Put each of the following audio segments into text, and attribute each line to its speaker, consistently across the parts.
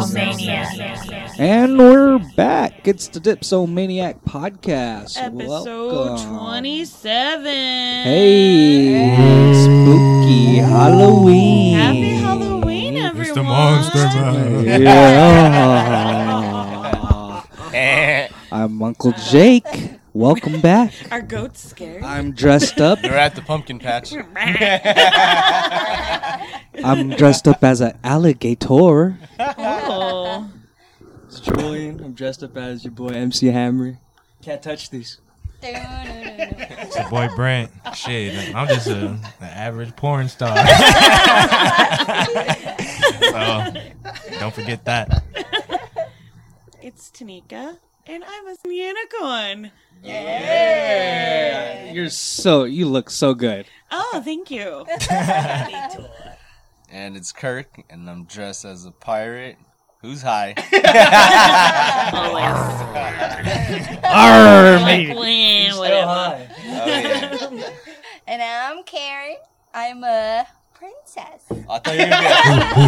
Speaker 1: Dipsomania.
Speaker 2: And we're back. It's the Dipsomaniac Podcast.
Speaker 1: Episode
Speaker 2: Welcome.
Speaker 1: 27.
Speaker 2: Hey, spooky Halloween.
Speaker 1: Happy Halloween, everyone.
Speaker 3: It's the monster man.
Speaker 2: Yeah. I'm Uncle Jake. Welcome back.
Speaker 1: Are goats scared?
Speaker 2: I'm dressed up.
Speaker 4: They're at the pumpkin patch.
Speaker 2: I'm dressed up as an alligator.
Speaker 1: oh.
Speaker 5: It's Julian. I'm dressed up as your boy MC Hammer. Can't touch these.
Speaker 3: It's your boy Brent. Shit, I'm just a, an average porn star. so don't forget that.
Speaker 1: It's Tanika, and I'm a unicorn.
Speaker 2: You're so, you look so good.
Speaker 1: Oh, thank you.
Speaker 4: And it's Kirk, and I'm dressed as a pirate. Who's high? Oh
Speaker 1: Always.
Speaker 2: Arr,
Speaker 1: Like,
Speaker 2: mate.
Speaker 1: when, whatever.
Speaker 4: Oh, yeah.
Speaker 6: And I'm Karen. I'm a princess.
Speaker 4: I thought you were gonna be. I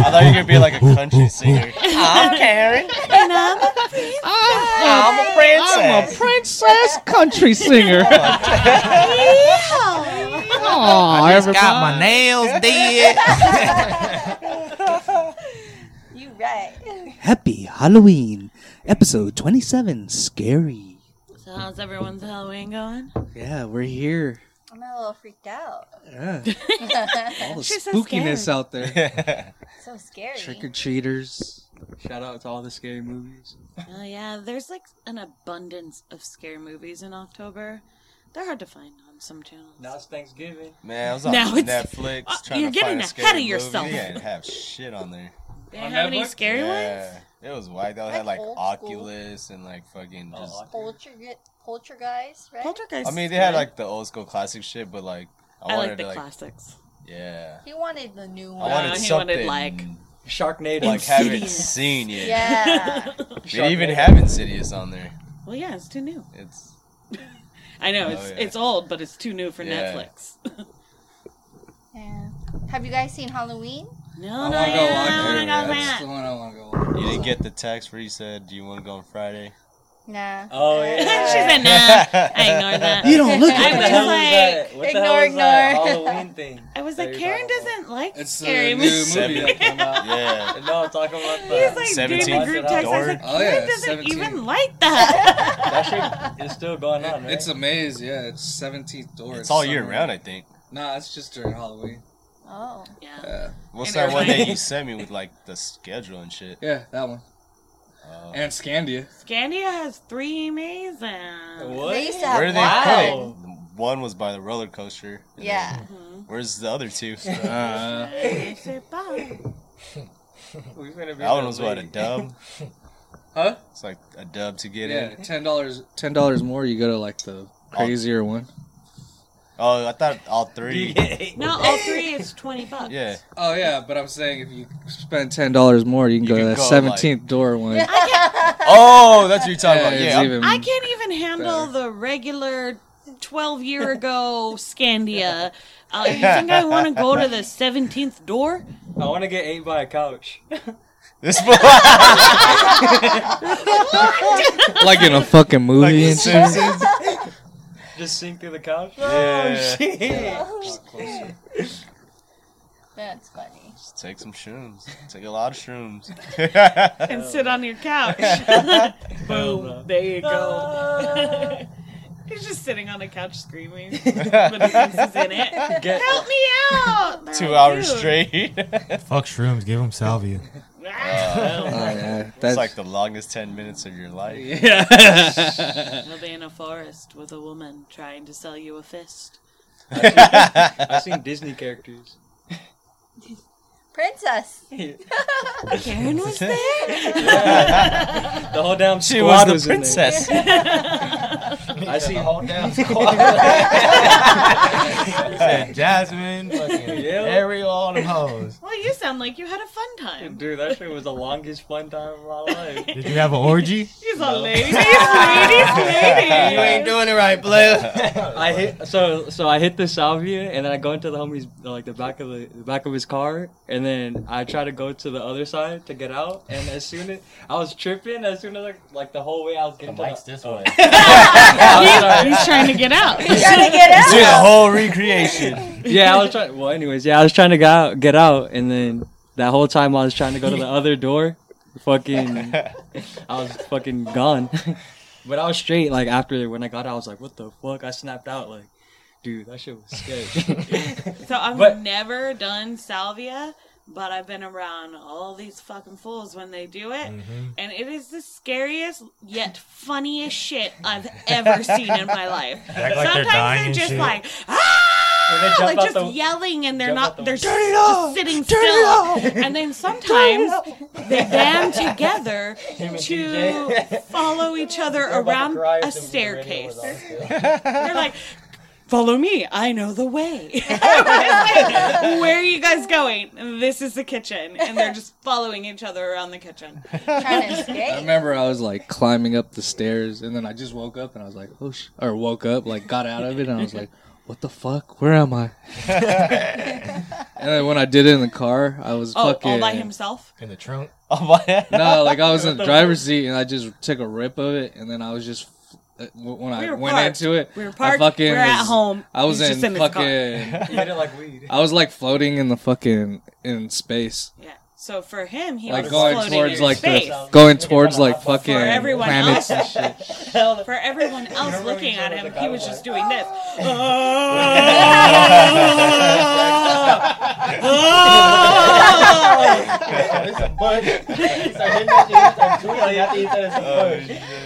Speaker 4: thought you were gonna be like a country singer. I'm Karen.
Speaker 1: And I'm a
Speaker 4: I'm a princess.
Speaker 2: princess country singer. Aw,
Speaker 3: I just got my nails did.
Speaker 6: You right.
Speaker 2: Happy Halloween, episode 27. Scary.
Speaker 1: So how's everyone's Halloween going?
Speaker 2: Yeah, we're here.
Speaker 6: I'm a little freaked out.
Speaker 2: Yeah. All the
Speaker 1: She's so
Speaker 2: spookiness
Speaker 1: scared.
Speaker 2: out there.
Speaker 6: So scary.
Speaker 2: Trick or treaters.
Speaker 5: Shout out to all the scary movies.
Speaker 1: Oh yeah, there's like an abundance of scary movies in October. They're hard to find on some channels.
Speaker 5: Now it's Thanksgiving.
Speaker 4: Man, I was on
Speaker 1: Now it's-
Speaker 4: Netflix
Speaker 1: Uh,
Speaker 4: trying
Speaker 1: you're
Speaker 4: to
Speaker 1: getting
Speaker 4: find a
Speaker 1: ahead
Speaker 4: scary
Speaker 1: of
Speaker 4: movie.
Speaker 1: yourself.
Speaker 4: They didn't have shit on there.
Speaker 1: They don't
Speaker 5: On
Speaker 1: have any
Speaker 5: Netflix?
Speaker 1: scary ones.
Speaker 4: It was wild. They had like
Speaker 6: Like old school.
Speaker 4: Oculus and like fucking
Speaker 5: Oh,
Speaker 4: just.
Speaker 6: Polter, poltergeist, right?
Speaker 1: Poltergeist.
Speaker 4: I mean, they had like the old school classic shit, but like I,
Speaker 1: I
Speaker 4: wanted
Speaker 1: like the
Speaker 4: to like
Speaker 1: classics.
Speaker 4: yeah.
Speaker 6: he wanted the new
Speaker 4: I
Speaker 6: one.
Speaker 4: wanted
Speaker 1: he
Speaker 4: something
Speaker 1: wanted, like-
Speaker 5: Sharknado.
Speaker 4: like haven't
Speaker 1: Insidious.
Speaker 4: seen yet.
Speaker 6: yeah.
Speaker 4: They even
Speaker 5: Sharknado.
Speaker 4: have Insidious on there.
Speaker 1: Well, yeah, it's too new.
Speaker 4: It's
Speaker 1: I know
Speaker 4: Oh,
Speaker 1: it's
Speaker 4: yeah.
Speaker 1: it's old, but it's too new for
Speaker 4: Yeah.
Speaker 1: Netflix.
Speaker 6: yeah. Have you guys seen Halloween?
Speaker 1: No,
Speaker 4: wanna
Speaker 1: no,
Speaker 4: go
Speaker 1: yeah,
Speaker 4: watch
Speaker 1: I
Speaker 4: it.
Speaker 1: wanna go
Speaker 4: That's
Speaker 1: back.
Speaker 5: the one I want to go.
Speaker 4: you didn't get the text where you said, "Do you want to go on Friday?"
Speaker 6: Nah.
Speaker 5: Oh
Speaker 1: she
Speaker 5: yeah.
Speaker 1: said, "Nah, I ignored that."
Speaker 2: You don't look
Speaker 1: I
Speaker 2: at
Speaker 1: was
Speaker 2: that.
Speaker 1: like,
Speaker 5: What
Speaker 6: Ignore,
Speaker 5: the hell is that
Speaker 6: ignore.
Speaker 5: Halloween thing?
Speaker 1: I was
Speaker 5: that
Speaker 1: like,
Speaker 5: you're
Speaker 1: Karen
Speaker 5: talking about?
Speaker 1: doesn't like
Speaker 5: It's
Speaker 1: scary
Speaker 5: a new
Speaker 1: movies.
Speaker 5: movie that came out.
Speaker 4: Yeah.
Speaker 5: And No, I'm talking about
Speaker 1: He's
Speaker 5: that.
Speaker 1: like, dude, the
Speaker 4: 17
Speaker 1: group text. I was like,
Speaker 4: door.
Speaker 7: Oh,
Speaker 1: Karen
Speaker 7: yeah,
Speaker 1: doesn't
Speaker 7: 17.
Speaker 1: even like that.
Speaker 5: that shit is still going on, right?
Speaker 7: It's a maze, yeah. It's 17th door.
Speaker 4: It's all year
Speaker 7: summer.
Speaker 4: round, I think.
Speaker 7: Nah, it's just during Halloween. Uh,
Speaker 6: Oh.
Speaker 1: yeah.
Speaker 7: Yeah,
Speaker 4: What's
Speaker 1: And
Speaker 4: that one
Speaker 1: everybody-
Speaker 4: that you sent me with like the schedule and shit?
Speaker 7: yeah, that one.
Speaker 4: Oh.
Speaker 7: And Scandia.
Speaker 1: Scandia has three mazes.
Speaker 5: What?
Speaker 6: They used to have
Speaker 4: Where did they
Speaker 6: Wow.
Speaker 4: put it? One was by the roller coaster. and then-
Speaker 6: Yeah.
Speaker 1: Mm-hmm.
Speaker 4: Where's the other two?
Speaker 7: Uh,
Speaker 1: I say bye.
Speaker 5: We finna be
Speaker 4: that one was
Speaker 5: late.
Speaker 4: what a dub.
Speaker 7: Huh?
Speaker 4: It's like a dub to get
Speaker 7: Yeah,
Speaker 4: in.
Speaker 7: ten dollars. Ten dollars more, you go to like the crazier one.
Speaker 4: Oh, I thought all
Speaker 5: You
Speaker 4: three.
Speaker 5: get eight.
Speaker 1: Now all three is twenty bucks.
Speaker 4: Yeah.
Speaker 7: Oh yeah, but I'm saying if you spend ten dollars more, you can
Speaker 4: You
Speaker 7: go
Speaker 4: can
Speaker 7: to that
Speaker 4: go, like-
Speaker 7: seventeenth door one.
Speaker 6: Yeah.
Speaker 4: Oh, that's what you're talking about.
Speaker 7: it's
Speaker 4: Yeah, I'm-
Speaker 7: even-
Speaker 1: I can't even handle the regular 12 year ago Scandia. Uh, you think I want to go to the 17th door?
Speaker 5: I want to get ate by a couch.
Speaker 4: this one.
Speaker 7: like in a fucking movie Oh,
Speaker 4: Like The
Speaker 7: and shit.
Speaker 4: Simpsons.
Speaker 5: Just sink through the couch.
Speaker 4: Yeah.
Speaker 5: Oh shit.
Speaker 6: That's funny.
Speaker 4: Just take some shrooms. Take a lot of shrooms.
Speaker 1: And sit on your couch. Boom. There you go. He's just sitting on the couch screaming. But his niece is in it.
Speaker 5: Get
Speaker 1: Help me out! They're
Speaker 4: Two
Speaker 1: like,
Speaker 4: hours
Speaker 1: "Dude."
Speaker 4: straight.
Speaker 3: Fuck shrooms, give them salvia.
Speaker 1: Ah.
Speaker 4: Uh,
Speaker 7: Oh yeah,
Speaker 4: That's
Speaker 7: that's
Speaker 4: like the longest 10 minutes of your life.
Speaker 7: yeah.
Speaker 1: You'll be in a forest with a woman trying to sell you a fist.
Speaker 5: I've seen Disney characters.
Speaker 6: Princess.
Speaker 1: Karen was there?
Speaker 5: The whole damn
Speaker 4: She
Speaker 5: squad
Speaker 4: was the
Speaker 5: in
Speaker 4: princess.
Speaker 5: there. I see whole damn
Speaker 3: Jasmine, fucking
Speaker 5: Yeah.
Speaker 3: Ariel, all them hoes.
Speaker 1: Well, you sound like you had a fun time.
Speaker 5: Dude, that shit was the longest fun time of my life.
Speaker 3: Did you have an orgy?
Speaker 1: He's all ladies, ladies, ladies.
Speaker 4: You ain't doing it right, Blue.
Speaker 5: I hit so so I hit the salvia and then I go into the homie's like the back of the, the back of his car and then I try to go to the other side to get out and as soon as I was tripping as soon as like, like the whole way I was getting to the,
Speaker 4: this way.
Speaker 5: I was,
Speaker 1: He's- He's trying to get out.
Speaker 6: Trying to get
Speaker 4: Do the
Speaker 6: out.
Speaker 4: whole recreation.
Speaker 5: yeah, I was trying. Well, anyways, yeah, I was trying to get out, get out, and then that whole time I was trying to go to the other door. Fucking, I was fucking gone. but I was straight. Like after when I got out, I was like, "What the fuck?" I snapped out. Like, dude, that shit was
Speaker 3: Mm-hmm.
Speaker 5: sketch.
Speaker 1: So I've
Speaker 5: But-
Speaker 1: never done salvia, but I've been around all these fucking fools when they do it,
Speaker 3: Mm.
Speaker 1: and it is the scariest yet funniest shit I've ever seen in my life.
Speaker 3: Act like they're
Speaker 1: Sometimes
Speaker 3: dying
Speaker 1: they're
Speaker 3: and
Speaker 1: just
Speaker 3: shit.
Speaker 1: like ah,
Speaker 5: jump
Speaker 1: like
Speaker 5: out
Speaker 1: just
Speaker 5: the-
Speaker 1: yelling, and they're
Speaker 5: jump
Speaker 1: not
Speaker 5: out the
Speaker 1: they're
Speaker 5: window.
Speaker 1: just sitting still. And then sometimes they band together to follow each other around a staircase. They're like, follow me. I know the way. Where are you guys going? This is the kitchen. And they're just following each other around the kitchen.
Speaker 6: Trying to
Speaker 7: I
Speaker 6: escape.
Speaker 7: remember I was like climbing up the stairs, and then I just woke up and I was like, oh, sh-, or woke up, like got out of it, and I was like, what the fuck? Where am I? and then when I did it in the car, I was
Speaker 1: Oh,
Speaker 7: fucking.
Speaker 1: all by himself?
Speaker 3: In the trunk?
Speaker 4: Oh, my.
Speaker 7: No, like I was in the driver's seat and I just took a rip of it, and then I was just uh, w- when
Speaker 1: We
Speaker 7: I
Speaker 1: were
Speaker 7: went
Speaker 1: parked.
Speaker 7: into it,
Speaker 1: We were
Speaker 7: I
Speaker 1: parked.
Speaker 7: fucking
Speaker 1: we were at
Speaker 7: was-
Speaker 1: home.
Speaker 7: I was
Speaker 1: He's
Speaker 7: in,
Speaker 1: just in his car.
Speaker 7: fucking.
Speaker 5: Made it like weed.
Speaker 7: I was like floating in the fucking in space,
Speaker 1: Yeah. So for him, he
Speaker 7: like
Speaker 1: was
Speaker 7: going
Speaker 1: floating
Speaker 7: towards
Speaker 1: in
Speaker 7: like
Speaker 1: space.
Speaker 7: the going towards like fucking
Speaker 1: For everyone
Speaker 7: planets and
Speaker 1: else.
Speaker 7: shit.
Speaker 1: For everyone else
Speaker 5: remember
Speaker 1: looking at
Speaker 5: when you saw
Speaker 1: him,
Speaker 5: the
Speaker 1: he
Speaker 5: guy
Speaker 1: was
Speaker 5: was
Speaker 1: just
Speaker 5: like,
Speaker 1: doing this. Oh.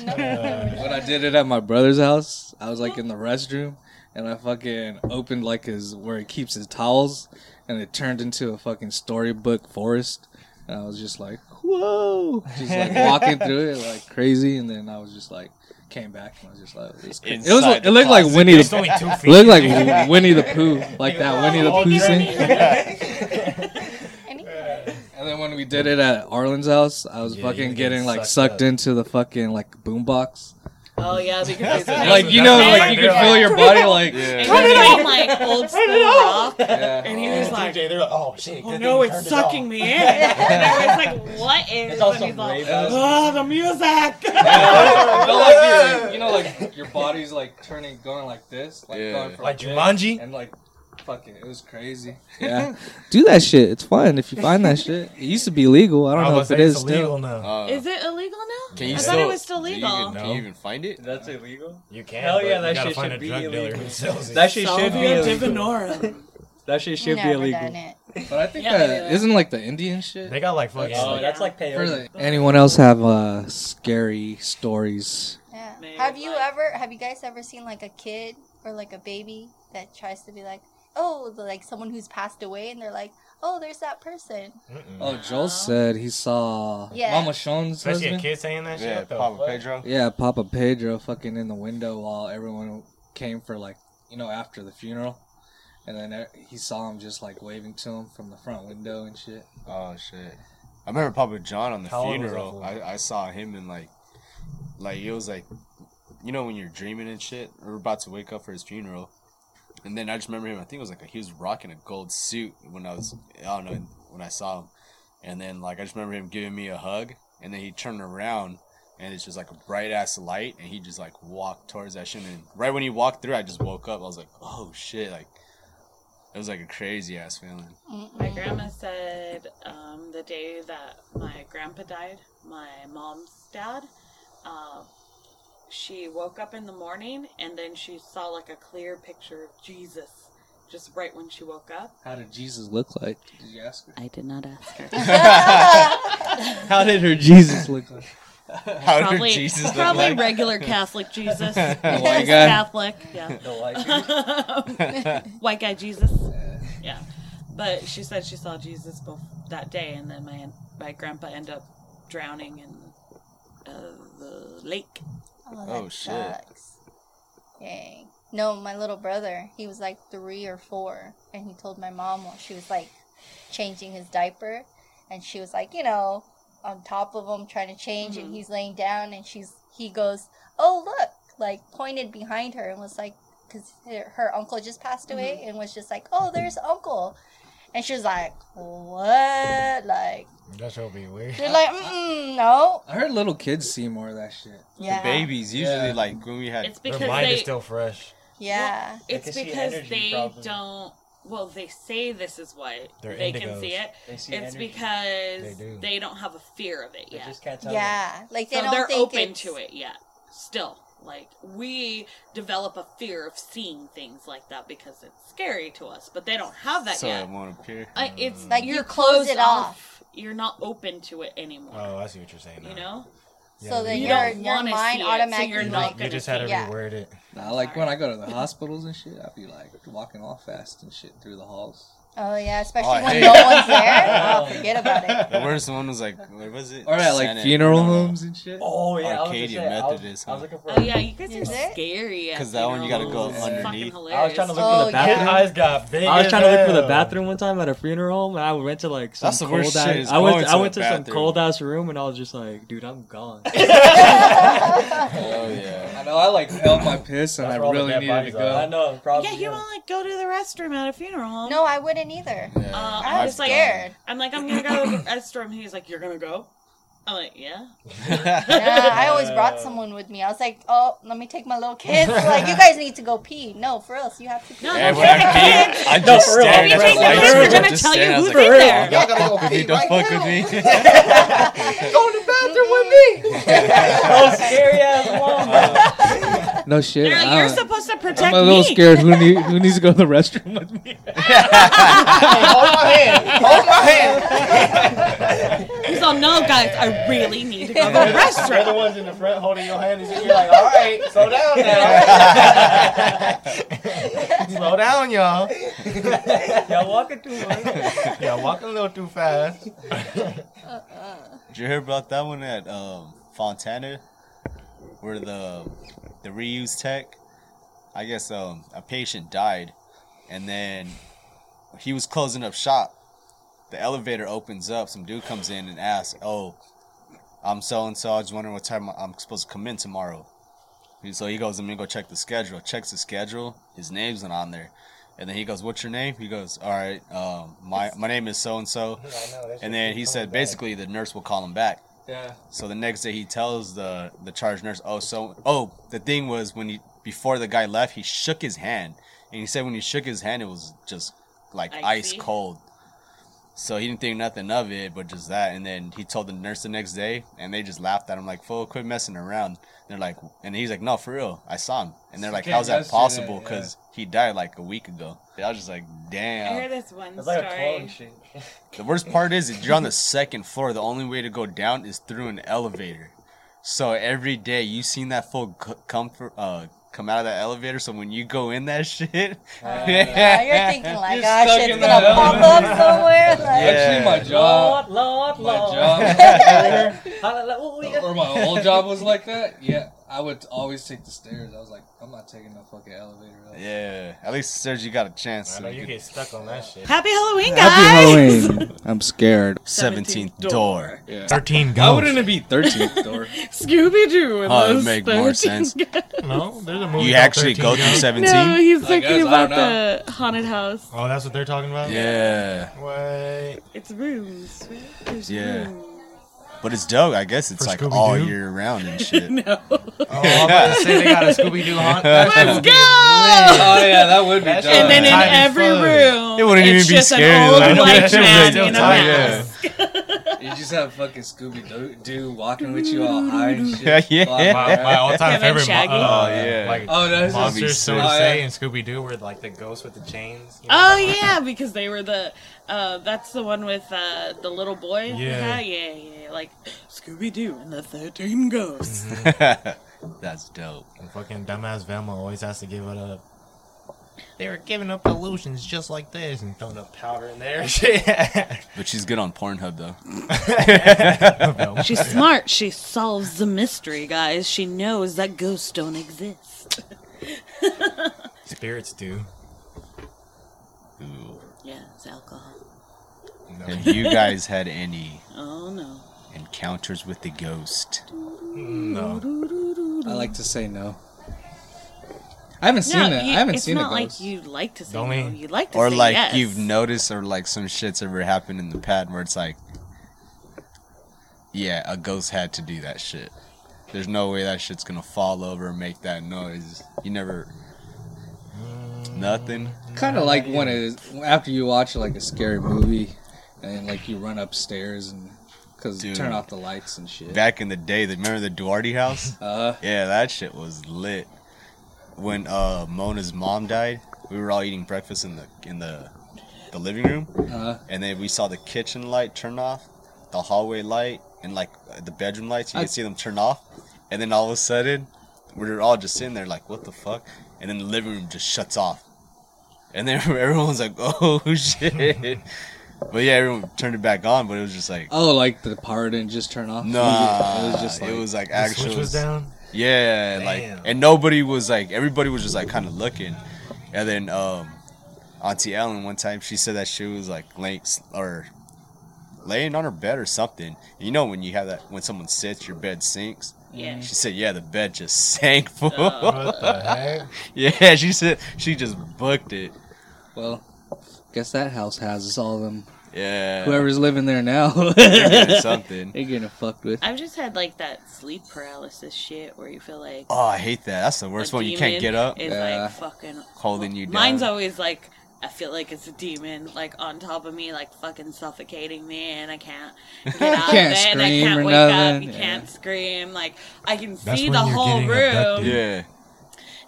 Speaker 7: When I did it at my brother's house, I was like in the restroom and I fucking opened like his where he keeps his towels and it turned into a fucking storybook forest. And I was just like, whoa, just like walking through it like crazy. And then I was just like, came back and I was just like, it was, cra- it, was
Speaker 4: Inside
Speaker 7: like,
Speaker 4: the
Speaker 7: it looked like
Speaker 4: closet.
Speaker 7: Winnie
Speaker 3: It's
Speaker 7: the
Speaker 3: only two
Speaker 7: it
Speaker 3: feet.
Speaker 7: looked like Winnie the Pooh, like that Winnie the
Speaker 3: Oh,
Speaker 7: Pooh scene. And then when we did it at Arlen's house, I was
Speaker 3: Yeah, you were
Speaker 7: fucking
Speaker 3: getting
Speaker 7: getting like
Speaker 3: sucked
Speaker 7: sucked
Speaker 3: up.
Speaker 7: into the fucking like boombox.
Speaker 1: Oh yeah, because
Speaker 7: Like you know,
Speaker 1: Like,
Speaker 7: like you
Speaker 1: they're
Speaker 7: could feel
Speaker 1: like,
Speaker 7: your body like.
Speaker 1: and he was like old school rock, and he was like,
Speaker 4: they're like, oh shit.
Speaker 1: "Oh no, it's sucking me in." And I was like, "What is?"
Speaker 5: all
Speaker 1: And he's
Speaker 5: some
Speaker 1: like,
Speaker 5: rave
Speaker 1: "Oh, the music."
Speaker 7: It felt like you, were- you know, like your body's like turning, going like this, like
Speaker 8: Yeah.
Speaker 7: going from
Speaker 3: Like
Speaker 7: this,
Speaker 3: Jumanji?
Speaker 7: and like fucking, it was crazy. Yeah,
Speaker 2: Do that shit. It's fun if you find that shit.
Speaker 7: it used to be legal. I don't know
Speaker 3: was
Speaker 7: if it
Speaker 3: gonna say
Speaker 7: is
Speaker 3: it's
Speaker 7: still.
Speaker 3: illegal now.
Speaker 4: Oh,
Speaker 8: Uh,
Speaker 1: Is it illegal now?
Speaker 8: can you
Speaker 1: I
Speaker 8: still,
Speaker 1: thought it was still
Speaker 8: do you
Speaker 1: legal.
Speaker 8: even- Can
Speaker 3: No.
Speaker 8: you even find it?
Speaker 5: That's illegal.
Speaker 3: You can.
Speaker 5: Hell
Speaker 3: but
Speaker 5: yeah,
Speaker 3: you
Speaker 5: that
Speaker 3: gotta
Speaker 5: shit
Speaker 3: find
Speaker 5: should
Speaker 3: a
Speaker 5: be
Speaker 3: drug dealer
Speaker 5: illegal.
Speaker 3: who sells it.
Speaker 5: That shit should be
Speaker 1: Salvia
Speaker 5: illegal.
Speaker 1: divinorum.
Speaker 5: That shit should be
Speaker 6: Never done
Speaker 5: illegal.
Speaker 6: it.
Speaker 7: But I think
Speaker 1: Yeah, they do
Speaker 7: that
Speaker 1: that.
Speaker 7: isn't like the Indian shit.
Speaker 3: They got like fucking.
Speaker 5: Oh,
Speaker 3: like,
Speaker 5: that's like
Speaker 7: For
Speaker 5: peyote.
Speaker 7: the- anyone else have uh, scary stories?
Speaker 6: Yeah.
Speaker 1: Man,
Speaker 6: Have you
Speaker 1: like-
Speaker 6: ever? Have you guys ever seen like a kid or like a baby that tries to be like, oh, the- like someone who's passed away, and they're like, oh, there's that person.
Speaker 3: mm-mm.
Speaker 7: Oh, Joel said he saw
Speaker 6: Yeah.
Speaker 7: Mama Sean's
Speaker 3: especially a
Speaker 7: husband.
Speaker 3: kid saying that shit.
Speaker 8: yeah,
Speaker 3: What the
Speaker 8: Papa
Speaker 3: fuck?
Speaker 8: Pedro.
Speaker 7: Yeah, Papa Pedro fucking in the window while everyone came for like you know after the funeral, and then uh, he saw him just like waving to him from the front window and shit.
Speaker 8: Oh shit. I remember Papa John on the
Speaker 3: How old was that
Speaker 8: funeral.
Speaker 3: fool?
Speaker 8: I, I saw him in like, like it was like, you know when you're dreaming and shit. We We're about to wake up for his funeral, and then I just remember him. I think it was like a, he was rocking a gold suit when I was I don't know when I saw him, and then like I just remember him giving me a hug, and then he turned around. And it's just like a bright ass light, and he just like walked towards that shit. And right when he walked through, I just woke up. I was like, "Oh shit!" Like it was like a crazy ass feeling.
Speaker 1: My grandma said um, the day that my grandpa died, my mom's dad, uh, she woke up in the morning and then she saw like a clear picture of Jesus just right when she woke up.
Speaker 7: How did Jesus look like? Did you ask her?
Speaker 1: I did not ask her.
Speaker 7: How did her Jesus look like?
Speaker 8: How did
Speaker 1: Probably,
Speaker 8: Jesus look
Speaker 1: probably
Speaker 8: like?
Speaker 1: regular Catholic Jesus.
Speaker 7: White
Speaker 1: Just
Speaker 7: guy.
Speaker 1: Catholic, yeah.
Speaker 5: The white dude.
Speaker 1: Um, white guy Jesus. Yeah. But she said she saw Jesus both that day, and then my my grandpa ended up drowning in uh, the lake.
Speaker 6: Oh,
Speaker 8: Oh,
Speaker 6: that
Speaker 8: shit.
Speaker 6: sucks. Dang. No, my little brother, he was like three or four, and he told my mom while she was like changing his diaper, and she was like, you know, on top of him trying to change,
Speaker 8: Mm-hmm.
Speaker 6: and he's laying down, and she's he goes, oh look, like pointed behind her and was like, because her, her uncle just passed away,
Speaker 8: Mm-hmm.
Speaker 6: and was just like, oh, there's uncle, and she was like, what, like.
Speaker 3: That's gonna be weird.
Speaker 6: They're like, mm, no.
Speaker 7: I heard little kids see more of that shit.
Speaker 6: Yeah.
Speaker 4: The babies usually
Speaker 3: Yeah.
Speaker 4: like when we had
Speaker 1: It's
Speaker 3: Their
Speaker 1: because
Speaker 3: mind
Speaker 1: they
Speaker 3: is still fresh.
Speaker 6: Yeah.
Speaker 1: it's
Speaker 9: They can see
Speaker 1: because
Speaker 9: energy,
Speaker 1: they
Speaker 9: probably.
Speaker 1: don't. Well, they say this is why
Speaker 3: They're
Speaker 1: they
Speaker 3: indigos.
Speaker 1: can see it.
Speaker 9: They see
Speaker 1: It's
Speaker 9: energy.
Speaker 1: because
Speaker 3: They do.
Speaker 1: they don't have a fear of it
Speaker 9: They
Speaker 1: yet.
Speaker 9: just can't tell.
Speaker 6: Yeah. Like they
Speaker 1: so
Speaker 6: don't
Speaker 1: they're
Speaker 6: think
Speaker 1: open
Speaker 6: it's-
Speaker 1: to it yet. Still, like we develop a fear of seeing things like that because it's scary to us, but they don't have that
Speaker 4: so
Speaker 1: yet.
Speaker 4: it won't appear.
Speaker 1: Uh, it's
Speaker 6: Like,
Speaker 1: you're
Speaker 6: you close
Speaker 1: closed
Speaker 6: it
Speaker 1: off. You're not open to it anymore.
Speaker 3: Oh, I see what you're saying.
Speaker 1: you
Speaker 3: now.
Speaker 1: know,
Speaker 3: Yeah,
Speaker 6: So then
Speaker 1: you
Speaker 3: you
Speaker 6: your
Speaker 1: don't
Speaker 6: your
Speaker 1: wanna
Speaker 6: mind
Speaker 1: see it, so
Speaker 6: automatically
Speaker 1: you're
Speaker 3: You,
Speaker 1: not
Speaker 3: just-
Speaker 1: gonna
Speaker 3: you just had to
Speaker 1: see-
Speaker 6: yeah.
Speaker 3: reword it.
Speaker 7: Nah, like when I go to the hospitals and shit, I'd be like walking all fast and shit through the halls.
Speaker 6: Oh yeah, especially
Speaker 4: Oh,
Speaker 6: when
Speaker 4: hey.
Speaker 6: no one's there. Oh, forget about it.
Speaker 4: The worst one was like what was it?
Speaker 7: Or at like
Speaker 4: Senate,
Speaker 7: funeral
Speaker 4: uh,
Speaker 7: homes and shit.
Speaker 9: Oh yeah,
Speaker 4: Arcadia
Speaker 9: I was just saying,
Speaker 4: Methodist,
Speaker 9: I was,
Speaker 4: huh?
Speaker 9: I was looking for.
Speaker 1: Oh yeah, you guys
Speaker 6: Is
Speaker 1: are
Speaker 6: it?
Speaker 1: scary. at
Speaker 4: 'Cause that one you gotta go
Speaker 1: funerals. It's
Speaker 4: underneath.
Speaker 1: fucking
Speaker 9: I was trying to look
Speaker 6: Oh,
Speaker 9: for the
Speaker 6: yeah.
Speaker 9: bathroom.
Speaker 3: His eyes got big.
Speaker 10: I was
Speaker 3: as
Speaker 10: trying to look for the
Speaker 3: hell.
Speaker 10: bathroom one time at a funeral home, and I went to like some
Speaker 4: That's the
Speaker 10: cold
Speaker 4: worst
Speaker 10: ass.
Speaker 4: shit is
Speaker 10: I went,
Speaker 4: going
Speaker 10: I
Speaker 4: to
Speaker 10: went
Speaker 4: the
Speaker 10: to some
Speaker 4: bathroom.
Speaker 10: cold ass room, and I was just like, dude, I'm gone.
Speaker 4: Oh yeah.
Speaker 7: I know I like held my piss and
Speaker 3: That's
Speaker 7: I
Speaker 3: where all the
Speaker 7: really
Speaker 3: dead
Speaker 7: needed
Speaker 3: bodies
Speaker 7: to go.
Speaker 3: are.
Speaker 9: I know, probably.
Speaker 1: Yeah, you won't like go to the restroom at a funeral home.
Speaker 6: No, I wouldn't either.
Speaker 4: yeah.
Speaker 1: Uh, I
Speaker 6: I'm
Speaker 1: was like-
Speaker 6: scared.
Speaker 1: I'm like, I'm gonna go to the restroom. He's like, you're gonna go? I'm like, yeah.
Speaker 6: Nah, I always brought someone with me. I was like, oh, let me take my little kids. Like, you guys need to go pee. No, for real, so you have to pee.
Speaker 1: No,
Speaker 4: Yeah,
Speaker 1: no,
Speaker 4: when
Speaker 1: take the
Speaker 4: I peed,
Speaker 1: kids.
Speaker 4: I just
Speaker 9: for real.
Speaker 4: stared
Speaker 1: If
Speaker 4: at
Speaker 1: you take the
Speaker 4: the light.
Speaker 1: kids,
Speaker 4: bulb,
Speaker 1: we're gonna
Speaker 4: just
Speaker 1: tell you
Speaker 4: staring. I was
Speaker 1: who's
Speaker 4: like,
Speaker 1: in there.
Speaker 4: Y'all gotta go pee Don't fuck with me.
Speaker 9: Oh, scary ass mom.
Speaker 7: No shit.
Speaker 1: They're like,
Speaker 7: I
Speaker 1: you're
Speaker 7: don't-
Speaker 1: supposed to protect
Speaker 7: I'm a little
Speaker 1: me.
Speaker 7: scared. Who, need, who needs to go to the restroom with me?
Speaker 1: He's all, no, guys, I really need to go to the
Speaker 3: They're the
Speaker 1: restroom.
Speaker 3: ones in the front holding your hand. And
Speaker 9: You're like, all right, slow down now.
Speaker 3: Slow down, y'all.
Speaker 9: Y'all walking too much.
Speaker 3: Yeah, walking a little too fast.
Speaker 4: Did you hear about that one at um, Fontana, where the the reuse tech? I guess um, a patient died, and then he was closing up shop. The elevator opens up. Some dude comes in and asks, "Oh, I'm so and so. I was wondering what time I'm supposed to come in tomorrow." He- So he goes, "I'm gonna go check the schedule." Checks the schedule. His name's not on there. And then he goes, "What's your name?" He goes, "All right, um, my my name is so and so." And then he said, basically, the nurse will call him back.
Speaker 9: Yeah.
Speaker 4: So the next day, he tells the the charge nurse, "Oh, so oh, the thing was when he before the guy left, he shook his hand, and he said when he shook his hand, it was just like ice
Speaker 1: Icy.
Speaker 4: cold. So he didn't think nothing of it, but just that. And then he told the nurse the next day, and they just laughed at him like, "Fool, quit messing around." they're like, and he's like, "No, for real, I saw him." And they're like,
Speaker 7: can't
Speaker 4: "How's that
Speaker 7: mess with that,
Speaker 4: possible?
Speaker 7: yeah.
Speaker 4: Because he died like a week ago." I was just like,
Speaker 1: I
Speaker 4: "Damn."
Speaker 1: heard this one
Speaker 9: It's like a clone
Speaker 1: story.
Speaker 9: shit.
Speaker 4: The worst part is if you're on the second floor, the only way to go down is through an elevator. So every day you seen that fool c- come for, uh, come out of that elevator. So when you go in that shit,
Speaker 6: Now you're thinking like,
Speaker 7: You're
Speaker 6: gosh,
Speaker 7: stuck
Speaker 6: it's
Speaker 7: in
Speaker 6: gonna
Speaker 7: that
Speaker 6: pop up somewhere. Like,
Speaker 7: Actually, my job,
Speaker 9: Lord, Lord,
Speaker 7: my
Speaker 9: Lord.
Speaker 7: job,
Speaker 9: Hallelujah. Ooh, yeah.
Speaker 7: or my old job was like that. Yeah, I would always take the stairs. I was like, I'm not taking no fucking elevator. Up.
Speaker 4: yeah, at least Serge, you got a chance.
Speaker 3: I
Speaker 4: So
Speaker 3: know
Speaker 4: you
Speaker 3: you
Speaker 4: could-
Speaker 3: get stuck on that shit.
Speaker 1: Happy Halloween, guys!
Speaker 7: Halloween. I'm scared.
Speaker 4: 17th door.
Speaker 11: Thirteen
Speaker 7: Why
Speaker 11: ghosts.
Speaker 7: wouldn't it be 13th door?
Speaker 1: Scooby Doo.
Speaker 4: Oh, it'd make more sense.
Speaker 11: No, there's a movie.
Speaker 4: You
Speaker 11: called
Speaker 4: actually
Speaker 11: 13
Speaker 4: go through
Speaker 11: Ghosts.
Speaker 4: 17?
Speaker 1: No, he's
Speaker 7: I guess,
Speaker 1: thinking
Speaker 7: I
Speaker 1: about
Speaker 7: don't know.
Speaker 1: the haunted house.
Speaker 11: Oh, that's what they're talking about.
Speaker 4: Yeah,
Speaker 11: Wait.
Speaker 1: It's rooms. right? There's
Speaker 4: Yeah.
Speaker 1: rooms.
Speaker 4: but it's dope. I guess it's
Speaker 11: For
Speaker 4: like
Speaker 11: Scooby-Doo?
Speaker 4: all year round and shit.
Speaker 3: Oh, I'm about to say they got a Scooby Doo haunt.
Speaker 1: Let's go!
Speaker 7: oh yeah, that would be.
Speaker 3: That's
Speaker 7: dumb.
Speaker 1: And then in
Speaker 3: Tight as
Speaker 1: every
Speaker 3: fuck.
Speaker 1: room,
Speaker 4: It wouldn't
Speaker 1: it's
Speaker 4: even be
Speaker 1: just
Speaker 4: scary,
Speaker 1: an old
Speaker 4: though. I know that
Speaker 1: white
Speaker 3: shit was
Speaker 1: man
Speaker 3: still
Speaker 1: in a
Speaker 3: tight,
Speaker 1: mask.
Speaker 7: You just have fucking Scooby Doo walking with you all high and
Speaker 4: Yeah,
Speaker 7: shit.
Speaker 4: yeah.
Speaker 7: Flying
Speaker 11: My, my
Speaker 7: around.
Speaker 11: all-time
Speaker 1: Him and
Speaker 11: favorite.
Speaker 1: Shaggy.
Speaker 11: Mo- uh,
Speaker 4: Oh, yeah.
Speaker 11: Like
Speaker 7: Oh, that's just-
Speaker 11: monsters, so to
Speaker 7: Oh, yeah.
Speaker 11: say, and Scooby Doo were like the ghosts with the chains. you know?
Speaker 1: Oh yeah, because they were the. Uh, that's the one with uh, the little boy. in the
Speaker 11: Yeah.
Speaker 1: hat? yeah, yeah. Like Scooby Doo and the Thirteen Ghosts.
Speaker 4: That's dope.
Speaker 11: And fucking dumbass Velma always has to give it up. They were giving up illusions just like this and throwing up powder in there.
Speaker 4: But she's good on Pornhub though.
Speaker 11: Velma.
Speaker 1: She's smart. She solves the mystery, guys. She knows that ghosts don't exist.
Speaker 11: Spirits do.
Speaker 1: Yeah, it's alcohol.
Speaker 3: No.
Speaker 4: Have you guys had any
Speaker 1: Oh no.
Speaker 4: encounters with the ghost?
Speaker 1: Mm,
Speaker 3: No.
Speaker 7: I like to say no. I haven't seen
Speaker 1: no,
Speaker 7: that.
Speaker 1: you-
Speaker 7: I haven't
Speaker 1: it's
Speaker 7: seen a
Speaker 1: not like
Speaker 7: ghost.
Speaker 1: you like to say
Speaker 3: Don't
Speaker 1: no.
Speaker 3: we?
Speaker 1: You like to
Speaker 4: Or
Speaker 1: say
Speaker 4: like
Speaker 1: yes.
Speaker 4: you've noticed, or like some shit's ever happened in the past where it's like, yeah, a ghost had to do that shit. There's no way that shit's gonna fall over and make that noise. You never. Nothing.
Speaker 7: Kind of like when it is after you watch like a scary movie, and like you run upstairs and because
Speaker 4: Dude.
Speaker 7: turn off the lights and shit.
Speaker 4: Back in the day, the- remember the Duarte house?
Speaker 7: uh,
Speaker 4: Yeah, that shit was lit. When uh, Mona's mom died, we were all eating breakfast in the in the the living room,
Speaker 7: uh,
Speaker 4: and then we saw the kitchen light turn off, the hallway light, and like the bedroom lights. You
Speaker 7: I-
Speaker 4: could see them turn off, and then all of a sudden, we were all just sitting there like, "What the fuck?" And then the living room just shuts off, and then everyone's like, "Oh shit!" but yeah, everyone turned it back on, but it was just like,
Speaker 7: oh, like the power didn't just turn off.
Speaker 4: "Nah."
Speaker 7: it was just like
Speaker 4: it was like
Speaker 3: The switch
Speaker 4: actual.
Speaker 3: was down.
Speaker 4: Yeah,
Speaker 3: Damn.
Speaker 4: like and nobody was like everybody was just like kind of looking, and then um, Auntie Ellen one time she said that she was like laying or laying on her bed or something. You know when you have that when someone sits, your bed sinks.
Speaker 1: Yeah. Oh.
Speaker 4: She said, "Yeah, the bed just sank." fool."
Speaker 3: What the heck?
Speaker 4: yeah, she said she just booked it.
Speaker 7: well, guess that house houses all of them.
Speaker 4: Yeah,
Speaker 7: Whoever's living there now,
Speaker 4: They're
Speaker 7: they're
Speaker 4: getting something.
Speaker 7: getting fucked with.
Speaker 1: I've just had like that sleep paralysis shit where you feel like
Speaker 4: Oh, I hate that. That's the
Speaker 1: the
Speaker 4: worst one. You
Speaker 1: demon
Speaker 4: can't get up.
Speaker 1: Is
Speaker 7: Yeah.
Speaker 1: like fucking
Speaker 4: Holding you
Speaker 1: Mine's
Speaker 4: down.
Speaker 1: always like I feel like it's a demon like on top of me, like fucking suffocating me, and I can't get out of
Speaker 7: Can't
Speaker 1: bed. I
Speaker 7: scream
Speaker 1: can't
Speaker 7: or
Speaker 1: wake up.
Speaker 7: nothing,
Speaker 1: You
Speaker 7: yeah.
Speaker 1: can't scream. Like I can
Speaker 3: That's
Speaker 1: see
Speaker 3: when
Speaker 1: the
Speaker 3: you're
Speaker 1: whole
Speaker 3: getting
Speaker 1: room,
Speaker 3: abducted.
Speaker 4: Yeah,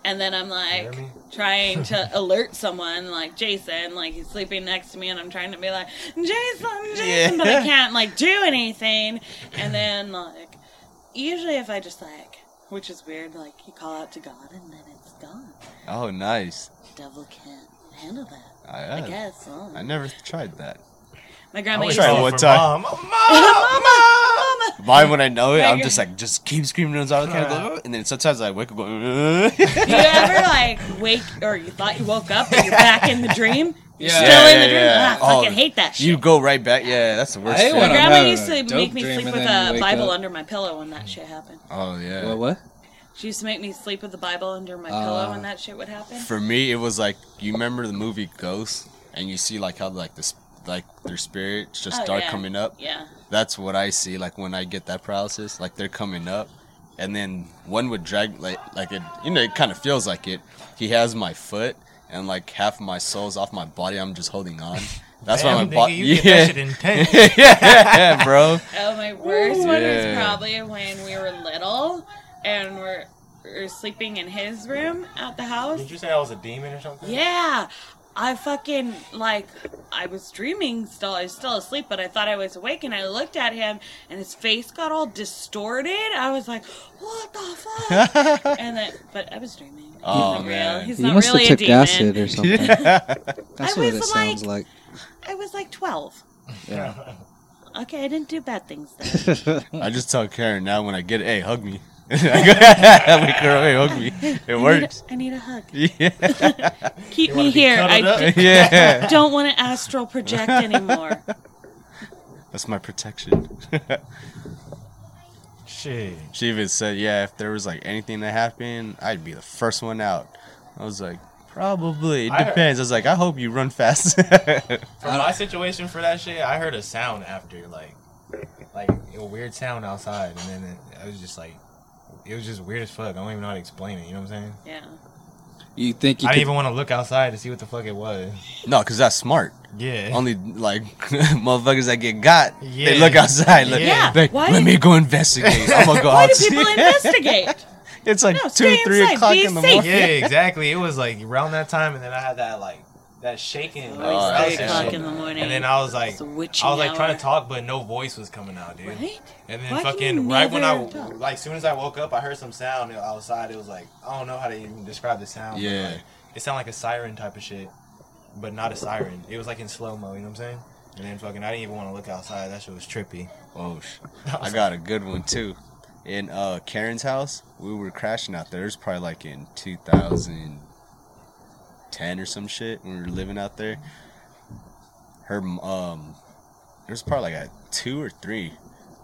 Speaker 1: and then I'm
Speaker 3: You
Speaker 1: like
Speaker 3: hear me?
Speaker 1: trying to alert someone, like Jason, like he's sleeping next to me, and I'm trying to be like Jason, Jason,
Speaker 4: Yeah.
Speaker 1: but I can't like do anything. And then like usually if I just like, which is weird, like you call out to God and then it's gone.
Speaker 4: Oh, nice.
Speaker 1: Devil can't handle that.
Speaker 4: I,
Speaker 1: I guess. huh?
Speaker 4: I never tried that.
Speaker 1: My
Speaker 3: I
Speaker 1: grandma
Speaker 3: was
Speaker 1: used to
Speaker 4: trying
Speaker 3: trying
Speaker 4: one
Speaker 3: one
Speaker 4: time.
Speaker 3: time.
Speaker 11: Oh,
Speaker 4: Mine, when I know it,
Speaker 1: Like-
Speaker 4: I'm just like, just keep screaming as loud as I can, I go, "Ugh," and then sometimes I wake up going, "Ugh."
Speaker 1: Do you ever like wake or you thought you woke up and you're back in the dream? You're
Speaker 7: Yeah.
Speaker 1: still
Speaker 4: Yeah,
Speaker 1: in the
Speaker 4: yeah,
Speaker 1: dream.
Speaker 4: yeah.
Speaker 1: Ah, I fucking
Speaker 4: Oh,
Speaker 1: hate that shit.
Speaker 4: you go right back. Yeah, that's the worst.
Speaker 7: I
Speaker 4: shit.
Speaker 1: my
Speaker 7: wanna-
Speaker 1: grandma
Speaker 7: no,
Speaker 1: used to
Speaker 7: dope
Speaker 1: make me
Speaker 7: dream
Speaker 1: sleep
Speaker 7: and
Speaker 1: with
Speaker 7: then
Speaker 1: a
Speaker 7: wake
Speaker 1: Bible
Speaker 7: up.
Speaker 1: under my pillow when that shit happened.
Speaker 4: Oh yeah.
Speaker 7: What? What?
Speaker 1: She used to make me sleep with a Bible under my
Speaker 7: Uh,
Speaker 1: pillow when that shit would happen.
Speaker 4: For me, it was like you remember the movie Ghost, and you see like how like this like their spirits just
Speaker 1: Oh,
Speaker 4: start
Speaker 1: yeah.
Speaker 4: coming up.
Speaker 1: Yeah.
Speaker 4: That's what I see. Like when I get that paralysis, like they're coming up, and then one would drag like like it. You know, it kind of feels like it. He has my foot, and like half my soul's off my body. I'm just holding on. That's why
Speaker 3: Damn,
Speaker 4: my body.
Speaker 3: nigga, you get that shit intense.
Speaker 4: yeah, bro.
Speaker 1: Oh, my worst one was
Speaker 4: Yeah.
Speaker 1: probably when we were little and we're, we're sleeping in his room at the house.
Speaker 3: Did you say I was a demon or something?
Speaker 1: Yeah. I fucking like I was dreaming still I was still asleep, but I thought I was awake and I looked at him and his face got all distorted. I was like, What the fuck? and then but I was dreaming. He's
Speaker 4: Oh,
Speaker 1: not real.
Speaker 4: man.
Speaker 1: He's
Speaker 2: You
Speaker 1: not
Speaker 2: must
Speaker 1: really
Speaker 2: have
Speaker 1: a
Speaker 2: took
Speaker 1: demon.
Speaker 2: acid or something.
Speaker 7: That's
Speaker 1: I
Speaker 7: what
Speaker 1: was
Speaker 7: it sounds like.
Speaker 1: I was like twelve.
Speaker 2: Yeah.
Speaker 1: Okay, I didn't do bad things then.
Speaker 4: I just tell Karen now when I get it, hey, hug me. I go, wake her up, hey, hug me. It
Speaker 1: I need,
Speaker 4: works.
Speaker 1: a, I need a hug.
Speaker 4: Yeah.
Speaker 1: Keep
Speaker 3: You wanna
Speaker 1: me
Speaker 3: be
Speaker 1: here. I
Speaker 3: cuddled up?
Speaker 1: d-
Speaker 4: yeah.
Speaker 1: don't want to astral project anymore.
Speaker 4: That's my protection.
Speaker 3: Shit.
Speaker 4: she even said, yeah, if there was like anything that happened, I'd be the first one out. I was like, probably. It
Speaker 3: I heard-
Speaker 4: depends. I was like, I hope you run fast.
Speaker 3: For my situation for that shit, I heard a sound after, like, like a weird sound outside, and then it, I was just like, it was just weird as fuck. I don't even know how to explain it. You know what I'm saying?
Speaker 1: Yeah.
Speaker 7: You think you
Speaker 3: I
Speaker 7: could
Speaker 3: didn't even want to look outside to see what the fuck it was.
Speaker 4: no, because that's smart.
Speaker 3: Yeah.
Speaker 4: Only like motherfuckers that get got, they
Speaker 3: Yeah.
Speaker 4: look outside. Look,
Speaker 1: Yeah.
Speaker 4: like,
Speaker 1: Why
Speaker 4: let
Speaker 1: do-
Speaker 4: me go investigate. I'm gonna go
Speaker 1: Why do
Speaker 4: outside.
Speaker 1: people investigate?
Speaker 3: Oh,
Speaker 4: It's like
Speaker 1: No,
Speaker 4: two,
Speaker 1: stay
Speaker 4: three
Speaker 1: inside.
Speaker 4: o'clock
Speaker 1: Be
Speaker 4: in the
Speaker 1: safe.
Speaker 4: morning.
Speaker 3: yeah, exactly. It was like around that time, and then I had that like that shaking. like,
Speaker 1: Always
Speaker 4: that's
Speaker 1: three
Speaker 3: that
Speaker 1: o'clock
Speaker 3: shit.
Speaker 1: in the morning.
Speaker 3: And then I was like,
Speaker 1: It's a
Speaker 3: I was
Speaker 1: witching
Speaker 3: like
Speaker 1: hour.
Speaker 3: trying to talk, but no voice was coming out, dude.
Speaker 1: Right?
Speaker 3: And then
Speaker 1: Why can you
Speaker 3: fucking right when I
Speaker 1: never talk?
Speaker 3: like, soon as I woke up, I heard some sound outside. It was like I don't know how to even describe the sound. but,
Speaker 4: Yeah.
Speaker 3: like, it sounded like a siren type of shit, but not a siren. It was like in slow mo. You know what I'm saying? And then fucking, I didn't even want to look outside. That shit was trippy.
Speaker 4: Oh, sh- I got a good one too. In uh, Karen's house, we were crashing out there. It was probably like in 2010 or some shit. when We were living out there. Her um, it was probably like at two or three.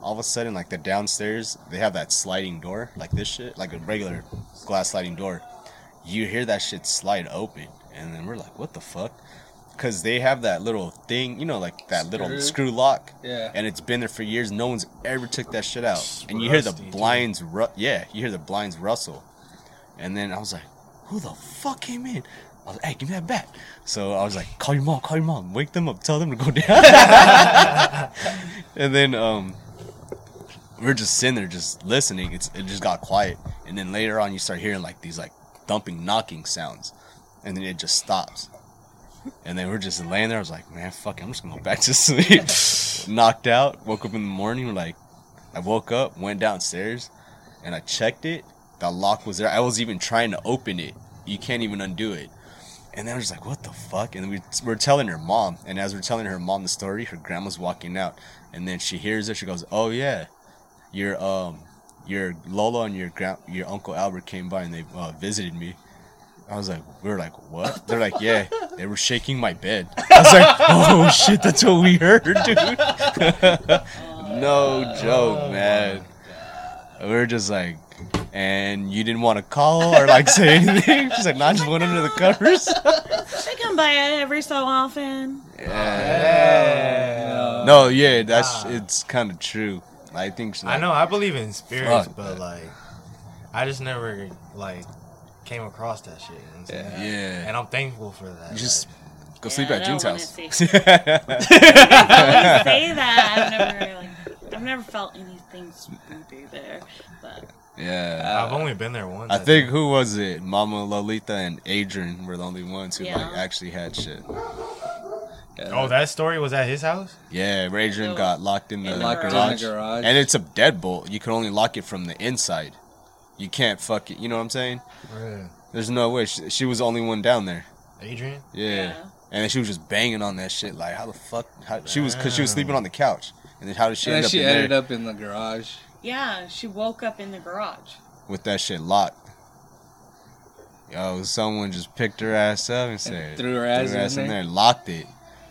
Speaker 4: All of a sudden, like the downstairs, they have that sliding door, like this shit, like a regular glass sliding door. You hear that shit slide open, and then we're like, "What the fuck?" Because they have that little thing, you know, like that little
Speaker 7: Screw.
Speaker 4: screw lock,
Speaker 7: Yeah.
Speaker 4: and it's been there for years. No one's ever took that shit out, and you hear the
Speaker 3: rusty, too.
Speaker 4: blinds, ru- yeah, you hear the blinds rustle, and then I was like, "Who the fuck came in?" I was like, "Hey, give me that bat." So I was like, "Call your mom, call your mom, wake them up, tell them to go down." and then um, we we're just sitting there, just listening. It's it just got quiet, and then later on, you start hearing like these like thumping, knocking sounds, and then it just stops. And then we're just laying there. I was like, man, fuck, it, I'm just gonna go back to sleep. Knocked out. Woke up in the morning. We're like, I woke up, went downstairs, and I checked it. The lock was there. I was even trying to open it. You can't even undo it. And then I was just like, what the fuck? And we we're telling her mom. And as we're telling her mom the story, her grandma's walking out. And then she hears it. She goes, oh yeah, your um, your Lola and your grand, your uncle Albert came by and they uh, visited me. I was like, we were like, what? They're like, yeah, they were shaking my bed. I was like, oh shit, that's what we heard, dude. no joke, man. We were just like, and you didn't want to call or like say anything. She's like, nah, I just went under the covers.
Speaker 1: They come by every so often.
Speaker 4: No, yeah, that's it's kind of true. I think she's
Speaker 3: I
Speaker 4: like,
Speaker 3: know I believe in spirits,
Speaker 4: Fuck
Speaker 3: but
Speaker 4: that.
Speaker 3: like, I just never like came across that shit. And, so-
Speaker 4: Yeah.
Speaker 3: and I'm thankful for that.
Speaker 4: Just
Speaker 3: like,
Speaker 4: go sleep
Speaker 1: Yeah, I
Speaker 4: at
Speaker 1: don't
Speaker 4: June's
Speaker 1: wanna
Speaker 4: house.
Speaker 1: see. I say that. I've never like, I've never felt anything spooky there, but
Speaker 4: yeah.
Speaker 7: Uh,
Speaker 3: I've only been there once.
Speaker 4: uh, I think who was it? Mama Lolita and Adrian were the only ones who like
Speaker 1: Yeah.
Speaker 4: actually had shit. uh,
Speaker 3: Oh, that story was at his house.
Speaker 4: Yeah, Adrian
Speaker 1: So-
Speaker 4: got locked in the,
Speaker 1: In the
Speaker 4: locked in the
Speaker 1: garage.
Speaker 4: garage. and it's a deadbolt. You can only lock it from the inside. You can't fuck it. You know what I'm saying? There's no way. She, she was the only one down there.
Speaker 3: Adrian.
Speaker 4: Yeah.
Speaker 1: Yeah.
Speaker 4: And then she was just banging on that shit. Like, how the fuck? How, she was because she was sleeping on the couch. And then how did she
Speaker 7: and
Speaker 4: end
Speaker 7: then
Speaker 4: up
Speaker 7: she
Speaker 4: in
Speaker 7: ended
Speaker 4: there
Speaker 7: up in the garage.
Speaker 1: yeah, she woke up in the garage.
Speaker 4: with that shit locked? Yo, someone just picked her ass up and said
Speaker 7: threw her ass in
Speaker 4: in
Speaker 7: there.
Speaker 4: there, locked it.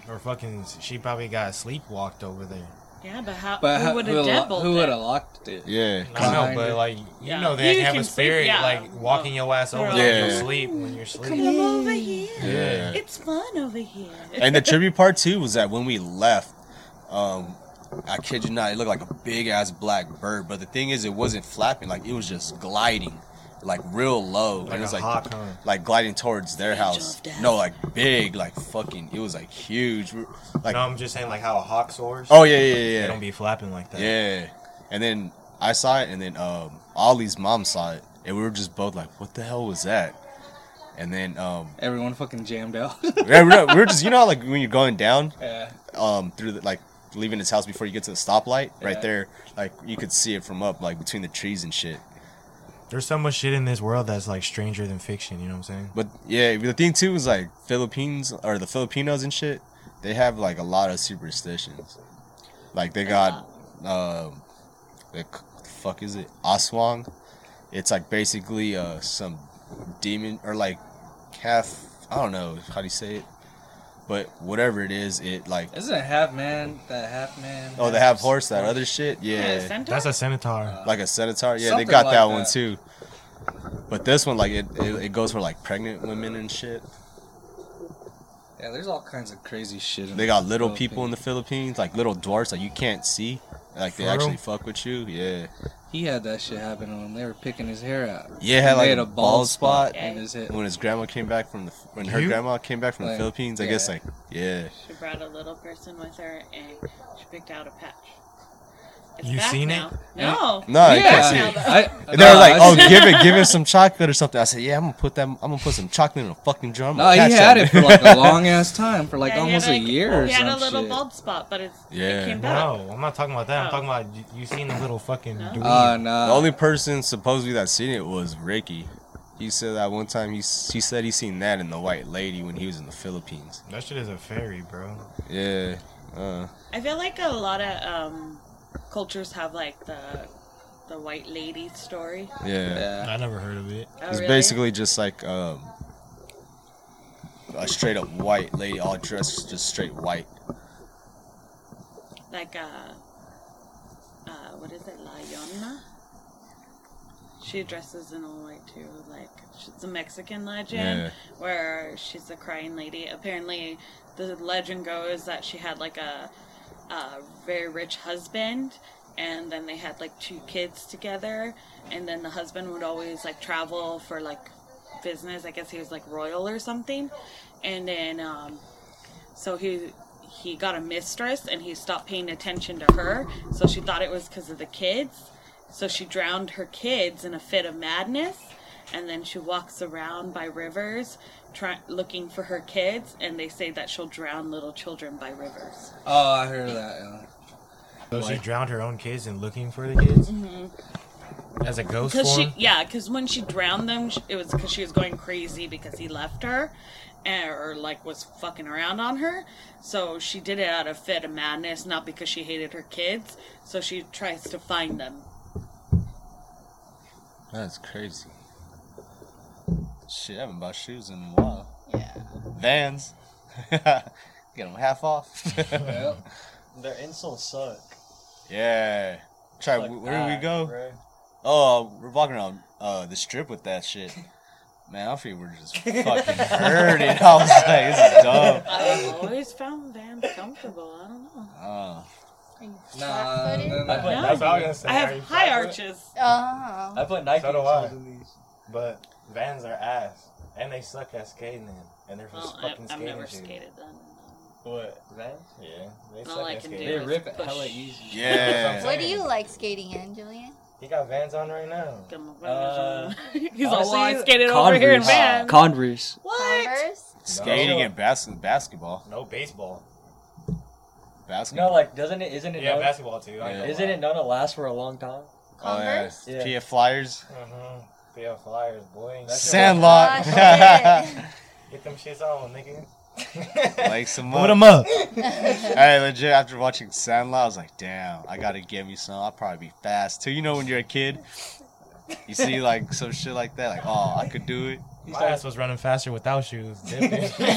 Speaker 3: Or fucking, she probably got sleepwalked over there.
Speaker 1: Yeah, but how?
Speaker 7: But
Speaker 1: who would have deadbolted?
Speaker 7: who would have locked it?
Speaker 4: Yeah.
Speaker 3: I know,
Speaker 7: Kinda.
Speaker 3: but like you
Speaker 1: Yeah.
Speaker 3: know, they
Speaker 1: You
Speaker 3: have
Speaker 1: can
Speaker 3: a
Speaker 1: sleep,
Speaker 3: spirit
Speaker 1: yeah.
Speaker 3: like walking your ass over
Speaker 4: Yeah.
Speaker 3: in your sleep when you're
Speaker 1: Come
Speaker 3: sleeping.
Speaker 1: over here.
Speaker 4: Yeah.
Speaker 1: It's fun over here.
Speaker 4: and the trippy part too was that when we left, um, I kid you not, it looked like a big ass black bird. But the thing is, it wasn't flapping; like it was just gliding, like real low,
Speaker 3: Like
Speaker 4: and it was
Speaker 3: a
Speaker 4: like
Speaker 3: hawk, huh?
Speaker 4: like gliding towards their
Speaker 1: Angel
Speaker 4: house.
Speaker 1: of death.
Speaker 4: No, like big, like fucking. It was like huge, We- like
Speaker 3: no, I'm just saying like how a hawk soars.
Speaker 4: oh yeah, yeah, yeah,
Speaker 3: They
Speaker 4: yeah.
Speaker 3: don't be flapping like that.
Speaker 4: yeah. And then I saw it, and then um, Ollie's mom saw it, and we were just both like, "What the hell was that?" And then um,
Speaker 7: Everyone fucking jammed out.
Speaker 4: yeah, we were we were just you know how, like when you're going down,
Speaker 7: yeah.
Speaker 4: um through the, like leaving his house before you get to the stoplight
Speaker 7: Yeah.
Speaker 4: right there like you could see it from up like between the trees and shit
Speaker 3: There's so much shit in this world that's like stranger than fiction. You know what I'm saying?
Speaker 4: but yeah the thing too is like philippines or the filipinos and shit they have like a lot of superstitions like they got um the, c- the fuck is it aswang it's like basically uh some demon or like calf i don't know how do you say it but whatever it is it like
Speaker 7: Isn't it half man? That half man.
Speaker 4: oh they have horse that other shit
Speaker 1: Yeah,
Speaker 4: yeah
Speaker 1: sometimes-
Speaker 3: That's a
Speaker 1: Uh,
Speaker 3: centaur.
Speaker 4: like a centaur. Yeah,
Speaker 7: Something
Speaker 4: they got
Speaker 7: like
Speaker 4: that, one
Speaker 7: that.
Speaker 4: too. But this one, like, it, it, it goes for like pregnant women and shit.
Speaker 7: Yeah, there's all kinds of crazy shit. In
Speaker 4: They got little people in the Philippines, like little dwarfs that you can't see. Like they
Speaker 3: For real?
Speaker 4: actually fuck with you. Yeah,
Speaker 7: He had that shit happen to him. They were picking his hair out.
Speaker 4: yeah. Had
Speaker 7: He
Speaker 4: like
Speaker 7: had
Speaker 4: a bald spot Oh,
Speaker 7: in his head.
Speaker 4: when his grandma came back from the when her
Speaker 3: You?
Speaker 4: grandma came back from the
Speaker 7: Like,
Speaker 4: Philippines. I guess
Speaker 7: yeah.
Speaker 4: like yeah.
Speaker 1: She brought a little person with her, and she picked out a patch. It's
Speaker 3: You
Speaker 1: back
Speaker 3: seen
Speaker 1: now.
Speaker 3: it?
Speaker 1: No.
Speaker 4: No, you can't see it.
Speaker 7: Yeah. I,
Speaker 4: And they were
Speaker 7: no,
Speaker 4: like,
Speaker 7: I
Speaker 4: "Oh,
Speaker 7: see-
Speaker 4: give it, give it some chocolate or something." I said, "Yeah, I'm gonna put that. I'm gonna put some chocolate in a fucking jar." I'm
Speaker 7: No,
Speaker 4: gonna
Speaker 7: he
Speaker 4: catch that."
Speaker 7: had it for like a long ass time, for
Speaker 1: Yeah,
Speaker 7: like
Speaker 1: he had,
Speaker 7: almost
Speaker 1: like-
Speaker 7: a year or
Speaker 1: He had a
Speaker 7: some
Speaker 1: little
Speaker 7: shit.
Speaker 1: bald spot, but it's
Speaker 4: Yeah.
Speaker 1: it came back.
Speaker 3: No, I'm not talking about that.
Speaker 1: Oh.
Speaker 3: I'm talking about you, you seen the little fucking.
Speaker 1: No.
Speaker 3: dweeb.
Speaker 7: Uh, nah.
Speaker 4: The only person supposedly that seen it was Ricky. He said that one time he s- he said he seen that in the White Lady when he was in the Philippines.
Speaker 3: that shit is a fairy, bro.
Speaker 4: Yeah. Uh,
Speaker 1: I feel like a lot of um, cultures have like the the white lady story.
Speaker 4: yeah.
Speaker 7: yeah.
Speaker 3: I never heard of it.
Speaker 1: Oh,
Speaker 4: It's
Speaker 1: really?
Speaker 4: basically just like um, a straight up white lady, all dressed just straight white.
Speaker 1: like uh, uh, what is it, La Llorona? She dresses in all white too, like she's a Mexican legend
Speaker 4: Yeah.
Speaker 1: where she's a crying lady. Apparently, the legend goes that she had like a, a very rich husband, and then they had like two kids together, and then the husband would always like travel for like business. I guess he was like royal or something, and then um, so he he got a mistress and he stopped paying attention to her so she thought it was because of the kids so she drowned her kids in a fit of madness and then she walks around by rivers try, looking for her kids and they say that she'll drown little children by rivers
Speaker 7: Oh, I heard of that. Yeah.
Speaker 3: So she drowned her own kids in looking for the kids? As a ghost
Speaker 1: Mm-hmm. because
Speaker 3: form?
Speaker 1: she yeah because when she drowned them sh- it was because she was going crazy because he left her and, or like was fucking around on her so she did it out of fit of madness not because she hated her kids so she tries to find them
Speaker 4: That's crazy. Shit, I haven't bought shoes in a while. Yeah. Vans. Get them half off.
Speaker 12: Their insoles suck.
Speaker 4: yeah. Try.
Speaker 12: Like,
Speaker 4: wh- where do we
Speaker 12: ah,
Speaker 4: go?
Speaker 12: bro.
Speaker 4: Oh, we're walking around uh, the strip with that shit. Man, our feet were just fucking hurting. I was like, this is dumb.
Speaker 1: I've always found Vans comfortable. I don't know.
Speaker 4: Oh.
Speaker 7: Nah,
Speaker 6: Flat-footed?
Speaker 7: nah,
Speaker 12: I
Speaker 7: nah.
Speaker 12: put Nike.
Speaker 1: No.
Speaker 3: That's what I was gonna say.
Speaker 1: I
Speaker 3: Are you
Speaker 1: have high
Speaker 3: flat-footed?
Speaker 1: arches.
Speaker 6: Oh.
Speaker 12: I put Nike
Speaker 3: So do
Speaker 12: insoles
Speaker 3: I.
Speaker 12: in these.
Speaker 3: But Vans are ass, and they suck at skating, in, and they're for
Speaker 1: Well, I,
Speaker 3: fucking
Speaker 1: I've
Speaker 3: skating
Speaker 1: never
Speaker 3: shoes.
Speaker 1: skated um, then.
Speaker 12: What? Vans?
Speaker 3: Yeah, they
Speaker 1: All
Speaker 3: suck
Speaker 1: I
Speaker 3: at
Speaker 1: can
Speaker 3: skating.
Speaker 1: do
Speaker 12: They
Speaker 1: is
Speaker 12: rip it
Speaker 1: push.
Speaker 12: hella easy.
Speaker 4: Yeah.
Speaker 6: What do you like skating in, Julian?
Speaker 3: He got Vans on right now.
Speaker 1: Come on,
Speaker 12: Uh,
Speaker 1: He's
Speaker 4: oh,
Speaker 1: all
Speaker 12: honestly,
Speaker 1: well, I skated over here in
Speaker 13: Converse.
Speaker 1: Vans.
Speaker 13: Converse.
Speaker 1: what?
Speaker 6: Converse?
Speaker 4: Skating
Speaker 3: No.
Speaker 4: and bas- basketball.
Speaker 3: No baseball.
Speaker 4: Basketball.
Speaker 12: No, like doesn't it? Isn't it?
Speaker 3: Yeah,
Speaker 12: known,
Speaker 3: basketball too. I
Speaker 4: Yeah.
Speaker 3: know
Speaker 12: Isn't
Speaker 3: why.
Speaker 12: it known to last for a long time?
Speaker 6: Converse?
Speaker 4: Oh,
Speaker 12: Yeah.
Speaker 4: yeah. PF Flyers.
Speaker 3: Mhm. PL Flyers, boy.
Speaker 4: Sandlot.
Speaker 6: Ah, shit.
Speaker 3: Get them shits on, nigga.
Speaker 4: like some Put them up. hey, legit, after watching Sandlot, I was like, damn, I gotta get me some. I'll probably be fast too. You know, when you're a kid, you see like some shit like that, like, oh, I could do it.
Speaker 3: My ass was running faster without shoes. dip it.
Speaker 4: no,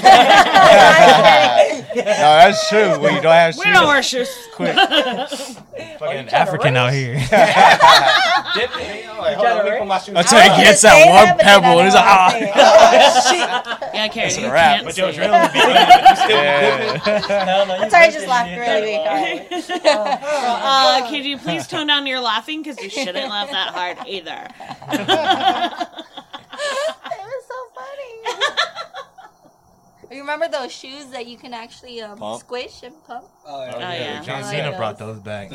Speaker 4: that's true. When you don't have shoes,
Speaker 1: We don't wear shoes.
Speaker 4: quick.
Speaker 3: Fucking
Speaker 12: trying to
Speaker 3: African out here.
Speaker 4: Dip it. I'm like,
Speaker 12: You trying to race?
Speaker 3: my shoes.
Speaker 4: Until he
Speaker 6: I was
Speaker 4: gets that
Speaker 6: gonna say
Speaker 4: one
Speaker 6: that, but then I
Speaker 4: pebble, and he's like,
Speaker 6: don't wanna
Speaker 4: ah.
Speaker 1: Yeah, Karen, you
Speaker 4: a wrap.
Speaker 1: can't
Speaker 3: But
Speaker 1: say
Speaker 3: your
Speaker 1: it.
Speaker 3: adrenaline be running, but you still
Speaker 4: Yeah.
Speaker 12: Hell no, you
Speaker 6: Sorry, I
Speaker 12: said
Speaker 6: just
Speaker 12: you
Speaker 6: laughed
Speaker 12: did
Speaker 6: really
Speaker 12: that.
Speaker 6: big. hard.
Speaker 1: uh, could you please tone down your laughing? Because you shouldn't laugh that hard either.
Speaker 6: It was so funny. You remember those shoes that you can actually um,
Speaker 4: Pump?
Speaker 6: squish and pump?
Speaker 7: Oh, yeah.
Speaker 1: Oh, yeah.
Speaker 3: John
Speaker 6: I
Speaker 3: Cena
Speaker 6: like
Speaker 3: brought those back.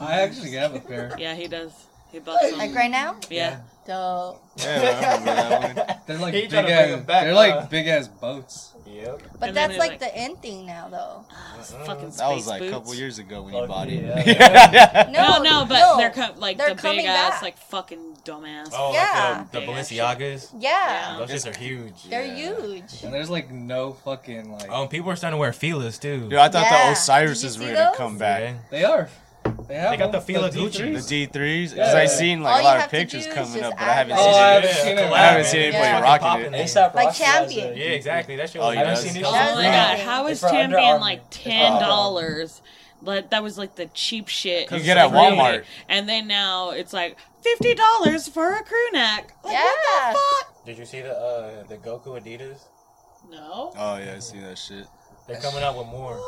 Speaker 7: I actually have a pair.
Speaker 1: Yeah, he does. He busts them.
Speaker 6: Like right now?
Speaker 1: Yeah.
Speaker 6: Dope.
Speaker 4: Yeah, I remember that one.
Speaker 7: They're like
Speaker 3: He
Speaker 7: big
Speaker 3: tried to bring
Speaker 7: ass.
Speaker 3: them back,
Speaker 7: they're
Speaker 3: huh?
Speaker 7: like big ass boats.
Speaker 3: Yep.
Speaker 6: But
Speaker 1: And then
Speaker 6: that's
Speaker 1: it,
Speaker 6: like,
Speaker 1: like-
Speaker 6: the end thing now, though.
Speaker 1: It's fucking space
Speaker 4: That was like a
Speaker 1: boots.
Speaker 4: couple years ago when
Speaker 12: Oh,
Speaker 4: you bought
Speaker 12: yeah.
Speaker 4: it. Yeah.
Speaker 1: No, Oh, no, but they're co- like
Speaker 6: They're
Speaker 1: the
Speaker 6: coming
Speaker 1: big ass,
Speaker 6: back.
Speaker 1: like fucking dumbass.
Speaker 3: Oh,
Speaker 6: Yeah.
Speaker 3: like the, the
Speaker 1: Big ass shit.
Speaker 3: Balenciagas.
Speaker 6: yeah,
Speaker 3: Those shits are huge.
Speaker 6: they're
Speaker 4: Yeah.
Speaker 6: huge.
Speaker 7: And there's like no fucking like.
Speaker 3: Oh, and people are starting to wear Feelers too.
Speaker 4: Dude, I thought
Speaker 6: Yeah.
Speaker 4: the Osiris's
Speaker 6: Did
Speaker 4: were
Speaker 6: you see
Speaker 4: gonna
Speaker 6: those?
Speaker 4: come
Speaker 3: Yeah.
Speaker 4: back.
Speaker 7: They are. They, have
Speaker 3: They got the
Speaker 7: them.
Speaker 3: Fila
Speaker 4: The
Speaker 3: Gucci's.
Speaker 4: D3s, because
Speaker 7: Yeah.
Speaker 4: I seen like
Speaker 6: All
Speaker 4: a
Speaker 6: you
Speaker 4: lot
Speaker 6: have
Speaker 4: of
Speaker 6: to
Speaker 4: pictures
Speaker 6: do is
Speaker 4: coming
Speaker 6: just
Speaker 4: up, but
Speaker 6: add
Speaker 4: I haven't
Speaker 6: them.
Speaker 4: seen
Speaker 7: Oh, I
Speaker 4: it.
Speaker 7: haven't seen it.
Speaker 3: collab,
Speaker 7: I haven't
Speaker 4: seen
Speaker 3: man.
Speaker 4: anybody
Speaker 3: Fucking
Speaker 4: rocking
Speaker 3: popping
Speaker 4: it.
Speaker 3: in.
Speaker 12: ASAP
Speaker 6: Like
Speaker 12: Rocky has
Speaker 6: champion.
Speaker 12: a-
Speaker 3: Yeah, exactly. That shit
Speaker 4: Oh,
Speaker 3: was.
Speaker 4: he
Speaker 3: I haven't
Speaker 4: does.
Speaker 3: seen
Speaker 1: Oh my
Speaker 3: this shit.
Speaker 1: god, how is
Speaker 12: It's for Under
Speaker 1: Champion
Speaker 12: Armour.
Speaker 1: like
Speaker 12: It's for Under
Speaker 1: ten
Speaker 12: Armour.
Speaker 1: dollars? But that was like the cheap shit.
Speaker 4: You get at
Speaker 1: Like, really.
Speaker 4: Walmart.
Speaker 1: and then now it's like fifty dollars for a crew neck. Like,
Speaker 6: Yeah.
Speaker 1: What
Speaker 3: Did you see the uh, the Goku Adidas?
Speaker 1: the fuck? No.
Speaker 4: Oh yeah, I see that shit.
Speaker 3: They're coming out with more,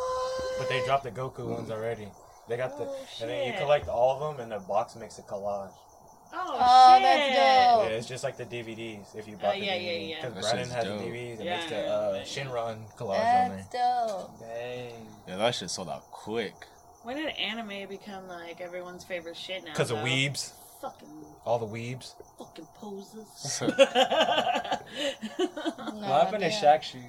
Speaker 3: but they dropped the Goku ones already. They got the
Speaker 1: Oh,
Speaker 3: and then
Speaker 1: shit.
Speaker 3: you collect all of them and the box makes a collage.
Speaker 1: Oh,
Speaker 6: Oh,
Speaker 1: shit.
Speaker 6: that's
Speaker 3: Yeah,
Speaker 6: dope.
Speaker 3: it's just like the DVDs if you bought
Speaker 1: Oh,
Speaker 3: the
Speaker 1: yeah, yeah,
Speaker 3: DVD.
Speaker 1: yeah.
Speaker 4: That
Speaker 3: Because Brandon
Speaker 4: shit's
Speaker 3: has
Speaker 4: dope.
Speaker 3: the DVDs and
Speaker 1: Yeah,
Speaker 3: makes the
Speaker 1: yeah,
Speaker 3: uh,
Speaker 1: yeah.
Speaker 3: Shinron collage on there.
Speaker 6: That's dope.
Speaker 12: Dang.
Speaker 4: Yeah, that shit sold out quick.
Speaker 1: When did anime become like everyone's favorite shit now?
Speaker 3: Because of
Speaker 1: though?
Speaker 3: weebs,
Speaker 1: Fucking
Speaker 3: all the weebs.
Speaker 1: fucking poses.
Speaker 6: No,
Speaker 12: What happened to
Speaker 6: damn.
Speaker 12: Shaq shoes?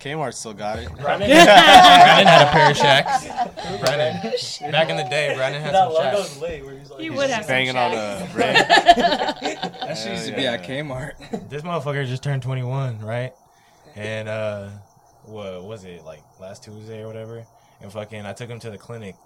Speaker 4: Kmart still got it.
Speaker 12: Brandon,
Speaker 3: Brandon had a pair of shacks. Brandon,
Speaker 1: Oh,
Speaker 3: back in the day, Brandon had
Speaker 12: that
Speaker 3: some shacks.
Speaker 12: logo's lit. Where he's like,
Speaker 1: He would have some
Speaker 4: Banging on
Speaker 1: shacks.
Speaker 4: a brick.
Speaker 7: That shit used to be
Speaker 4: Yeah.
Speaker 7: at Kmart.
Speaker 3: This motherfucker just turned 21, right? And uh what was it like last Tuesday or whatever? And fucking I took him to the clinic.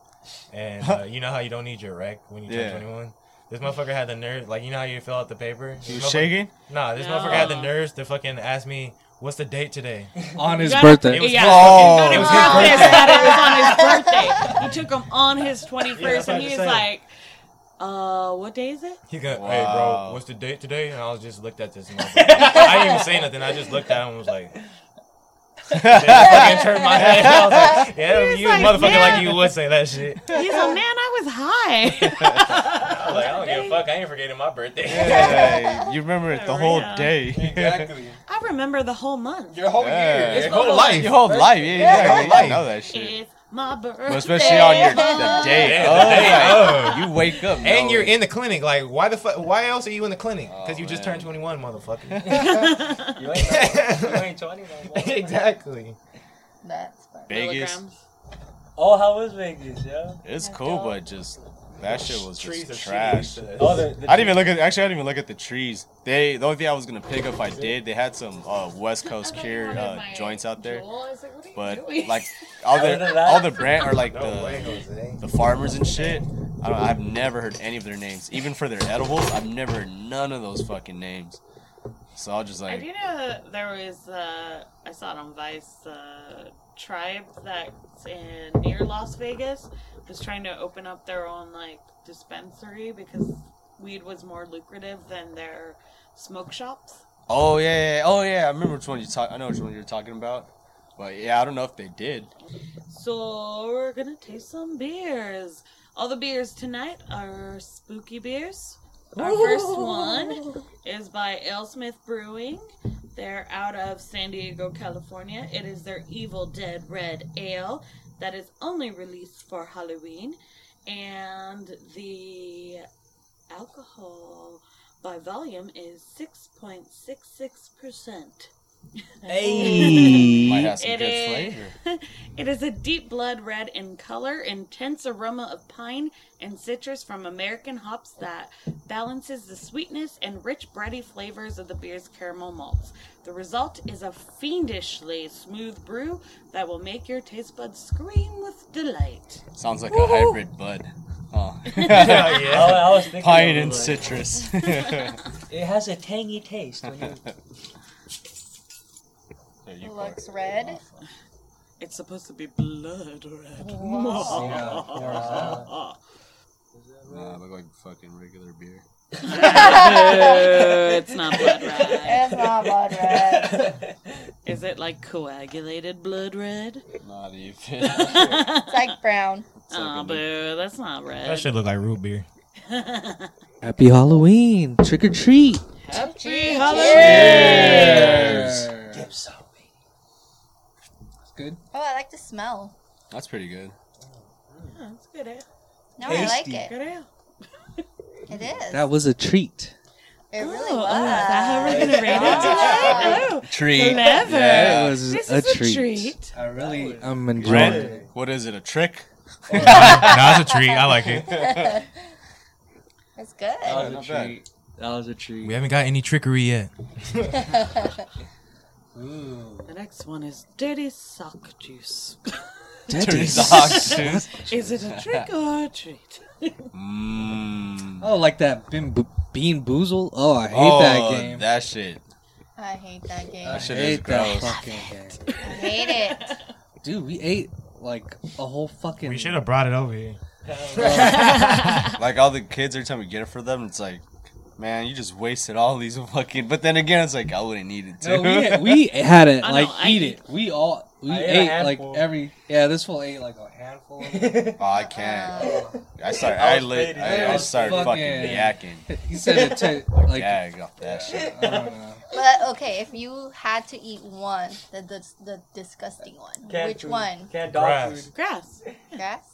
Speaker 3: And uh, you know how you don't need your rec when you turn
Speaker 4: Yeah.
Speaker 3: 21? This motherfucker had the nerve, like you know how you fill out the paper?
Speaker 4: He
Speaker 3: This
Speaker 4: was
Speaker 3: motherfucker-
Speaker 4: shaking.
Speaker 3: Nah, this motherfucker had the
Speaker 1: No.
Speaker 3: nerves to fucking ask me What's the date today?
Speaker 7: on his
Speaker 1: You gotta-
Speaker 7: birthday.
Speaker 3: It was-
Speaker 1: yeah.
Speaker 3: Oh,
Speaker 1: not
Speaker 3: it
Speaker 1: his
Speaker 3: was
Speaker 1: birthday.
Speaker 3: his
Speaker 1: it's that it was on his birthday. He took him on his 21st,
Speaker 3: Yeah, that's what
Speaker 1: and
Speaker 3: I
Speaker 1: he
Speaker 3: was
Speaker 1: was
Speaker 3: saying.
Speaker 1: like, "Uh, what day is it?"
Speaker 3: He got, hey,
Speaker 8: Wow.
Speaker 3: bro, what's the date today? And I was just looked at this. motherfucker. I didn't even say nothing. I just looked at him and was like, then I fucking turned my head. I was like, yeah,
Speaker 1: was
Speaker 3: you
Speaker 1: like,
Speaker 3: motherfucker,
Speaker 1: yeah.
Speaker 3: like you would say that shit.
Speaker 1: He's like, "Man, I was high."
Speaker 3: I was like, I don't give a fuck. I ain't forgetting my birthday.
Speaker 4: Hey, you remember it the whole
Speaker 1: Yeah.
Speaker 4: day.
Speaker 3: exactly.
Speaker 1: I remember the whole month.
Speaker 14: Your whole
Speaker 4: Oh, Yeah.
Speaker 14: year. Your
Speaker 4: It's
Speaker 14: whole life.
Speaker 4: Your whole life, yeah, yeah, yeah. You know that shit.
Speaker 1: It's my birthday.
Speaker 4: Well, especially on your the day.
Speaker 3: Yeah,
Speaker 4: of,
Speaker 3: the day
Speaker 4: like, you wake up
Speaker 3: oh. And
Speaker 4: knowing-
Speaker 3: you're in the clinic. Like, why the fuck? Why else are you in the clinic? Because you just
Speaker 4: man.
Speaker 3: turned 21, motherfucker.
Speaker 5: You ain't, you ain't 20 no more.
Speaker 3: exactly.
Speaker 6: That's fun.
Speaker 4: Vegas.
Speaker 1: Milligrams.
Speaker 5: Oh, how was Vegas, yo?
Speaker 4: It's cool, but just that shit was
Speaker 3: Trees are
Speaker 4: just trash.
Speaker 3: shitty,
Speaker 5: Oh, the, the
Speaker 4: I didn't even look at. Actually, I didn't even look at the trees. They the only thing I was gonna pick up, I did. They had some uh, West Coast cured uh, joints out there, but like all
Speaker 5: Other than
Speaker 4: the
Speaker 5: that-
Speaker 4: all the brand are like
Speaker 3: No way,
Speaker 4: the
Speaker 3: Jose.
Speaker 4: the farmers and shit. I don't, I've never heard any of their names, even for their edibles. I've never heard none of those fucking names. So I was just
Speaker 1: I do
Speaker 4: like,
Speaker 1: know that there was, uh, I saw it on Vice, uh, tribe that's in near Las Vegas was trying to open up their own like dispensary because weed was more lucrative than their smoke shops.
Speaker 4: oh yeah, yeah, yeah, oh yeah, I remember which one you talk. I know which one you're talking about, but yeah, I don't know if they did.
Speaker 1: So we're gonna taste some beers. All the beers tonight are spooky beers. Our first one is by Alesmith Brewing. They're out of San Diego, California. It is their Evil Dead Red Ale that is only released for Halloween. And the alcohol by volume is 6.66%.
Speaker 4: Might have some
Speaker 1: It
Speaker 4: good
Speaker 1: is.
Speaker 4: flavor.
Speaker 1: It is a deep blood red in color, intense aroma of pine and citrus from American hops that balances the sweetness and rich bready flavors of the beer's caramel malts. The result is a fiendishly smooth brew that will make your taste buds scream with delight.
Speaker 4: Sounds like a hybrid bud. Oh.
Speaker 3: Oh,
Speaker 5: Oh,
Speaker 3: yeah.
Speaker 5: I was thinking
Speaker 4: Pine
Speaker 5: of it,
Speaker 4: and
Speaker 5: like,
Speaker 4: citrus.
Speaker 5: It has a tangy taste. When you,
Speaker 6: Looks red.
Speaker 1: It's supposed to be blood red.
Speaker 6: Wow.
Speaker 4: Nah, look like fucking regular beer.
Speaker 1: it's not blood red.
Speaker 6: It's not blood red.
Speaker 1: Is it like coagulated blood red?
Speaker 4: Not even.
Speaker 6: It's like brown.
Speaker 1: Oh, boo, that's not red.
Speaker 3: That shit look like root beer.
Speaker 2: Happy Halloween. Trick or treat.
Speaker 1: Happy
Speaker 6: Oh, I like the smell.
Speaker 4: That's pretty good.
Speaker 1: That's good ale.
Speaker 6: No, I like it.
Speaker 1: Good ale.
Speaker 6: It is.
Speaker 2: That was a treat.
Speaker 6: It really
Speaker 1: oh,
Speaker 6: was.
Speaker 1: oh, is that how we're gonna rate it
Speaker 6: Ah.
Speaker 1: today? Oh,
Speaker 4: Tree.
Speaker 1: clever.
Speaker 2: That was
Speaker 1: This
Speaker 2: a,
Speaker 1: is
Speaker 2: treat.
Speaker 1: a treat.
Speaker 5: I really.
Speaker 2: I'm enjoying it.
Speaker 4: Red. What is it? A trick?
Speaker 3: nah, it's a treat. I like it.
Speaker 6: It's good.
Speaker 5: That was
Speaker 4: not
Speaker 5: a
Speaker 4: bad.
Speaker 5: treat. That was a treat.
Speaker 3: We haven't got any trickery yet.
Speaker 1: The next one is dirty sock juice.
Speaker 4: Dirty socks.
Speaker 1: is it a trick or a treat?
Speaker 4: Mmm.
Speaker 2: Oh, like that Bean, Bo- Bean Boozle? Oh, I hate
Speaker 4: Oh,
Speaker 2: that game.
Speaker 4: That shit.
Speaker 6: I hate that game.
Speaker 2: I
Speaker 6: I
Speaker 4: shit is
Speaker 2: hate that
Speaker 4: gross.
Speaker 2: fucking game.
Speaker 6: hate it.
Speaker 2: Dude, we ate like a whole fucking.
Speaker 3: We should have brought it over here.
Speaker 4: Like all the kids, every time we get it for them, it's like, man, you just wasted all these fucking. But then again, it's like I wouldn't need it
Speaker 2: No,
Speaker 4: too.
Speaker 2: we, had- we had it
Speaker 1: I know,
Speaker 2: like
Speaker 1: I
Speaker 2: eat
Speaker 1: ate-
Speaker 2: it. We all we
Speaker 5: I ate a
Speaker 2: ate, like
Speaker 5: handful.
Speaker 2: every yeah. This fool ate like a handful. Of it.
Speaker 4: oh, I can't.
Speaker 6: Uh,
Speaker 4: I started.
Speaker 5: I
Speaker 4: I,
Speaker 5: was
Speaker 4: lit.
Speaker 5: faded.
Speaker 4: I,
Speaker 2: I
Speaker 4: I
Speaker 2: was
Speaker 4: started fucking
Speaker 2: fucking-
Speaker 4: yakking.
Speaker 2: he said it took like
Speaker 4: Gag off that shit.
Speaker 2: I don't know.
Speaker 6: but okay, if you had to eat one, the the, the disgusting one,
Speaker 5: Cat
Speaker 6: which
Speaker 5: food.
Speaker 6: one?
Speaker 5: Canned dog
Speaker 3: Grass.
Speaker 5: food.
Speaker 1: Grass.
Speaker 6: Grass.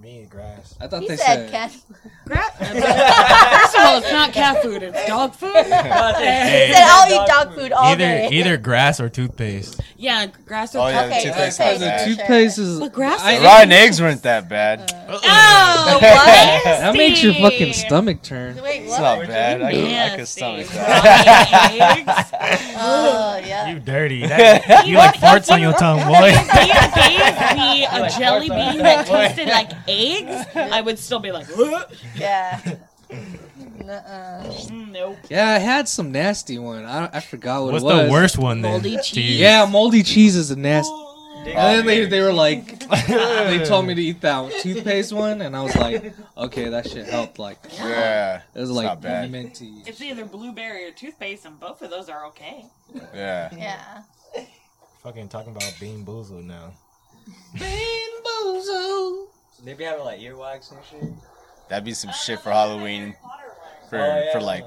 Speaker 3: Me and grass.
Speaker 2: I thought
Speaker 6: He
Speaker 2: they said,
Speaker 6: said cat.
Speaker 1: Grass. First of all, it's not cat food. It's dog food. Uh,
Speaker 6: He
Speaker 3: Hey.
Speaker 6: said I'll eat dog food all
Speaker 3: Either
Speaker 6: day.
Speaker 3: either grass or toothpaste.
Speaker 1: Yeah, grass or
Speaker 4: Oh, yeah,
Speaker 1: cat.
Speaker 6: Okay,
Speaker 4: toothpaste
Speaker 6: toothpaste
Speaker 4: is
Speaker 6: for
Speaker 4: bad.
Speaker 6: sure.
Speaker 2: toothpaste is
Speaker 1: But grass
Speaker 2: I-
Speaker 1: is-
Speaker 4: Rotten eggs weren't that bad.
Speaker 1: Oh,
Speaker 2: that makes your fucking stomach turn.
Speaker 6: Wait,
Speaker 4: It's
Speaker 6: what?
Speaker 4: not bad. I can, I
Speaker 1: Nasty.
Speaker 4: can stomach that.
Speaker 1: Rotten eggs.
Speaker 6: Oh yeah.
Speaker 3: You dirty. That- you like farts on your tongue, boy.
Speaker 1: If you gave me a jelly bean that tasted like eggs, I would still be like, "Ugh."
Speaker 6: Yeah. one. Uh-uh.
Speaker 1: Nope.
Speaker 7: Yeah, I had some nasty one. I, I forgot what
Speaker 3: What's
Speaker 7: it was.
Speaker 3: the worst one then?
Speaker 1: Moldy
Speaker 3: to
Speaker 1: cheese.
Speaker 3: use?
Speaker 7: Yeah, moldy cheese is a nasty.
Speaker 5: Oh,
Speaker 7: and then they,
Speaker 3: man.
Speaker 7: they were like, they told me to eat that toothpaste one, and I was like, okay, that shit helped. Like,
Speaker 4: Yeah.
Speaker 7: it was
Speaker 4: It's
Speaker 7: like
Speaker 4: not bad.
Speaker 7: minty.
Speaker 1: It's either blueberry or toothpaste, and both of those are okay.
Speaker 4: Yeah.
Speaker 6: Yeah.
Speaker 3: Fucking talking about Bean Boozled now.
Speaker 5: Maybe have like earwax and shit.
Speaker 4: That'd be some shit for Halloween for
Speaker 5: Oh, yeah.
Speaker 4: for like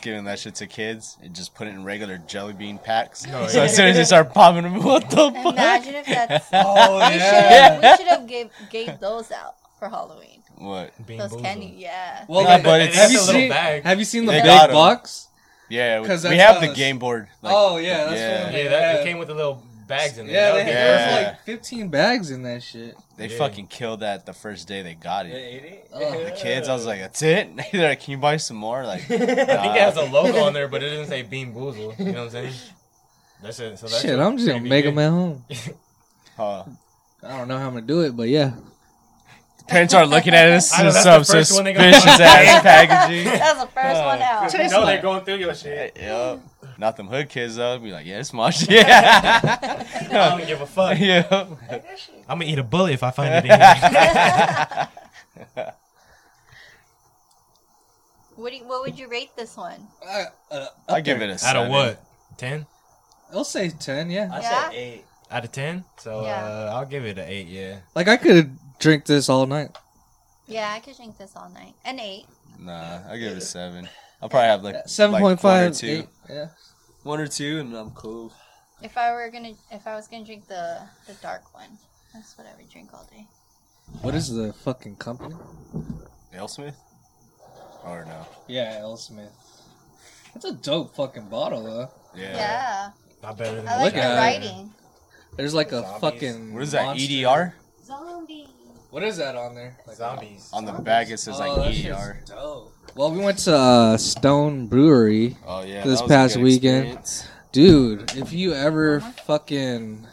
Speaker 4: giving that shit to kids and just put it in regular jelly bean packs.
Speaker 3: No,
Speaker 4: so
Speaker 3: yeah.
Speaker 4: as soon as they start popping them, what the fuck?
Speaker 6: Imagine if that's.
Speaker 7: Oh
Speaker 6: We should have. We should have gave gave those out for Halloween.
Speaker 4: What?
Speaker 3: Bean
Speaker 6: Those
Speaker 3: Boozled.
Speaker 6: candy, yeah.
Speaker 7: Well,
Speaker 4: No,
Speaker 7: like,
Speaker 4: but
Speaker 7: have
Speaker 4: it's
Speaker 7: you
Speaker 4: just a little
Speaker 7: seen?
Speaker 3: bag.
Speaker 7: Have you seen the
Speaker 4: They
Speaker 7: big
Speaker 4: got 'em.
Speaker 7: box?
Speaker 4: Yeah, we,
Speaker 7: 'Cause
Speaker 4: we
Speaker 7: that's
Speaker 4: have the
Speaker 7: us.
Speaker 4: game board. Like,
Speaker 7: oh yeah, that's
Speaker 4: yeah.
Speaker 7: what I'm-
Speaker 3: Yeah, that it came with the little bags in there.
Speaker 7: Yeah,
Speaker 3: That
Speaker 7: they
Speaker 3: would
Speaker 7: had,
Speaker 3: be
Speaker 7: there was,
Speaker 4: Yeah.
Speaker 7: like 15 bags in that shit.
Speaker 4: they
Speaker 3: Yeah.
Speaker 4: fucking killed that the first day they got it.
Speaker 7: Oh.
Speaker 4: The kids, I was like, that's it. They're like, can you buy some more? Like,
Speaker 3: I think it has a logo on there, but it doesn't say Bean Boozled. You know what I'm saying? That's it. So that's
Speaker 7: Shit, I'm just gonna make them at home.
Speaker 4: uh,
Speaker 7: I don't know how I'm gonna do it, but yeah.
Speaker 4: parents are looking at us
Speaker 3: I know,
Speaker 4: in
Speaker 3: that's
Speaker 4: some
Speaker 3: the first
Speaker 4: suspicious
Speaker 3: one they go-
Speaker 4: ass packaging.
Speaker 6: That was the first one out.
Speaker 3: You know they're going through your shit.
Speaker 4: Yep. Not them hood kids though. Be like, yeah, it's my shit. Yeah.
Speaker 3: I don't give a fuck.
Speaker 4: yeah.
Speaker 3: I'm gonna eat a bullet if I find it in here.
Speaker 6: What do you, What would you rate this one?
Speaker 7: I, uh,
Speaker 4: I give it a
Speaker 3: Out
Speaker 4: seven.
Speaker 3: of what? Ten?
Speaker 7: I'll say 10, yeah.
Speaker 5: I
Speaker 6: Yeah.
Speaker 5: said eight.
Speaker 3: Out of ten? So
Speaker 6: Yeah.
Speaker 3: uh, I'll give it an eight. Yeah.
Speaker 7: Like I could drink this all night.
Speaker 6: Yeah, I could drink this all night. An eight.
Speaker 4: Nah, I give it a seven. I'll probably have like
Speaker 7: Seven
Speaker 4: like
Speaker 7: point
Speaker 4: one or
Speaker 7: five.
Speaker 4: two.
Speaker 7: eight, yeah.
Speaker 4: One or two, and I'm cool.
Speaker 6: If I were gonna, if I was gonna drink the the dark one, that's what I would drink all day.
Speaker 7: What is the fucking company?
Speaker 4: Smith? Or no?
Speaker 7: Yeah, L. Smith. That's a dope fucking bottle though.
Speaker 4: Yeah.
Speaker 6: Yeah,
Speaker 3: Not better than
Speaker 6: I like
Speaker 7: Look
Speaker 6: the
Speaker 7: at it.
Speaker 6: writing.
Speaker 7: There's like a fucking.
Speaker 4: What is that? E
Speaker 7: monster-
Speaker 4: EDR?
Speaker 6: Zombie.
Speaker 7: What is that on there? Like,
Speaker 3: zombies.
Speaker 4: On the back it says
Speaker 7: oh, that
Speaker 4: like E
Speaker 7: shit's
Speaker 4: EDR.
Speaker 7: Dope. Well, we went to uh, Stone Brewery,
Speaker 4: Oh yeah.
Speaker 7: This
Speaker 4: that was a
Speaker 7: past
Speaker 4: good
Speaker 7: weekend.
Speaker 4: experience.
Speaker 7: dude. If you ever fucking.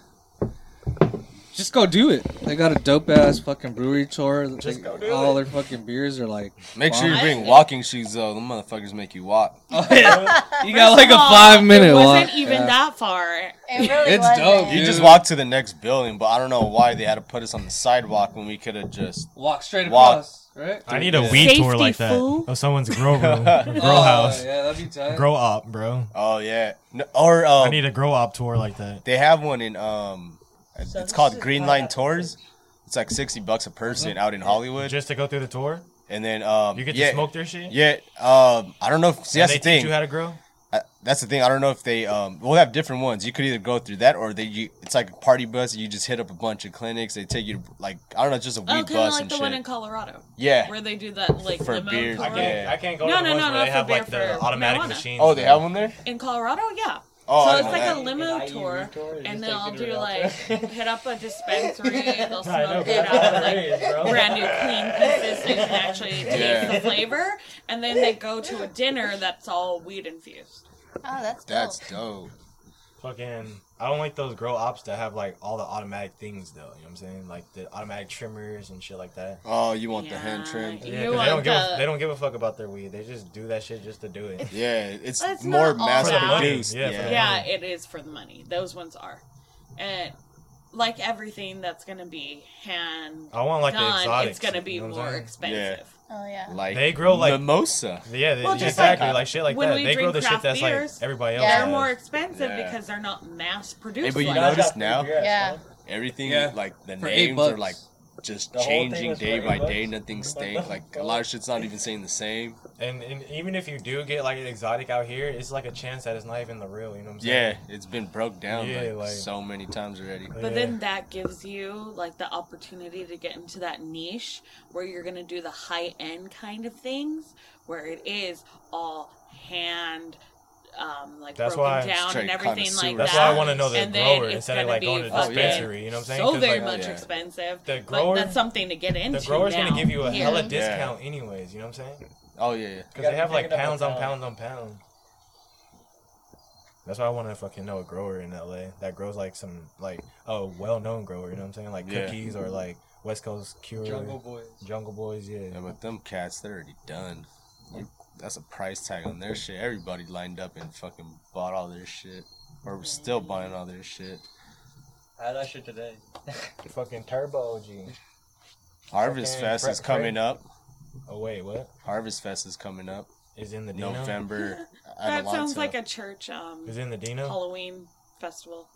Speaker 7: Just go do it. They got a dope ass fucking brewery tour. Just go do all their fucking beers are like.
Speaker 4: Make sure
Speaker 7: bomb.
Speaker 4: you bring walking shoes though. The motherfuckers make you walk.
Speaker 7: Oh, yeah. you got
Speaker 1: First
Speaker 7: like
Speaker 1: of
Speaker 7: a
Speaker 1: all,
Speaker 7: five minute
Speaker 1: It
Speaker 7: walk.
Speaker 1: wasn't even
Speaker 7: yeah.
Speaker 1: that far.
Speaker 6: It really
Speaker 7: It's
Speaker 6: wasn't.
Speaker 7: dope,
Speaker 4: You just
Speaker 7: Dude.
Speaker 4: walk to the next building, but I don't know why they had to put us on the sidewalk when we could have just.
Speaker 7: Walk straight
Speaker 4: Walk.
Speaker 7: across, right?
Speaker 3: I need a
Speaker 4: Yeah.
Speaker 3: weed tour
Speaker 1: Safety
Speaker 3: like that.
Speaker 1: fool.
Speaker 3: Oh, someone's grow room, grow
Speaker 7: Oh,
Speaker 3: house,
Speaker 7: Yeah, that'd be tight.
Speaker 3: grow op, bro.
Speaker 4: Oh yeah. No, or uh,
Speaker 3: I need a grow op tour like that.
Speaker 4: They have one in um, it's called Green Line Tours. It's like sixty bucks a person out in Hollywood,
Speaker 3: Just to go through the tour,
Speaker 4: and then um,
Speaker 3: you get
Speaker 4: yeah,
Speaker 3: to smoke their shit.
Speaker 4: Yeah, um, I don't know. If, see,
Speaker 3: And
Speaker 4: that's
Speaker 3: they
Speaker 4: the thing.
Speaker 3: teach you how to grow.
Speaker 4: I- that's the thing. I don't know if they um, we'll have different ones. You could either go through that, or they you, it's like a party bus. You just hit up a bunch of clinics. They take you to, like I don't know, just a
Speaker 1: Oh,
Speaker 4: weed
Speaker 1: kind of
Speaker 4: bus
Speaker 1: like
Speaker 4: and
Speaker 1: the
Speaker 4: shit.
Speaker 1: one in Colorado
Speaker 4: yeah.
Speaker 1: where they do that like
Speaker 4: For
Speaker 1: limo
Speaker 4: beer.
Speaker 1: tour.
Speaker 4: I can't-
Speaker 3: I can't go
Speaker 1: No,
Speaker 3: to the
Speaker 1: no,
Speaker 3: ones
Speaker 1: no,
Speaker 3: where
Speaker 1: not
Speaker 3: they have
Speaker 1: for
Speaker 3: like
Speaker 1: beer,
Speaker 3: the
Speaker 1: for
Speaker 3: automatic
Speaker 1: marijuana.
Speaker 3: machines.
Speaker 4: Oh, they have one there.
Speaker 1: In Colorado, yeah.
Speaker 4: Oh, I
Speaker 1: so
Speaker 4: didn't
Speaker 1: it's
Speaker 4: know
Speaker 1: like
Speaker 4: that.
Speaker 1: a limo tour, and they'll do like hit up a dispensary, and they'll
Speaker 3: I know,
Speaker 1: smoke it
Speaker 3: but that's not
Speaker 1: out
Speaker 3: what
Speaker 1: of like
Speaker 3: it is, bro.
Speaker 1: brand new clean pieces so you can actually taste
Speaker 4: Yeah.
Speaker 1: the flavor, and then they go to a dinner that's all weed infused.
Speaker 6: Oh, that's dope.
Speaker 4: That's dope.
Speaker 3: Fucking, I don't like those grow ops that have like all the automatic things though. You know what I'm saying? Like the automatic trimmers and shit like that.
Speaker 4: Oh, you want the
Speaker 1: Yeah.
Speaker 4: hand trimmed?
Speaker 1: You
Speaker 3: Yeah, 'cause they
Speaker 1: want
Speaker 3: don't give a,
Speaker 1: the-
Speaker 3: they don't give a fuck about their weed. They just do that shit just to do it.
Speaker 4: Yeah, it's
Speaker 6: That's
Speaker 4: more
Speaker 6: not all
Speaker 4: mass
Speaker 1: that.
Speaker 4: produced.
Speaker 3: Yeah, for
Speaker 4: yeah.
Speaker 3: the
Speaker 1: Yeah, it is for the money. Those ones are, and like everything that's gonna be hand
Speaker 3: I want like the
Speaker 1: done,
Speaker 3: exotic.
Speaker 1: it's gonna be more
Speaker 4: Yeah.
Speaker 1: expensive.
Speaker 6: Oh yeah.
Speaker 4: like
Speaker 3: They grow, like-
Speaker 4: mimosa.
Speaker 3: Yeah, they,
Speaker 1: Well, just
Speaker 3: exactly.
Speaker 1: like
Speaker 3: Like, shit like
Speaker 1: when
Speaker 3: that.
Speaker 1: we
Speaker 3: They grow
Speaker 1: drink
Speaker 3: the shit
Speaker 1: craft
Speaker 3: that's
Speaker 1: beers,
Speaker 3: like everybody else.
Speaker 6: Yeah.
Speaker 1: They're
Speaker 3: has.
Speaker 1: more expensive
Speaker 4: Yeah.
Speaker 1: because they're not mass produced.
Speaker 4: Hey, but you
Speaker 1: like
Speaker 4: notice
Speaker 1: that.
Speaker 4: now
Speaker 6: Yeah.
Speaker 4: everything
Speaker 7: Yeah.
Speaker 4: like the
Speaker 7: For eight
Speaker 4: names
Speaker 7: bucks.
Speaker 4: are like just
Speaker 14: whole thing
Speaker 4: changing
Speaker 14: is for
Speaker 4: day
Speaker 14: eight
Speaker 4: by
Speaker 14: bucks?
Speaker 4: day. Nothing staying like a lot of shit's not even saying the same.
Speaker 3: And, and even if you do get like an exotic out here, it's like a chance that it's not even the real. You know what I'm
Speaker 4: Yeah,
Speaker 3: saying?
Speaker 4: it's been broke down
Speaker 3: Yeah,
Speaker 4: like,
Speaker 3: like-
Speaker 4: so many times already.
Speaker 1: But then that gives you like the opportunity to get into that niche where you're gonna do the high end kind of things, where it is all hand, um, like
Speaker 3: That's
Speaker 1: broken
Speaker 3: why-
Speaker 1: down
Speaker 4: Straight
Speaker 1: and everything like
Speaker 4: connoisseur.
Speaker 3: that's
Speaker 1: that.
Speaker 3: why I want to know the
Speaker 1: and then
Speaker 3: grower
Speaker 1: it's
Speaker 3: instead of
Speaker 1: gonna
Speaker 3: like
Speaker 1: be
Speaker 3: going to the
Speaker 1: fucking
Speaker 3: dispensary. You know what I'm saying?
Speaker 1: So
Speaker 3: 'Cause,
Speaker 1: very
Speaker 3: like,
Speaker 1: much
Speaker 4: yeah.
Speaker 1: expensive.
Speaker 3: The
Speaker 1: but
Speaker 3: grower-
Speaker 1: that's something to get into.
Speaker 3: the grower's
Speaker 1: now,
Speaker 3: gonna give you a
Speaker 1: here.
Speaker 3: hella
Speaker 4: Yeah.
Speaker 3: discount, anyways. You know what I'm saying?
Speaker 4: Oh yeah, yeah.
Speaker 3: Because they have like
Speaker 14: pick it up
Speaker 3: pounds
Speaker 14: on
Speaker 3: on
Speaker 14: pound.
Speaker 3: pounds on pound. That's why I want to fucking know a grower in LA that grows like some like a well-known grower. You know what I'm saying? Like
Speaker 4: Yeah.
Speaker 3: cookies or like West Coast Cure,
Speaker 7: Jungle Boys.
Speaker 3: Jungle Boys. Yeah.
Speaker 4: Yeah, but them cats, they're already done. that's a price tag on their shit. Everybody lined up and fucking bought all their shit, or was still buying all their shit.
Speaker 5: I had that shit today.
Speaker 3: Fucking Turbo G.
Speaker 4: Harvest
Speaker 3: Okay,
Speaker 4: Fest
Speaker 3: Fre-
Speaker 4: is coming
Speaker 3: Fre-
Speaker 4: up.
Speaker 3: Oh wait, what?
Speaker 4: Harvest Fest is coming up
Speaker 3: Is in the Dino?
Speaker 4: November.
Speaker 1: That sounds like a church um,
Speaker 3: Is in the Dino?
Speaker 1: Halloween festival.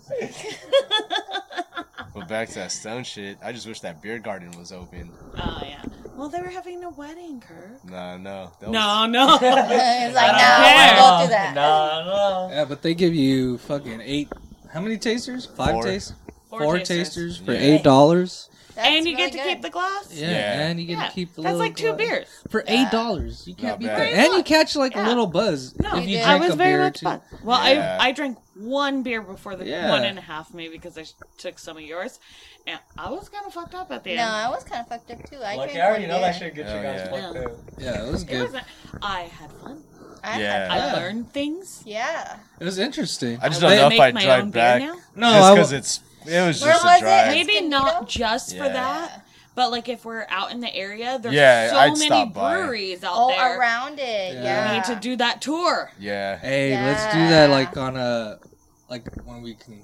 Speaker 4: But back to that stone shit. I just wish that beer garden was open.
Speaker 1: Oh yeah. Well, they were having a wedding, Kirk.
Speaker 4: Nah, no, that was-
Speaker 1: No, no.
Speaker 6: it's like,
Speaker 1: don't
Speaker 6: nah, I won't go
Speaker 5: care.
Speaker 6: through that.
Speaker 5: Nah, nah.
Speaker 7: Yeah, but they give you fucking eight. How many tasters? Five
Speaker 4: Four.
Speaker 7: tasters.
Speaker 1: Four
Speaker 7: tasters,
Speaker 1: tasters.
Speaker 7: for
Speaker 4: Yeah.
Speaker 7: eight dollars.
Speaker 6: That's
Speaker 1: and you
Speaker 6: really
Speaker 1: get to
Speaker 6: good.
Speaker 1: keep the glass.
Speaker 7: Yeah,
Speaker 4: Yeah.
Speaker 7: and you get
Speaker 1: Yeah,
Speaker 7: to keep the
Speaker 1: That's
Speaker 7: little
Speaker 1: like two
Speaker 7: glass.
Speaker 1: beers.
Speaker 7: for eight dollars. You can't
Speaker 4: Not
Speaker 7: beat
Speaker 4: bad.
Speaker 7: that, and you catch like
Speaker 1: Yeah.
Speaker 7: a little buzz
Speaker 1: No,
Speaker 7: if you
Speaker 6: I
Speaker 7: drink
Speaker 1: I was
Speaker 7: a
Speaker 1: very
Speaker 7: beer or
Speaker 1: much
Speaker 7: two.
Speaker 1: fun. Well,
Speaker 4: Yeah.
Speaker 1: I I drank one beer before the
Speaker 7: Yeah.
Speaker 1: one and a half maybe because I took some of yours, and I was kind of fucked up at the
Speaker 6: No,
Speaker 1: end.
Speaker 6: I was kind of fucked up too. I
Speaker 5: Like,
Speaker 6: drank
Speaker 5: I already
Speaker 6: one
Speaker 5: know
Speaker 6: beer.
Speaker 5: that shit gets you
Speaker 4: Hell
Speaker 5: guys
Speaker 4: yeah.
Speaker 5: fucked up.
Speaker 7: Yeah, it was
Speaker 1: It
Speaker 7: good.
Speaker 1: wasn't. I had fun.
Speaker 6: I
Speaker 4: Yeah.
Speaker 1: I
Speaker 6: had-
Speaker 1: learned things.
Speaker 6: yeah.
Speaker 7: It was interesting.
Speaker 4: I just
Speaker 1: I
Speaker 4: don't know
Speaker 1: make
Speaker 4: if I'd
Speaker 1: my own
Speaker 4: drive
Speaker 1: beer
Speaker 4: back.
Speaker 1: now?
Speaker 7: No,
Speaker 4: just
Speaker 7: I
Speaker 4: because
Speaker 7: w-
Speaker 4: it's it was
Speaker 6: Where
Speaker 4: just
Speaker 6: was
Speaker 4: a
Speaker 6: it?
Speaker 4: drive.
Speaker 6: Maybe-
Speaker 1: Maybe not just for
Speaker 4: Yeah.
Speaker 1: that, but like if we're out in the area, there's
Speaker 4: Yeah,
Speaker 1: so
Speaker 4: I'd
Speaker 1: many
Speaker 4: stop by.
Speaker 1: breweries out
Speaker 6: Oh,
Speaker 1: there.
Speaker 6: around it.
Speaker 7: Yeah.
Speaker 6: Yeah.
Speaker 1: We need to do that tour.
Speaker 4: Yeah,
Speaker 7: Hey, let's do
Speaker 6: Yeah.
Speaker 7: that like on a like when we can.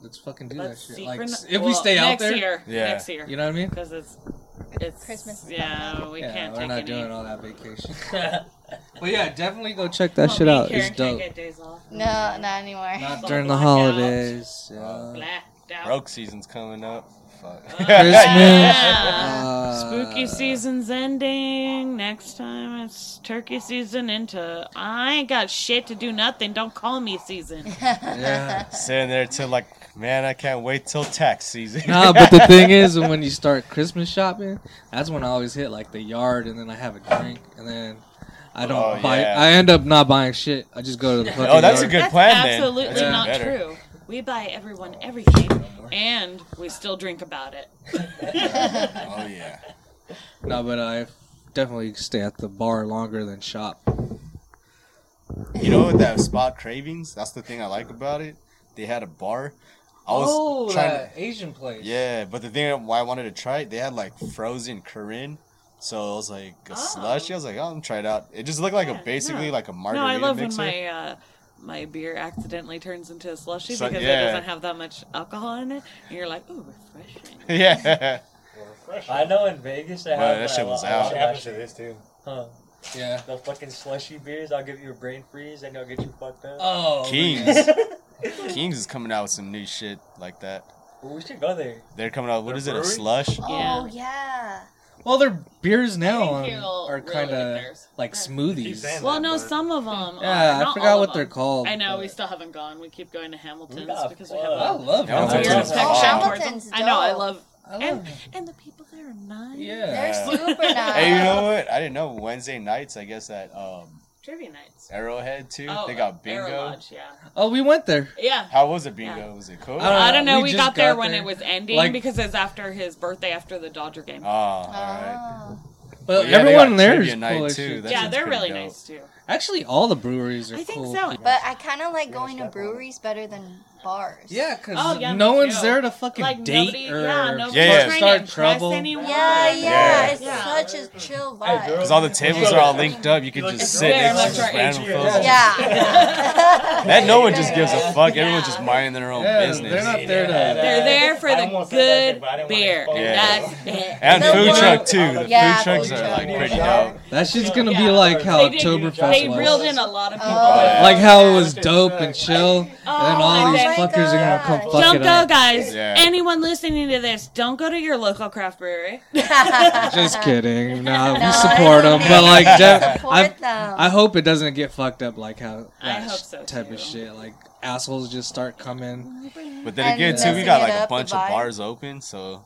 Speaker 7: Let's fucking do
Speaker 1: Let's
Speaker 7: that shit.
Speaker 1: see
Speaker 7: Like
Speaker 1: for n-
Speaker 7: s- if we
Speaker 1: well,
Speaker 7: stay out
Speaker 1: next
Speaker 7: there,
Speaker 1: year.
Speaker 4: Yeah.
Speaker 1: Next year,
Speaker 7: you know what I mean?
Speaker 1: because it's it's
Speaker 6: Christmas is coming
Speaker 1: Yeah, we
Speaker 7: yeah,
Speaker 1: can't
Speaker 7: we're
Speaker 1: take
Speaker 7: not
Speaker 1: any.
Speaker 7: doing all that vacation. but yeah, definitely go check that
Speaker 1: Well,
Speaker 7: shit
Speaker 1: me
Speaker 7: out.
Speaker 1: and Karen
Speaker 7: It's
Speaker 1: can't
Speaker 7: dope.
Speaker 1: get days off.
Speaker 6: No, not anymore.
Speaker 7: Not
Speaker 1: Blacked
Speaker 7: during the
Speaker 1: out.
Speaker 7: holidays. Yeah.
Speaker 1: Blacked out.
Speaker 4: broke season's coming up. Fuck.
Speaker 5: Ah.
Speaker 7: Christmas.
Speaker 1: Yeah.
Speaker 7: uh,
Speaker 1: Spooky season's ending. Next time it's turkey season into I ain't got shit to do nothing. Don't call me season.
Speaker 7: Yeah.
Speaker 4: Sitting there till like, man, I can't wait till tax season.
Speaker 7: Nah, but the thing is, when you start Christmas shopping, that's when I always hit like the yard, and then I have a drink, and then I don't
Speaker 4: Oh,
Speaker 7: buy.
Speaker 4: yeah.
Speaker 7: I end up not buying shit. I just go to the. Fucking
Speaker 4: oh, that's a
Speaker 7: yard.
Speaker 4: good
Speaker 1: That's
Speaker 4: plan then.
Speaker 1: absolutely
Speaker 4: That's even
Speaker 1: not
Speaker 4: better.
Speaker 1: true. We buy everyone everything and we still drink about it.
Speaker 4: Oh yeah.
Speaker 7: No, but I definitely stay at the bar longer than shop.
Speaker 4: You know what that spot cravings? That's the thing I like about it. They had a bar. I was
Speaker 7: Oh,
Speaker 4: trying to,
Speaker 7: Asian place.
Speaker 4: Yeah, but the thing why I wanted to try it, they had like frozen Corinne. So I was like a
Speaker 1: Oh.
Speaker 4: slushy. I was like, oh, I'm gonna try it out. It just looked like
Speaker 1: Yeah,
Speaker 4: a basically
Speaker 1: no.
Speaker 4: like a margarita
Speaker 1: no, I love
Speaker 4: mixer.
Speaker 1: when my uh, my beer accidentally turns into a slushy
Speaker 4: So-
Speaker 1: because
Speaker 4: yeah.
Speaker 1: it doesn't have that much alcohol in it. And you're like, ooh, refreshing.
Speaker 4: yeah,
Speaker 5: I know in Vegas they
Speaker 4: Wow,
Speaker 5: have
Speaker 4: that shit was
Speaker 5: I
Speaker 4: out.
Speaker 5: love
Speaker 4: It
Speaker 5: that
Speaker 3: happens to
Speaker 5: shit.
Speaker 3: this too.
Speaker 5: Huh.
Speaker 7: Yeah.
Speaker 5: The fucking slushy beers, I'll give you a brain freeze and I'll get you fucked up.
Speaker 7: Oh.
Speaker 4: Kings. Kings is coming out with some new shit like that.
Speaker 5: Well, we should go there.
Speaker 4: They're coming out. What
Speaker 5: Their
Speaker 4: is it? A
Speaker 5: brewery?
Speaker 4: slush?
Speaker 1: Yeah.
Speaker 6: Oh yeah.
Speaker 7: Well, their beers now
Speaker 1: I think
Speaker 7: um,
Speaker 1: you'll
Speaker 7: are
Speaker 1: really
Speaker 7: kind of
Speaker 1: like theirs.
Speaker 7: like smoothies.
Speaker 3: saying
Speaker 1: Well, no,
Speaker 3: but-
Speaker 1: some of them.
Speaker 7: Yeah, I forgot what they're
Speaker 1: called.
Speaker 7: called.
Speaker 1: I know
Speaker 7: but-
Speaker 1: we still haven't gone. We keep going to Hamilton's
Speaker 5: We got
Speaker 1: because we have
Speaker 7: I
Speaker 1: a
Speaker 5: fucked.
Speaker 7: love
Speaker 4: Yeah, I'll
Speaker 1: weird
Speaker 4: take
Speaker 7: Hamilton's.
Speaker 4: it.
Speaker 1: affection
Speaker 4: Oh.
Speaker 1: towards them.
Speaker 6: Hamilton's
Speaker 1: I know. I
Speaker 6: dope.
Speaker 1: love
Speaker 7: I love
Speaker 1: and
Speaker 7: it.
Speaker 1: and the people there are nice.
Speaker 7: Yeah.
Speaker 6: They're
Speaker 4: Yeah.
Speaker 6: super nice.
Speaker 4: Hey, you know what? I didn't know Wednesday nights. I guess at um,
Speaker 1: Trivia nights.
Speaker 4: Arrowhead too.
Speaker 1: Oh,
Speaker 4: they got
Speaker 1: Arrow
Speaker 4: bingo.
Speaker 1: Lodge, yeah.
Speaker 7: Oh, we went there.
Speaker 1: Yeah.
Speaker 4: How was it? Bingo was it cool?
Speaker 7: I
Speaker 1: I don't know.
Speaker 7: Uh, we
Speaker 1: We,
Speaker 7: just
Speaker 1: got, there
Speaker 7: got
Speaker 1: when
Speaker 7: there.
Speaker 1: it was ending
Speaker 7: Like-
Speaker 1: because it's after his birthday after the Dodger game.
Speaker 4: Oh, all
Speaker 6: Oh.
Speaker 4: right.
Speaker 7: But
Speaker 4: Yeah, they
Speaker 7: everyone
Speaker 4: got
Speaker 7: there
Speaker 4: trivia
Speaker 7: is
Speaker 4: night,
Speaker 7: cool as
Speaker 4: too.
Speaker 7: shit.
Speaker 4: That
Speaker 1: yeah,
Speaker 4: shit's
Speaker 1: they're
Speaker 4: pretty
Speaker 1: really
Speaker 4: dope.
Speaker 1: nice too.
Speaker 7: Actually, all the breweries are
Speaker 1: I think
Speaker 7: cool.
Speaker 1: so.
Speaker 6: But I kind of like going to breweries better than bars.
Speaker 7: Yeah, because
Speaker 1: Oh, yeah,
Speaker 7: no
Speaker 1: me
Speaker 7: one's
Speaker 1: too.
Speaker 7: there to fucking
Speaker 1: Like
Speaker 7: date
Speaker 1: nobody,
Speaker 7: or
Speaker 1: yeah, nobody's
Speaker 4: Yeah, yeah.
Speaker 1: trying
Speaker 7: start
Speaker 1: to impress
Speaker 7: trouble.
Speaker 1: anyone.
Speaker 6: Yeah, yeah.
Speaker 4: Yeah.
Speaker 6: It's
Speaker 1: Yeah.
Speaker 6: such a chill vibe.
Speaker 5: Hey, girl.
Speaker 4: Because all the tables are all linked up, you could just sit
Speaker 1: very
Speaker 4: next
Speaker 1: much
Speaker 4: to
Speaker 1: our
Speaker 4: just random
Speaker 5: age.
Speaker 4: folks.
Speaker 6: yeah.
Speaker 4: That no one just gives a fuck.
Speaker 1: Yeah.
Speaker 4: Everyone's just minding their own
Speaker 7: Yeah,
Speaker 4: business.
Speaker 7: they're not there to.
Speaker 1: They're there for
Speaker 3: I
Speaker 1: the
Speaker 3: almost said that shit,
Speaker 1: good
Speaker 3: but I didn't wanna
Speaker 1: beer.
Speaker 3: expose
Speaker 4: it.
Speaker 1: That's it.
Speaker 4: And
Speaker 6: The
Speaker 4: food
Speaker 6: one-
Speaker 4: truck too. The
Speaker 6: Yeah,
Speaker 4: food trucks
Speaker 6: food
Speaker 4: are
Speaker 6: truck.
Speaker 4: like pretty dope.
Speaker 7: That shit's gonna
Speaker 1: Yeah.
Speaker 7: be like how
Speaker 1: They did- They
Speaker 7: Oktoberfest was.
Speaker 1: reeled in a lot of people.
Speaker 6: Oh, yeah.
Speaker 7: like how it was dope and chill, and then
Speaker 1: Oh, my
Speaker 7: all these
Speaker 6: God.
Speaker 7: fuckers are gonna come fuck
Speaker 1: Don't
Speaker 7: it
Speaker 1: go,
Speaker 7: up.
Speaker 1: guys.
Speaker 4: Yeah.
Speaker 1: Anyone listening to this, don't go to your local craft brewery.
Speaker 7: Just kidding. No,
Speaker 6: No,
Speaker 7: we support them,
Speaker 6: it's
Speaker 7: but like,
Speaker 6: okay.
Speaker 7: def-
Speaker 6: Support
Speaker 7: I,
Speaker 6: them.
Speaker 7: I hope it doesn't get fucked up like how
Speaker 1: I
Speaker 7: that
Speaker 1: hope
Speaker 7: sh-
Speaker 1: so,
Speaker 7: type
Speaker 1: too.
Speaker 7: of shit. Like assholes just start coming.
Speaker 4: But then
Speaker 6: And
Speaker 4: again, too, we
Speaker 6: messing
Speaker 4: got
Speaker 6: it
Speaker 4: like a
Speaker 6: up, the
Speaker 4: bunch of
Speaker 6: vibe.
Speaker 4: bars open, so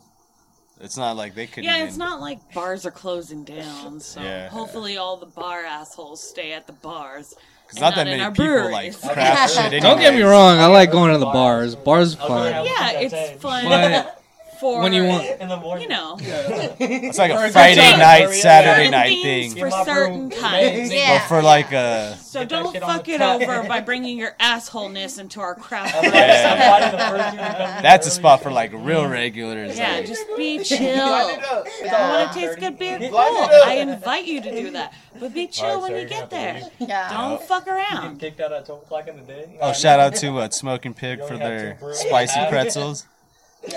Speaker 4: it's not like they couldn't.
Speaker 1: Yeah,
Speaker 4: even-
Speaker 1: it's not like bars are closing down, so
Speaker 4: Yeah.
Speaker 1: hopefully all the bar assholes stay at the bars.
Speaker 4: It's
Speaker 1: and
Speaker 4: not that
Speaker 1: in
Speaker 4: many
Speaker 1: our
Speaker 4: people
Speaker 1: breweries.
Speaker 4: like craft shit.
Speaker 7: Don't get me
Speaker 4: anyways.
Speaker 7: wrong. I like going to the bars. Bars are fun,
Speaker 1: Yeah, it's fun.
Speaker 7: but
Speaker 1: for
Speaker 7: When you want.
Speaker 1: in the morning. You know,
Speaker 4: It's like a Friday night, Saturday
Speaker 1: certain
Speaker 4: night
Speaker 1: things
Speaker 4: thing.
Speaker 1: for certain times.
Speaker 4: But
Speaker 6: Yeah.
Speaker 4: for like a
Speaker 1: So don't fuck it over by bringing your assholeness into our crowd.
Speaker 4: yeah, that's a spot for like real regulars.
Speaker 1: Yeah,
Speaker 4: like-
Speaker 1: just be chill. If you want to taste good beer, cool. I invite you to do that. But be chill when you get there.
Speaker 6: Yeah.
Speaker 1: Don't fuck around.
Speaker 15: Kicked out at 12 o'clock in the day.
Speaker 4: oh, shout out to uh, Smoking Pig for
Speaker 15: have
Speaker 4: their
Speaker 15: to brew.
Speaker 4: spicy pretzels.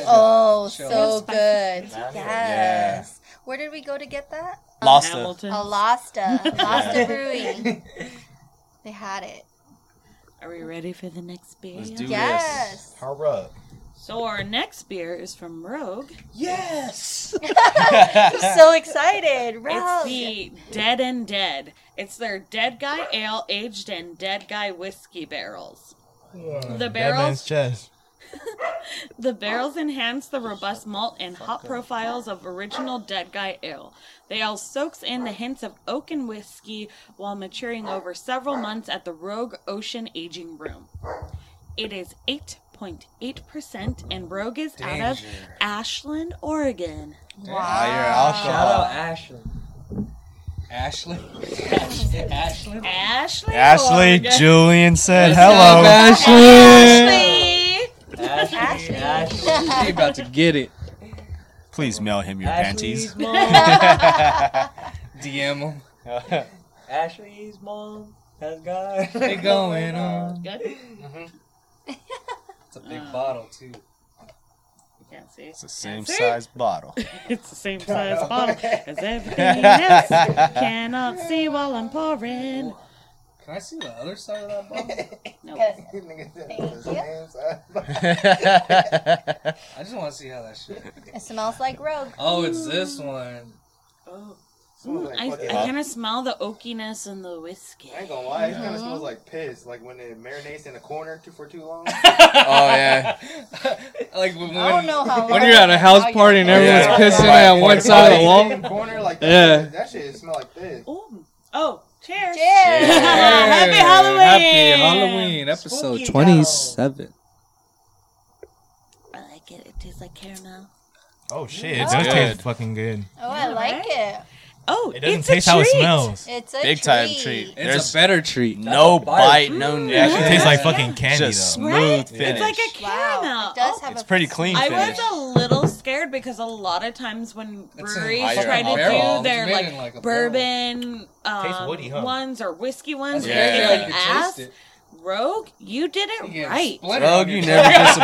Speaker 6: Oh, so
Speaker 1: Spicy.
Speaker 6: good. Yes. Where did we go to get that?
Speaker 4: Lost it.
Speaker 1: Hamilton.
Speaker 6: Alasta. Alasta Brewing. They had it.
Speaker 1: Are we ready for the next beer?
Speaker 4: Let's do this.
Speaker 6: Yes.
Speaker 14: All right.
Speaker 1: So our next beer is from Rogue.
Speaker 6: I'm so excited. Ralph.
Speaker 1: It's the Dead and Dead. It's their Dead Guy Ale aged in Dead Guy whiskey barrels. The barrels
Speaker 14: chest.
Speaker 1: The barrels enhance the robust malt and hop profiles of original Dead Guy Ale. The ale soaks in the hints of oak and whiskey while maturing over several months at the Rogue Ocean Aging Room. It is 8.8% and Rogue is out of Ashland, Oregon.
Speaker 4: Ah, your alcohol.
Speaker 5: out Ashley.
Speaker 7: Ashley.
Speaker 1: Ashley,
Speaker 4: Ashley
Speaker 1: Oregon.
Speaker 4: Julian said hello.
Speaker 1: Ashley!
Speaker 5: Ashley. Ashley.
Speaker 7: They about to get it.
Speaker 4: Please mail him your
Speaker 5: Ashley's
Speaker 4: panties.
Speaker 5: mom.
Speaker 7: DM them.
Speaker 5: Ashley's mom has got.
Speaker 7: They going on.
Speaker 1: Good?
Speaker 5: It's a big bottle too.
Speaker 1: Can't see.
Speaker 4: It's the same
Speaker 1: See? Oh,
Speaker 4: size bottle.
Speaker 1: It's the same size bottle as everything else. Cannot see while I'm pouring.
Speaker 7: Can I see the other side of that bottle?
Speaker 1: No,
Speaker 7: I just want to see how that shit.
Speaker 6: It smells like rogue.
Speaker 7: Oh, it's this one.
Speaker 1: Oh. Ooh, I, I kind of smell the oakiness and the whiskey.
Speaker 14: I ain't gonna lie, it kind
Speaker 7: Uh-huh.
Speaker 14: of smells like piss. Like when it marinates in a corner too for too long.
Speaker 4: Oh yeah.
Speaker 7: Like when,
Speaker 6: I don't know how.
Speaker 7: when
Speaker 6: long-
Speaker 7: you're at a house
Speaker 6: how you-
Speaker 7: party and everyone's
Speaker 4: Yeah.
Speaker 7: pissing at one side of the wall.
Speaker 14: Same corner, like that
Speaker 7: Yeah.
Speaker 14: shit- That shit smell like piss.
Speaker 1: Ooh. Oh, cheers.
Speaker 6: Yeah.
Speaker 1: Happy
Speaker 7: Hey,
Speaker 1: Halloween.
Speaker 7: Happy Halloween. Episode
Speaker 15: Spooky
Speaker 7: twenty-seven.
Speaker 1: I like it. It tastes like caramel.
Speaker 3: Oh shit, it
Speaker 6: It's
Speaker 3: does
Speaker 4: good.
Speaker 3: taste fucking good.
Speaker 6: Oh, I like it.
Speaker 1: Oh,
Speaker 3: It doesn't
Speaker 1: it's
Speaker 3: taste
Speaker 1: a
Speaker 3: how it
Speaker 1: treat.
Speaker 3: smells. It
Speaker 6: It's a
Speaker 4: Big
Speaker 6: treat.
Speaker 4: time treat.
Speaker 7: It's
Speaker 4: There's
Speaker 7: a better treat.
Speaker 4: no
Speaker 5: bite.
Speaker 4: bite, no
Speaker 3: actually
Speaker 4: nothing.
Speaker 3: tastes like
Speaker 7: Yeah.
Speaker 3: fucking candy
Speaker 4: Just
Speaker 3: though.
Speaker 4: smooth
Speaker 1: Right?
Speaker 4: finish.
Speaker 1: It's like a
Speaker 6: Wow.
Speaker 1: caramel. Oh.
Speaker 6: It does have
Speaker 4: It's
Speaker 6: a
Speaker 4: pretty clean
Speaker 1: I
Speaker 4: finish.
Speaker 1: was a little scared because a lot of times when
Speaker 7: It's in
Speaker 1: breweries
Speaker 4: higher
Speaker 1: try to
Speaker 7: barrel.
Speaker 1: do their
Speaker 7: It's made
Speaker 1: like,
Speaker 7: in, like, a barrel.
Speaker 1: bourbon um,
Speaker 3: woody, huh?
Speaker 1: ones or whiskey ones,
Speaker 4: Yeah.
Speaker 1: they
Speaker 4: Yeah,
Speaker 1: get
Speaker 4: you
Speaker 1: like ass. Rogue, you did it right.
Speaker 4: Rogue, you never disappoint.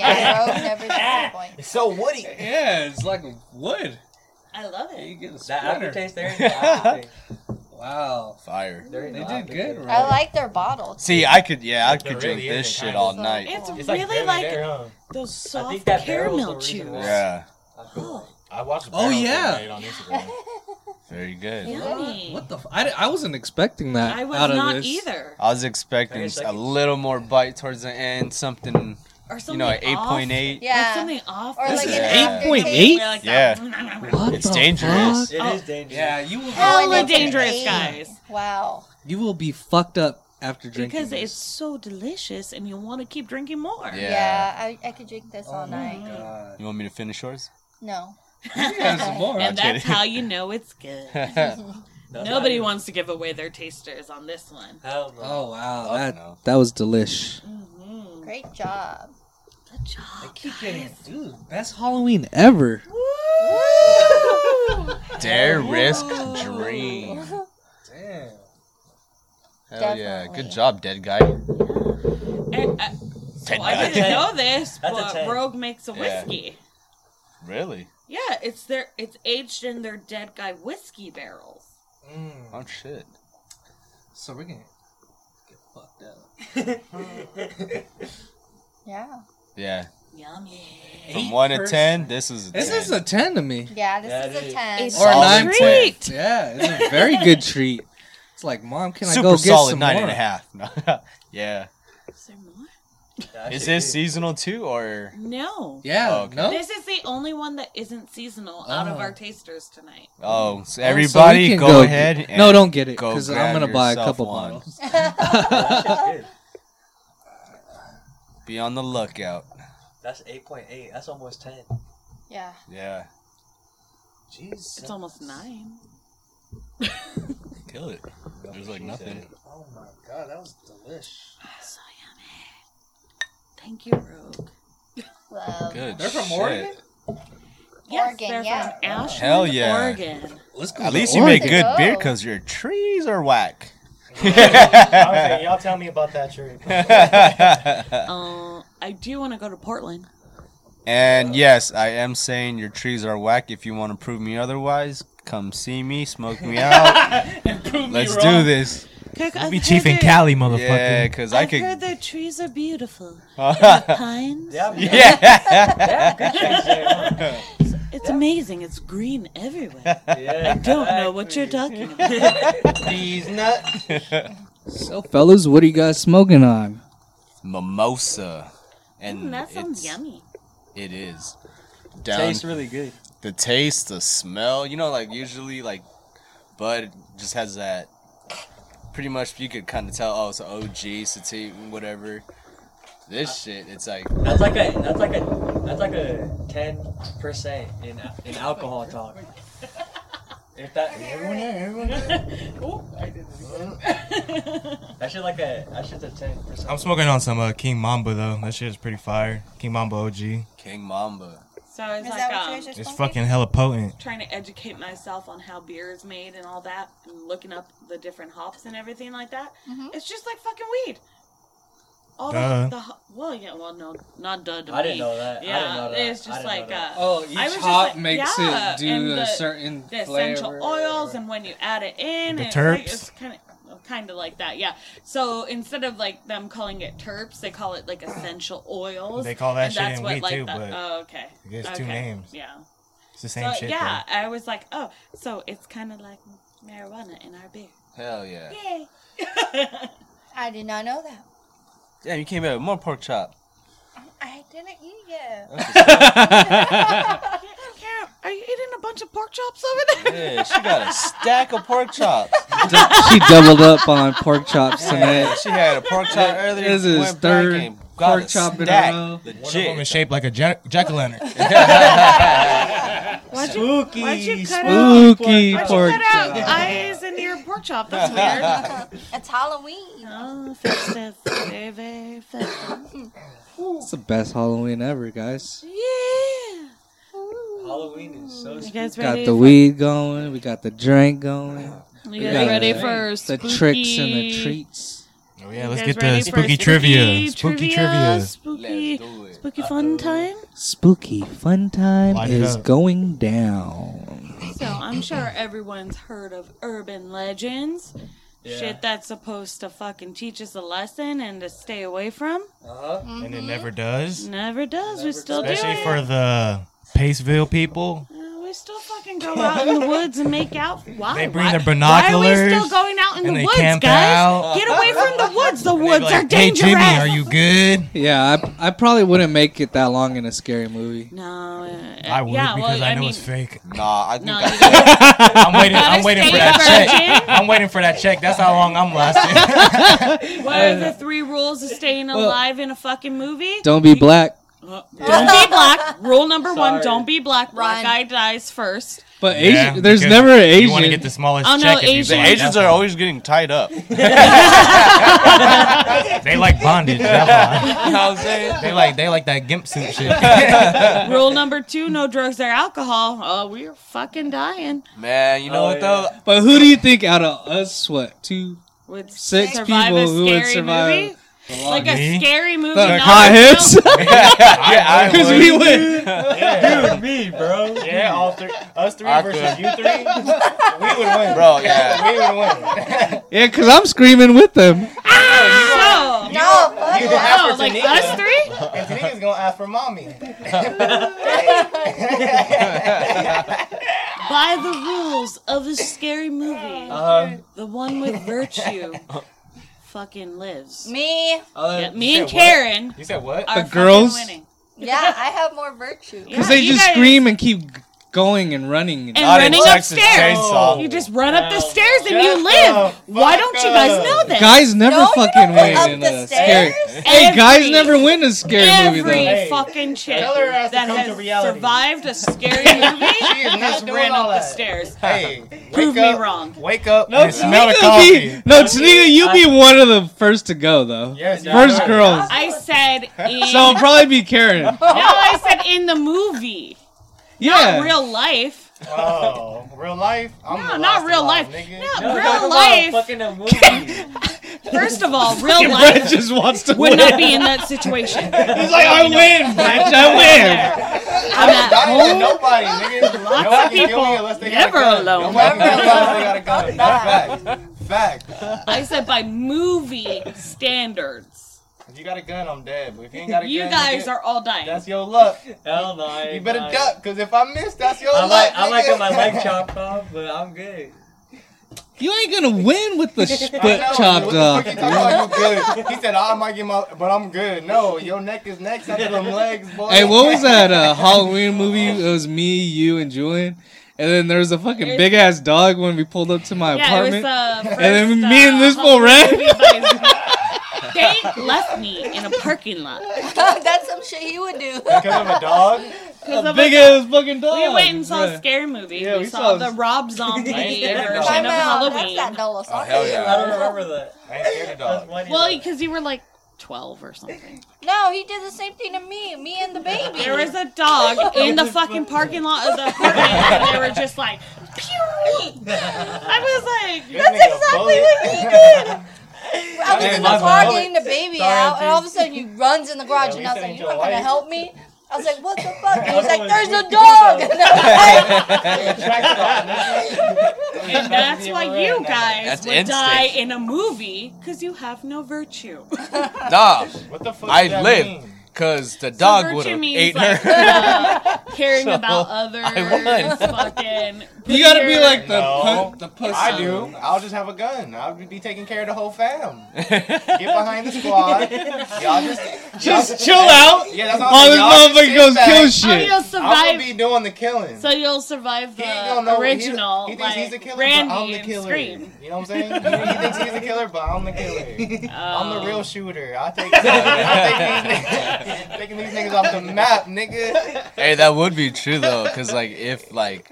Speaker 6: Yeah, rogue never disappoints.
Speaker 14: So woody.
Speaker 7: Yeah, it's like wood.
Speaker 1: I love
Speaker 7: You
Speaker 1: it.
Speaker 7: get a
Speaker 5: That
Speaker 7: splinter.
Speaker 5: aftertaste there. ain't no aftertaste.
Speaker 7: Wow,
Speaker 4: Fire.
Speaker 5: There ain't
Speaker 7: they
Speaker 5: no
Speaker 7: did good.
Speaker 5: aftertaste.
Speaker 7: Right?
Speaker 6: I like their bottle.
Speaker 4: See, I could, yeah, I could
Speaker 3: There
Speaker 4: drink
Speaker 3: really is
Speaker 4: this
Speaker 3: a
Speaker 4: shit
Speaker 3: kind
Speaker 4: all
Speaker 6: So
Speaker 4: night.
Speaker 6: cool.
Speaker 1: It's,
Speaker 15: It's like,
Speaker 1: really like
Speaker 15: there, huh?
Speaker 1: those
Speaker 15: I think
Speaker 1: soft
Speaker 15: that barrel's
Speaker 1: caramel
Speaker 15: the reason
Speaker 1: chews.
Speaker 15: why.
Speaker 4: Yeah,
Speaker 5: I feel like-
Speaker 3: I watched.
Speaker 7: Oh,
Speaker 3: Barrel
Speaker 7: yeah.
Speaker 3: tonight on Instagram.
Speaker 4: very good.
Speaker 1: Yummy.
Speaker 7: What the? F- I, di- I wasn't expecting that.
Speaker 1: I was
Speaker 7: out of
Speaker 1: not
Speaker 7: this.
Speaker 1: either.
Speaker 4: I was expecting
Speaker 5: Thirty
Speaker 4: a
Speaker 5: seconds.
Speaker 4: little more bite towards the end, something,
Speaker 1: Or something
Speaker 4: you know, an
Speaker 1: off.
Speaker 4: 8.8.
Speaker 1: Yeah.
Speaker 6: Yeah.
Speaker 1: something off.
Speaker 6: Or
Speaker 1: This
Speaker 6: like
Speaker 1: is
Speaker 6: an
Speaker 4: Yeah.
Speaker 6: aftertaste.
Speaker 7: 8.8?
Speaker 1: like
Speaker 4: Yeah.
Speaker 1: that.
Speaker 7: What
Speaker 4: It's
Speaker 7: the
Speaker 4: dangerous.
Speaker 7: fuck?
Speaker 5: It
Speaker 1: Oh.
Speaker 5: is dangerous.
Speaker 7: Yeah, you will.
Speaker 6: Oh,
Speaker 1: Hella
Speaker 6: and it's an
Speaker 1: dangerous,
Speaker 6: eight.
Speaker 1: guys.
Speaker 6: Wow.
Speaker 7: You will be fucked up after drinking.
Speaker 1: Because it's
Speaker 7: this.
Speaker 1: so delicious and you want to keep drinking more.
Speaker 4: Yeah.
Speaker 6: Yeah, I, I could drink this all
Speaker 7: Oh my
Speaker 6: night.
Speaker 7: god.
Speaker 4: You want me to finish yours?
Speaker 6: No.
Speaker 7: You have some more.
Speaker 1: And
Speaker 4: I'm
Speaker 1: that's
Speaker 4: kidding.
Speaker 1: how you know it's good.
Speaker 5: That's
Speaker 1: Nobody
Speaker 5: not-
Speaker 1: wants to give away their tasters on this one.
Speaker 5: Hell no.
Speaker 7: Oh wow,
Speaker 4: Fuck
Speaker 7: that
Speaker 4: no.
Speaker 7: that was delish.
Speaker 1: Mm-hmm.
Speaker 6: Great job.
Speaker 1: Good job.
Speaker 7: Keep getting, dude. Best Halloween ever.
Speaker 4: Dare, risk, dream.
Speaker 7: Damn.
Speaker 4: Hell yeah.
Speaker 6: Definitely.
Speaker 4: Good job, dead guy.
Speaker 1: And, uh, so I
Speaker 5: That's
Speaker 1: didn't
Speaker 5: a
Speaker 1: know this,
Speaker 5: That's a
Speaker 1: but
Speaker 5: ten.
Speaker 1: Rogue makes a
Speaker 4: Yeah.
Speaker 1: whiskey.
Speaker 4: Really?
Speaker 1: Yeah. it's their it's aged in their dead guy whiskey barrels.
Speaker 7: Mm.
Speaker 4: Oh, shit.
Speaker 7: So we're gonna get fucked up.
Speaker 6: Yeah.
Speaker 4: Yeah.
Speaker 1: Yummy.
Speaker 4: From
Speaker 7: Eight
Speaker 4: 1 to
Speaker 7: person-
Speaker 4: 10, this is a 10.
Speaker 7: This is a ten to me.
Speaker 6: Yeah, this
Speaker 5: Yeah,
Speaker 6: is
Speaker 5: it
Speaker 6: a
Speaker 5: is.
Speaker 6: 10.
Speaker 1: It's
Speaker 7: Or a
Speaker 4: Solid
Speaker 7: nine
Speaker 1: treat.
Speaker 7: point. Yeah, it's a very good treat. It's like, mom, can I
Speaker 4: super
Speaker 7: go get
Speaker 4: solid
Speaker 7: some
Speaker 4: nine
Speaker 7: more?
Speaker 4: and a half. No. yeah.
Speaker 1: Is there more?
Speaker 5: That
Speaker 4: Is
Speaker 5: shit
Speaker 4: this
Speaker 5: good.
Speaker 4: seasonal too, or?
Speaker 1: No.
Speaker 7: Yeah,
Speaker 4: Oh, okay.
Speaker 7: no.
Speaker 1: This is the only one that isn't seasonal out of
Speaker 7: Oh.
Speaker 1: our tasters tonight.
Speaker 4: Oh, so
Speaker 7: Oh, so
Speaker 4: everybody
Speaker 7: we can
Speaker 4: go, ahead. And
Speaker 7: no, don't get it
Speaker 4: go
Speaker 7: because I'm
Speaker 4: grab
Speaker 7: gonna buy a
Speaker 4: yourself
Speaker 7: couple
Speaker 4: one.
Speaker 7: bottles.
Speaker 5: That shit's good.
Speaker 4: Be on the lookout.
Speaker 5: That's 8.8. That's almost 10.
Speaker 6: Yeah.
Speaker 4: Yeah.
Speaker 3: Jesus.
Speaker 1: It's almost nine.
Speaker 4: Kill it. There's like nothing.
Speaker 14: Oh my god, that was delish.
Speaker 1: So yummy. Thank you, Rogue.
Speaker 6: Well,
Speaker 4: Good.
Speaker 14: They're from
Speaker 4: shit.
Speaker 14: Oregon?
Speaker 1: Yes,
Speaker 6: Oregon,
Speaker 1: they're
Speaker 6: yeah.
Speaker 1: from Ashland,
Speaker 4: Hell yeah.
Speaker 1: Oregon.
Speaker 7: Let's go.
Speaker 4: At
Speaker 7: to
Speaker 4: least you make
Speaker 6: Oregon.
Speaker 4: good beer because your trees are whack.
Speaker 14: I was like, y'all tell me about that tree.
Speaker 1: Uh, I do want to go to Portland.
Speaker 4: And yes, I am saying your trees are whack. If you want to prove me otherwise, come see me, smoke me out. Let's do this.
Speaker 1: I've
Speaker 3: Be
Speaker 1: heard
Speaker 3: Chief in
Speaker 1: that-
Speaker 3: Cali, motherfucker.
Speaker 4: Yeah, because I
Speaker 1: I've heard
Speaker 4: could.
Speaker 1: the trees are beautiful. The pines.
Speaker 14: Yeah, yeah.
Speaker 4: Yeah.
Speaker 1: It's amazing. It's green everywhere.
Speaker 14: yeah.
Speaker 1: Don't know what you're talking about.
Speaker 14: These nuts.
Speaker 7: So, fellas, what do you guys smoking on?
Speaker 4: Mimosa. And
Speaker 1: Mm, that sounds
Speaker 4: it's-
Speaker 1: yummy.
Speaker 4: It is. Down
Speaker 5: Tastes really good.
Speaker 4: the taste, the smell. You know, like usually, like Bud just has that. Pretty much, you could kind of tell. Oh, it's an OG sativa, whatever. This shit, it's like
Speaker 5: That's like a that's like a that's like a ten percent in in alcohol talk. If that
Speaker 14: Everyone there, everyone there.
Speaker 5: that should like a that shit's a ten percent.
Speaker 3: I'm smoking on some uh, King Mamba though. That shit is pretty fire. King Mamba OG.
Speaker 4: King Mamba.
Speaker 1: So I was
Speaker 6: Is
Speaker 1: like,
Speaker 6: that what you
Speaker 1: um,
Speaker 6: guys are
Speaker 3: It's
Speaker 6: smoking?
Speaker 3: fucking hella potent.
Speaker 1: trying to educate myself on how beer is made and all that, and looking up the different hops and everything like that. It's just like fucking weed. All
Speaker 3: Duh.
Speaker 1: the, the ho- well, yeah, well, no, not duh. To
Speaker 5: I didn't
Speaker 1: me.
Speaker 5: know that. I
Speaker 1: Yeah,
Speaker 5: didn't know that.
Speaker 1: it's just
Speaker 5: I didn't
Speaker 1: like
Speaker 5: know that.
Speaker 1: uh,
Speaker 7: Oh,
Speaker 1: I was
Speaker 7: each
Speaker 1: just
Speaker 7: hop
Speaker 1: like-
Speaker 7: makes
Speaker 1: yeah,
Speaker 7: it do
Speaker 1: and
Speaker 7: a
Speaker 1: the-
Speaker 7: certain
Speaker 1: the
Speaker 7: flavor.
Speaker 1: essential oils and when you add it in
Speaker 3: The
Speaker 1: it's like-
Speaker 3: terps.
Speaker 1: it's kind of kind of like that yeah so instead of like them calling it terps they call it like essential oils
Speaker 3: They call that
Speaker 1: and
Speaker 3: shit
Speaker 1: that's
Speaker 3: in
Speaker 1: what
Speaker 3: weed,
Speaker 1: like
Speaker 3: too,
Speaker 1: the,
Speaker 3: but
Speaker 1: oh okay
Speaker 3: it gets two
Speaker 1: Okay.
Speaker 3: names.
Speaker 1: yeah
Speaker 3: It's the same
Speaker 1: so
Speaker 3: shit.
Speaker 1: yeah i was like oh so it's kind of like marijuana in our beer
Speaker 4: Hell yeah.
Speaker 1: yay
Speaker 6: I did not know that.
Speaker 4: Yeah, you came out with more pork chop.
Speaker 6: I didn't eat yet.
Speaker 1: Kara, are you eating a bunch of pork chops over there
Speaker 4: Yeah, she got a stack of pork chops.
Speaker 7: she doubled up on pork chops tonight.
Speaker 4: Yeah, she had a pork chop earlier.
Speaker 7: This is
Speaker 4: went back
Speaker 7: third
Speaker 4: and got
Speaker 7: pork
Speaker 4: a
Speaker 7: chop in a
Speaker 4: stack.
Speaker 7: row.
Speaker 3: One of them is
Speaker 4: Legit.
Speaker 3: shaped like a jack o' lantern.
Speaker 1: why'd you, why'd you cut out
Speaker 7: Spooky
Speaker 1: why'd
Speaker 7: pork
Speaker 1: you cut out
Speaker 7: chop.
Speaker 1: eyes and your pork chop that's weird
Speaker 6: it's Halloween.
Speaker 1: oh festive very very festive
Speaker 7: It's the best Halloween ever, guys.
Speaker 1: yeah
Speaker 5: Halloween is so
Speaker 1: You guys ready?
Speaker 7: Got
Speaker 1: for-
Speaker 7: the weed going. We got the drink going.
Speaker 1: You
Speaker 7: We
Speaker 1: guys
Speaker 7: got
Speaker 1: ready
Speaker 7: the-
Speaker 1: for
Speaker 7: the
Speaker 1: spooky-
Speaker 7: tricks and the treats?
Speaker 3: Oh yeah,
Speaker 1: You
Speaker 3: let's
Speaker 1: guys
Speaker 3: get
Speaker 1: ready
Speaker 3: the
Speaker 1: for
Speaker 3: spooky trivia. Spooky trivia.
Speaker 1: Spooky,
Speaker 4: Let's do it.
Speaker 1: spooky fun time.
Speaker 7: Spooky fun time
Speaker 3: Light it
Speaker 7: is
Speaker 3: up.
Speaker 7: going down.
Speaker 1: So I'm sure everyone's heard of urban legends. Shit that's supposed to fucking teach us a lesson and to stay away from.
Speaker 5: Uh-huh.
Speaker 3: And it never does.
Speaker 1: Never does. we still
Speaker 3: Especially
Speaker 1: Mm. do it.
Speaker 3: for the Paceville people.
Speaker 1: Uh, we still fucking go out in the woods and make out. Why?
Speaker 3: They bring
Speaker 1: why,
Speaker 3: their
Speaker 1: Why are we still
Speaker 3: binoculars,
Speaker 1: going out in
Speaker 3: and
Speaker 1: the
Speaker 3: they
Speaker 1: woods,
Speaker 3: camp
Speaker 1: guys?
Speaker 3: out.
Speaker 1: Get away from the woods. The
Speaker 3: They'd be
Speaker 1: woods are
Speaker 3: like, hey
Speaker 1: dangerous.
Speaker 3: Jimmy, are you good?
Speaker 7: Yeah, I, I probably wouldn't make it that long in a scary movie.
Speaker 1: No, uh,
Speaker 3: I would
Speaker 1: yeah,
Speaker 3: because
Speaker 1: well,
Speaker 3: I know
Speaker 1: mean,
Speaker 3: it's fake.
Speaker 4: Nah, I think
Speaker 1: No,
Speaker 4: I,
Speaker 1: you gotta
Speaker 3: I'm waiting. I'm waiting for
Speaker 1: stay
Speaker 3: that check.
Speaker 1: virgin.
Speaker 3: I'm waiting for that check. That's how long I'm lasting.
Speaker 1: What are the three rules of staying alive in a fucking movie?
Speaker 7: Don't be black.
Speaker 1: Don't be black. Rule number one:
Speaker 5: Sorry.
Speaker 1: Don't be black. Black
Speaker 6: Run.
Speaker 1: guy dies first.
Speaker 7: But
Speaker 3: Yeah,
Speaker 7: Asian, there's
Speaker 3: because
Speaker 7: never an
Speaker 3: You want to
Speaker 7: Asian.
Speaker 3: get the smallest
Speaker 1: Oh, no,
Speaker 3: check. if you
Speaker 1: Asian.
Speaker 3: buy
Speaker 4: the Asians
Speaker 3: that
Speaker 4: are
Speaker 3: one.
Speaker 4: always getting tied up.
Speaker 3: They like bondage. That's why.
Speaker 4: I'm saying?
Speaker 3: They like they like that gimp suit shit.
Speaker 1: Rule number two: No drugs or alcohol. Oh, we're fucking dying.
Speaker 4: Man, you know
Speaker 5: Oh,
Speaker 4: what though?
Speaker 7: but who do you think out of us, what, two,
Speaker 1: Would
Speaker 7: six
Speaker 1: survive
Speaker 7: people
Speaker 1: a
Speaker 7: who would
Speaker 1: scary
Speaker 7: survive?
Speaker 1: movie? Like a
Speaker 3: Me?
Speaker 1: scary movie.
Speaker 7: Look,
Speaker 1: not a
Speaker 7: hot Uh, hips?
Speaker 1: film.
Speaker 4: Yeah,
Speaker 7: Because
Speaker 4: I
Speaker 7: we
Speaker 4: would.
Speaker 7: would.
Speaker 5: Dude, me, bro.
Speaker 3: yeah, all three, us three
Speaker 4: I versus could.
Speaker 3: you three. We would win,
Speaker 4: Bro, yeah.
Speaker 3: We would win.
Speaker 7: Yeah, because I'm screaming with them.
Speaker 1: So,
Speaker 6: No, fuck
Speaker 3: You
Speaker 6: that.
Speaker 1: no, like us three.
Speaker 3: And Tanika's gonna ask for mommy.
Speaker 1: By the rules of a scary movie,
Speaker 3: Um,
Speaker 1: the one with virtue fucking lives.
Speaker 6: Me?
Speaker 1: Yeah, me and Karen
Speaker 3: You said what?
Speaker 1: are
Speaker 7: girls?
Speaker 1: fucking winning.
Speaker 6: Yeah, I have more virtue.
Speaker 1: Yeah,
Speaker 7: Because they
Speaker 1: you
Speaker 7: just
Speaker 1: guys-
Speaker 7: scream and keep going and running.
Speaker 1: and
Speaker 7: not in
Speaker 1: running
Speaker 7: Texas
Speaker 1: upstairs.
Speaker 7: Chainsaw.
Speaker 1: You just run up the stairs and
Speaker 3: Shut
Speaker 1: you
Speaker 3: the
Speaker 1: live. Why don't you guys
Speaker 3: fuck
Speaker 1: know
Speaker 3: up.
Speaker 1: this?
Speaker 7: Guys never
Speaker 6: No, you
Speaker 7: fucking
Speaker 6: don't go
Speaker 7: win
Speaker 6: up
Speaker 7: in
Speaker 6: the
Speaker 7: a scary.
Speaker 6: stairs.
Speaker 7: Hey, guys
Speaker 1: Every-
Speaker 7: never win a scary
Speaker 1: Every
Speaker 7: movie though.
Speaker 3: Hey,
Speaker 1: fucking chick
Speaker 3: tell her ass to
Speaker 1: that
Speaker 3: come
Speaker 1: has
Speaker 3: to reality.
Speaker 1: survived a scary movie
Speaker 3: is
Speaker 1: has
Speaker 3: not doing
Speaker 1: ran up
Speaker 3: all
Speaker 1: the
Speaker 3: that.
Speaker 1: stairs.
Speaker 3: Hey,
Speaker 1: Prove
Speaker 3: wake
Speaker 1: me
Speaker 3: up,
Speaker 1: wrong.
Speaker 3: Wake up.
Speaker 7: No,
Speaker 3: and smell the
Speaker 7: Tanita,
Speaker 3: coffee.
Speaker 7: be, no, Tanita, you be one of the first to go though.
Speaker 3: Yes,
Speaker 7: first
Speaker 3: I-
Speaker 7: girls.
Speaker 1: I said in.
Speaker 7: So it'll probably be Karen.
Speaker 1: no, I said in the movie,
Speaker 7: Yeah.
Speaker 1: not real life.
Speaker 3: Oh, real life? I'm
Speaker 1: No,
Speaker 3: lost
Speaker 1: not real
Speaker 3: alive,
Speaker 1: life.
Speaker 3: Nigga.
Speaker 1: No, real life.
Speaker 5: Fucking a movie.
Speaker 1: First of all, real
Speaker 7: Brett
Speaker 1: life
Speaker 7: just wants to
Speaker 1: would
Speaker 7: win.
Speaker 1: not be in that situation.
Speaker 7: He's like, I win, Brett. I win.
Speaker 1: I'm at
Speaker 3: Not even
Speaker 1: home.
Speaker 3: nobody, nigga.
Speaker 1: Lots
Speaker 3: Nobody
Speaker 1: of
Speaker 3: can kill me
Speaker 1: people
Speaker 3: unless they
Speaker 1: never
Speaker 3: got a gun.
Speaker 1: alone.
Speaker 3: Nobody can kill me unless they got a gun. Fact. Fact.
Speaker 1: I said by movie standards.
Speaker 3: If you got a gun, I'm dead. But if you ain't got a
Speaker 1: You
Speaker 3: gun,
Speaker 1: guys
Speaker 3: nigga,
Speaker 1: are all dying.
Speaker 3: That's your luck.
Speaker 5: Hell no. I
Speaker 3: You
Speaker 5: ain't
Speaker 3: better
Speaker 5: lying.
Speaker 3: duck, cause if I miss, that's your
Speaker 5: I
Speaker 3: luck.
Speaker 5: might, I might
Speaker 3: nigga.
Speaker 5: get my leg chopped off, but I'm good.
Speaker 7: You ain't gonna win with the spit
Speaker 3: I know,
Speaker 7: chopped
Speaker 3: what the fuck
Speaker 7: off.
Speaker 3: you talking about? You good. He said, oh, I might get my, but I'm good. No, your neck is next after them legs, boy.
Speaker 7: Hey, what was that uh, Halloween movie? It was me, you, and Julian. And then there was a fucking
Speaker 1: There's-
Speaker 7: big ass dog when we pulled up to my
Speaker 1: yeah,
Speaker 7: apartment.
Speaker 1: it was uh, first,
Speaker 7: then
Speaker 1: uh,
Speaker 7: me and this fool ran.
Speaker 1: Halloween movie by- They left me in a parking lot
Speaker 6: That's some shit he would do.
Speaker 3: Because of a dog?
Speaker 1: because of
Speaker 7: big
Speaker 1: a-
Speaker 7: ass fucking dog.
Speaker 1: We went and saw
Speaker 7: bruh.
Speaker 1: a scary movie.
Speaker 7: Yeah,
Speaker 1: we,
Speaker 7: we
Speaker 1: saw,
Speaker 7: saw-
Speaker 1: the Rob Zombie
Speaker 5: I ain't
Speaker 1: version
Speaker 5: scared
Speaker 1: of
Speaker 5: of dogs.
Speaker 6: Time out. That's
Speaker 1: Halloween.
Speaker 6: that Nola song.
Speaker 4: hell
Speaker 5: I don't remember that.
Speaker 3: I ain't scared of
Speaker 5: That's
Speaker 3: dogs.
Speaker 5: funny.
Speaker 1: Well,
Speaker 5: though.
Speaker 1: because you were like 12 or something.
Speaker 6: No, he did the same thing to me. Me and the baby.
Speaker 1: There was a dog in the fucking parking lot of the apartment, and they were just like, pew! I was like,
Speaker 3: This nigga bully.
Speaker 6: I was
Speaker 3: Hey,
Speaker 6: in the
Speaker 3: my
Speaker 6: car
Speaker 3: bad.
Speaker 6: getting the baby
Speaker 5: Sorry,
Speaker 6: out, and
Speaker 5: dude.
Speaker 6: all of a sudden he runs in the garage,
Speaker 3: Yeah, we
Speaker 6: and I
Speaker 3: sent
Speaker 6: was like, "You're
Speaker 3: your
Speaker 6: not gonna
Speaker 3: wife."
Speaker 6: help me." I was like, "What the fuck?" And he's
Speaker 5: I
Speaker 6: like,
Speaker 5: was
Speaker 6: "There's a
Speaker 5: with
Speaker 6: dog."
Speaker 5: you, though.
Speaker 6: And I was like,
Speaker 1: and that's why you guys
Speaker 4: That's
Speaker 1: would die
Speaker 4: instinct.
Speaker 1: in a movie because you have no virtue.
Speaker 4: Nah,
Speaker 3: What the fuck
Speaker 4: I
Speaker 3: does that
Speaker 4: live.
Speaker 3: mean?
Speaker 4: cause the dog
Speaker 1: virtue
Speaker 4: would have
Speaker 1: means,
Speaker 4: ate
Speaker 1: like,
Speaker 4: her.
Speaker 1: uh, caring about others.
Speaker 4: won.
Speaker 1: Fucking.
Speaker 7: You gotta be like the
Speaker 3: No.
Speaker 7: pu- the pussy.
Speaker 3: I do. I'll just have a gun. I'll be taking care of the whole fam. Get behind the squad. Y'all just,
Speaker 7: Just chill out.
Speaker 3: yeah, that's all.
Speaker 7: All this
Speaker 3: Y'all just
Speaker 7: motherfucker
Speaker 3: sit
Speaker 7: goes
Speaker 3: back.
Speaker 7: kill
Speaker 1: Oh,
Speaker 7: shit.
Speaker 1: you'll
Speaker 3: I'm
Speaker 1: survive.
Speaker 3: gonna be doing the killing.
Speaker 1: so you'll survive the
Speaker 3: He ain't gonna know-
Speaker 1: original.
Speaker 3: He, he
Speaker 1: like
Speaker 3: thinks he's the killer,
Speaker 1: Randy
Speaker 3: but I'm the
Speaker 1: and
Speaker 3: killer.
Speaker 1: Scream.
Speaker 3: You know what I'm saying? He, he thinks he's the killer, but I'm the killer. I'm the
Speaker 1: Oh.
Speaker 3: real shooter. I take, I take these niggas, taking these niggas off the map, nigga.
Speaker 4: hey, that would be true though, cause like if like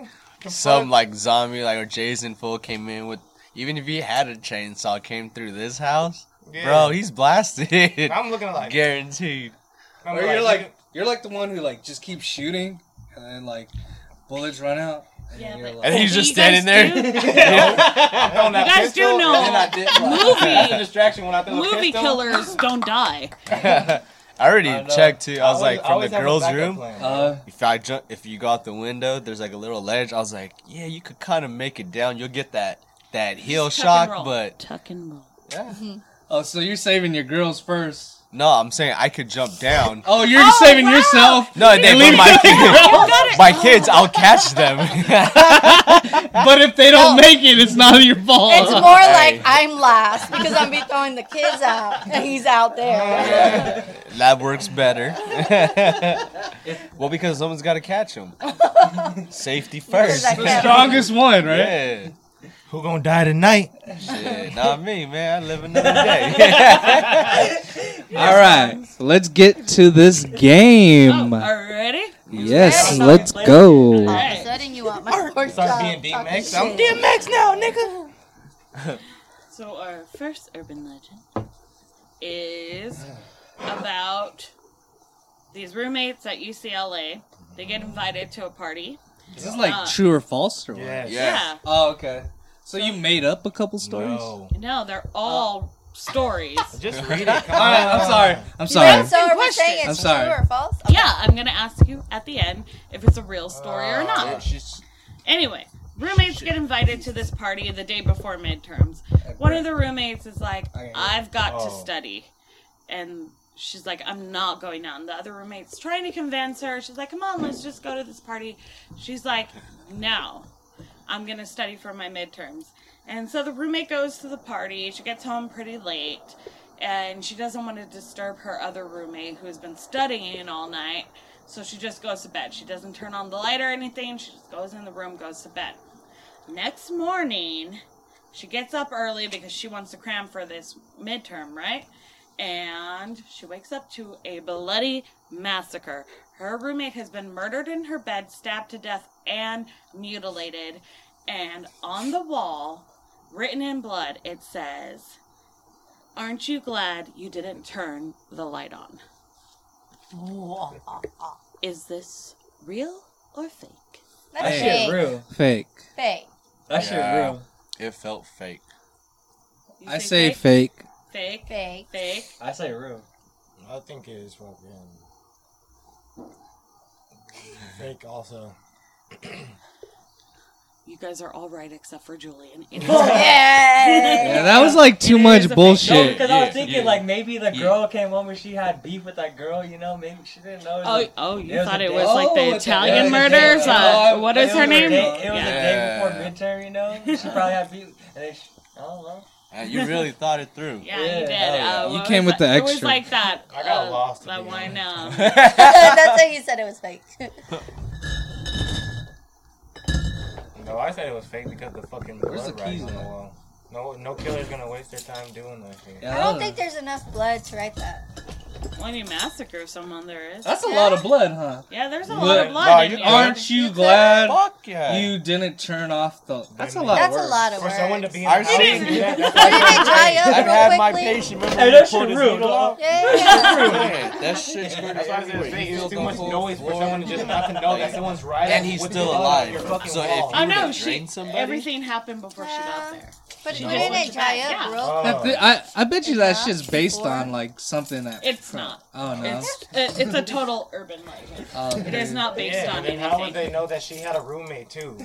Speaker 4: some like zombie like or Jason Full came in with even if he had a chainsaw came through this house,
Speaker 3: Yeah.
Speaker 4: bro, he's blasted.
Speaker 3: I'm looking like.
Speaker 4: Guaranteed.
Speaker 3: I'm
Speaker 7: Or you're like you're like the one who like just keeps shooting, and then like bullets run out. And
Speaker 1: Yeah,
Speaker 7: then you're
Speaker 1: but-
Speaker 7: like,
Speaker 4: And he's
Speaker 1: You
Speaker 4: just
Speaker 1: guys
Speaker 4: standing there.
Speaker 1: do-
Speaker 3: I'm throwing that
Speaker 1: You guys do
Speaker 3: pistol,
Speaker 1: know
Speaker 3: and then I dip, like,
Speaker 1: movie-
Speaker 3: distraction when I throw the
Speaker 1: Movie
Speaker 3: pistol.
Speaker 1: killers don't die.
Speaker 4: I already
Speaker 7: I know.
Speaker 4: checked too. I was like,
Speaker 3: always- I
Speaker 4: from the
Speaker 3: always have a backup
Speaker 4: girls' room,
Speaker 3: plan.
Speaker 7: uh,
Speaker 4: if I jump, if you go out the window, there's like a little ledge. I was like, yeah, you could kind of make it down. You'll get that that heel
Speaker 1: Tuck and
Speaker 4: shock,
Speaker 1: roll.
Speaker 4: but
Speaker 1: tuck and roll.
Speaker 7: oh, so you're saving your girls first.
Speaker 4: no, I'm saying I could jump down.
Speaker 7: Oh, you're
Speaker 1: Oh,
Speaker 7: saving
Speaker 1: wow.
Speaker 7: yourself.
Speaker 4: No, they
Speaker 7: leave
Speaker 4: leave my
Speaker 1: You
Speaker 4: kids.
Speaker 1: got it.
Speaker 4: My kids, I'll catch them.
Speaker 7: But if they don't make it, it's not your fault.
Speaker 6: "It's more like
Speaker 4: Hey.
Speaker 6: I'm last because I'm be throwing the kids out, and he's out there."
Speaker 4: that works better. well, because someone's got to catch them. Safety first.
Speaker 6: Because I
Speaker 7: the
Speaker 6: can't-
Speaker 7: strongest one, right?
Speaker 4: Yeah.
Speaker 3: Who gonna die tonight?
Speaker 4: Shit, not me, man. I live another day.
Speaker 7: All right, let's get to this game.
Speaker 1: Oh, already?
Speaker 2: Yes,
Speaker 6: Ready?
Speaker 2: let's
Speaker 6: All
Speaker 2: go.
Speaker 6: of a sudden, you want my pork
Speaker 3: Start
Speaker 6: chop.
Speaker 3: being
Speaker 6: talking
Speaker 3: DMX. I'm
Speaker 6: shit.
Speaker 3: DMX now, nigga.
Speaker 1: So our first urban legend is about these roommates at UCLA. They get invited to a party.
Speaker 7: Is this like
Speaker 1: Uh,
Speaker 7: true or false or what?
Speaker 1: Yeah.
Speaker 7: Oh, okay. So you made up a couple stories?
Speaker 3: No.
Speaker 1: No, they're all stories.
Speaker 3: Just read it. Come
Speaker 7: All right, I'm
Speaker 3: on.
Speaker 7: sorry. I'm
Speaker 6: Yeah,
Speaker 7: sorry.
Speaker 6: so are we
Speaker 1: Question.
Speaker 6: saying
Speaker 7: I'm
Speaker 6: it's true
Speaker 7: sorry.
Speaker 6: or false?
Speaker 1: Yeah, I'm gonna ask you at the end if it's a real story or
Speaker 3: Uh,
Speaker 1: not.
Speaker 3: she's-
Speaker 1: Anyway, roommates get invited to this party the day before midterms. One of the roommates is like,
Speaker 7: Okay, yeah.
Speaker 1: I've got to
Speaker 3: Oh.
Speaker 1: study. And she's like, I'm not going out. And the other roommate's trying to convince her. She's like, come on, let's just go to this party. She's like, no, I'm going to study for my midterms. And so the roommate goes to the party. She gets home pretty late. And she doesn't want to disturb her other roommate who's been studying all night. So she just goes to bed. She doesn't turn on the light or anything. She just goes in the room, goes to bed. Next morning, she gets up early because she wants to cram for this midterm, right? And she wakes up to a bloody massacre. Her roommate has been murdered in her bed, stabbed to death, and mutilated. And on the wall, written in blood, it says, Aren't you glad you didn't turn the light on? Is this real or fake?
Speaker 6: That's
Speaker 5: That
Speaker 6: fake.
Speaker 5: shit real.
Speaker 7: Fake.
Speaker 6: Fake.
Speaker 5: That shit
Speaker 4: Yeah.
Speaker 5: real.
Speaker 4: It felt fake.
Speaker 1: You
Speaker 7: I say fake.
Speaker 1: fake, fake,
Speaker 6: Fake.
Speaker 1: fake.
Speaker 5: I say real.
Speaker 3: I think it is fucking fake. Also,
Speaker 1: You guys are all right except for Julian.
Speaker 6: Yeah.
Speaker 7: Yeah, that was like too
Speaker 1: It
Speaker 7: much
Speaker 1: is a
Speaker 5: No,
Speaker 7: bullshit.
Speaker 5: because Oh, I was thinking
Speaker 4: yeah.
Speaker 5: like maybe the
Speaker 4: Yeah.
Speaker 5: girl came home and she had beef with that girl. You know, maybe she didn't know. It was
Speaker 1: Oh,
Speaker 5: a-
Speaker 1: oh, you
Speaker 5: It was
Speaker 1: thought
Speaker 5: a
Speaker 1: it
Speaker 5: day-
Speaker 1: was like
Speaker 7: Oh,
Speaker 1: the
Speaker 7: it's a day-
Speaker 1: Italian
Speaker 7: it's a
Speaker 1: murders.
Speaker 7: day-
Speaker 1: Uh,
Speaker 7: oh,
Speaker 1: what
Speaker 5: it
Speaker 1: is
Speaker 5: was
Speaker 1: her
Speaker 5: a
Speaker 1: name?
Speaker 5: day- it was
Speaker 1: Yeah.
Speaker 5: a day before midterm. You know, she probably had beef. And then she, I don't know.
Speaker 4: Man, Uh, you really thought it through.
Speaker 1: Yeah,
Speaker 5: Yeah,
Speaker 1: you did.
Speaker 5: hell yeah.
Speaker 1: Uh,
Speaker 7: You
Speaker 1: what
Speaker 7: came
Speaker 1: was
Speaker 7: with the
Speaker 1: that- It was
Speaker 7: extra.
Speaker 1: like that.
Speaker 3: I got
Speaker 1: uh,
Speaker 3: lost, to
Speaker 1: That
Speaker 3: be
Speaker 1: one. Um,
Speaker 6: That's how you said it was fake.
Speaker 3: no, I said it was fake because the fucking
Speaker 7: Where's
Speaker 3: blood
Speaker 7: the
Speaker 3: writing
Speaker 7: keys
Speaker 3: on the
Speaker 7: at?
Speaker 3: wall. No, no killer's gonna waste their time doing that shit.
Speaker 7: Yeah,
Speaker 6: I don't think there's enough blood to write that.
Speaker 1: when you massacre someone, there is.
Speaker 7: that's a lot of blood, huh?
Speaker 1: Yeah, there's a
Speaker 7: Look,
Speaker 1: lot of blood
Speaker 3: no,
Speaker 1: in
Speaker 3: you
Speaker 1: here.
Speaker 7: Aren't you glad
Speaker 4: Fuck yeah.
Speaker 7: you didn't turn off the? That's a lot.
Speaker 6: That's
Speaker 7: of
Speaker 6: a
Speaker 7: work.
Speaker 6: lot of
Speaker 3: For
Speaker 6: work.
Speaker 3: someone to be in
Speaker 4: I've
Speaker 3: the house
Speaker 4: seen-
Speaker 3: and do that, that's
Speaker 6: Didn't it dry up
Speaker 4: I've
Speaker 6: real
Speaker 4: had
Speaker 6: quickly?
Speaker 4: my patient. Remember
Speaker 5: Hey,
Speaker 4: when
Speaker 5: that
Speaker 4: he pulled
Speaker 5: shit
Speaker 4: his
Speaker 5: real,
Speaker 4: needle
Speaker 5: dog.
Speaker 4: out?
Speaker 6: Yeah.
Speaker 4: Man, that shit's
Speaker 3: That's why I said it's fake. It's too much noise for someone to just not to know that someone's right.
Speaker 4: And he's still alive. So if you
Speaker 1: Oh
Speaker 4: would've
Speaker 1: no, she.
Speaker 4: drained somebody,
Speaker 1: Everything happened before she got
Speaker 6: Yeah.
Speaker 1: there.
Speaker 6: But
Speaker 1: No.
Speaker 6: didn't it dry
Speaker 1: Yeah.
Speaker 6: up real
Speaker 3: Oh.
Speaker 7: That thi- I I bet you
Speaker 6: Enough
Speaker 7: that's just based
Speaker 6: before?
Speaker 7: on like something that.
Speaker 1: It's not.
Speaker 7: Oh no.
Speaker 1: It's it, it's a total urban legend. It is not based
Speaker 3: Yeah,
Speaker 1: on
Speaker 3: and then how would
Speaker 1: anything.
Speaker 3: they know that she had a roommate too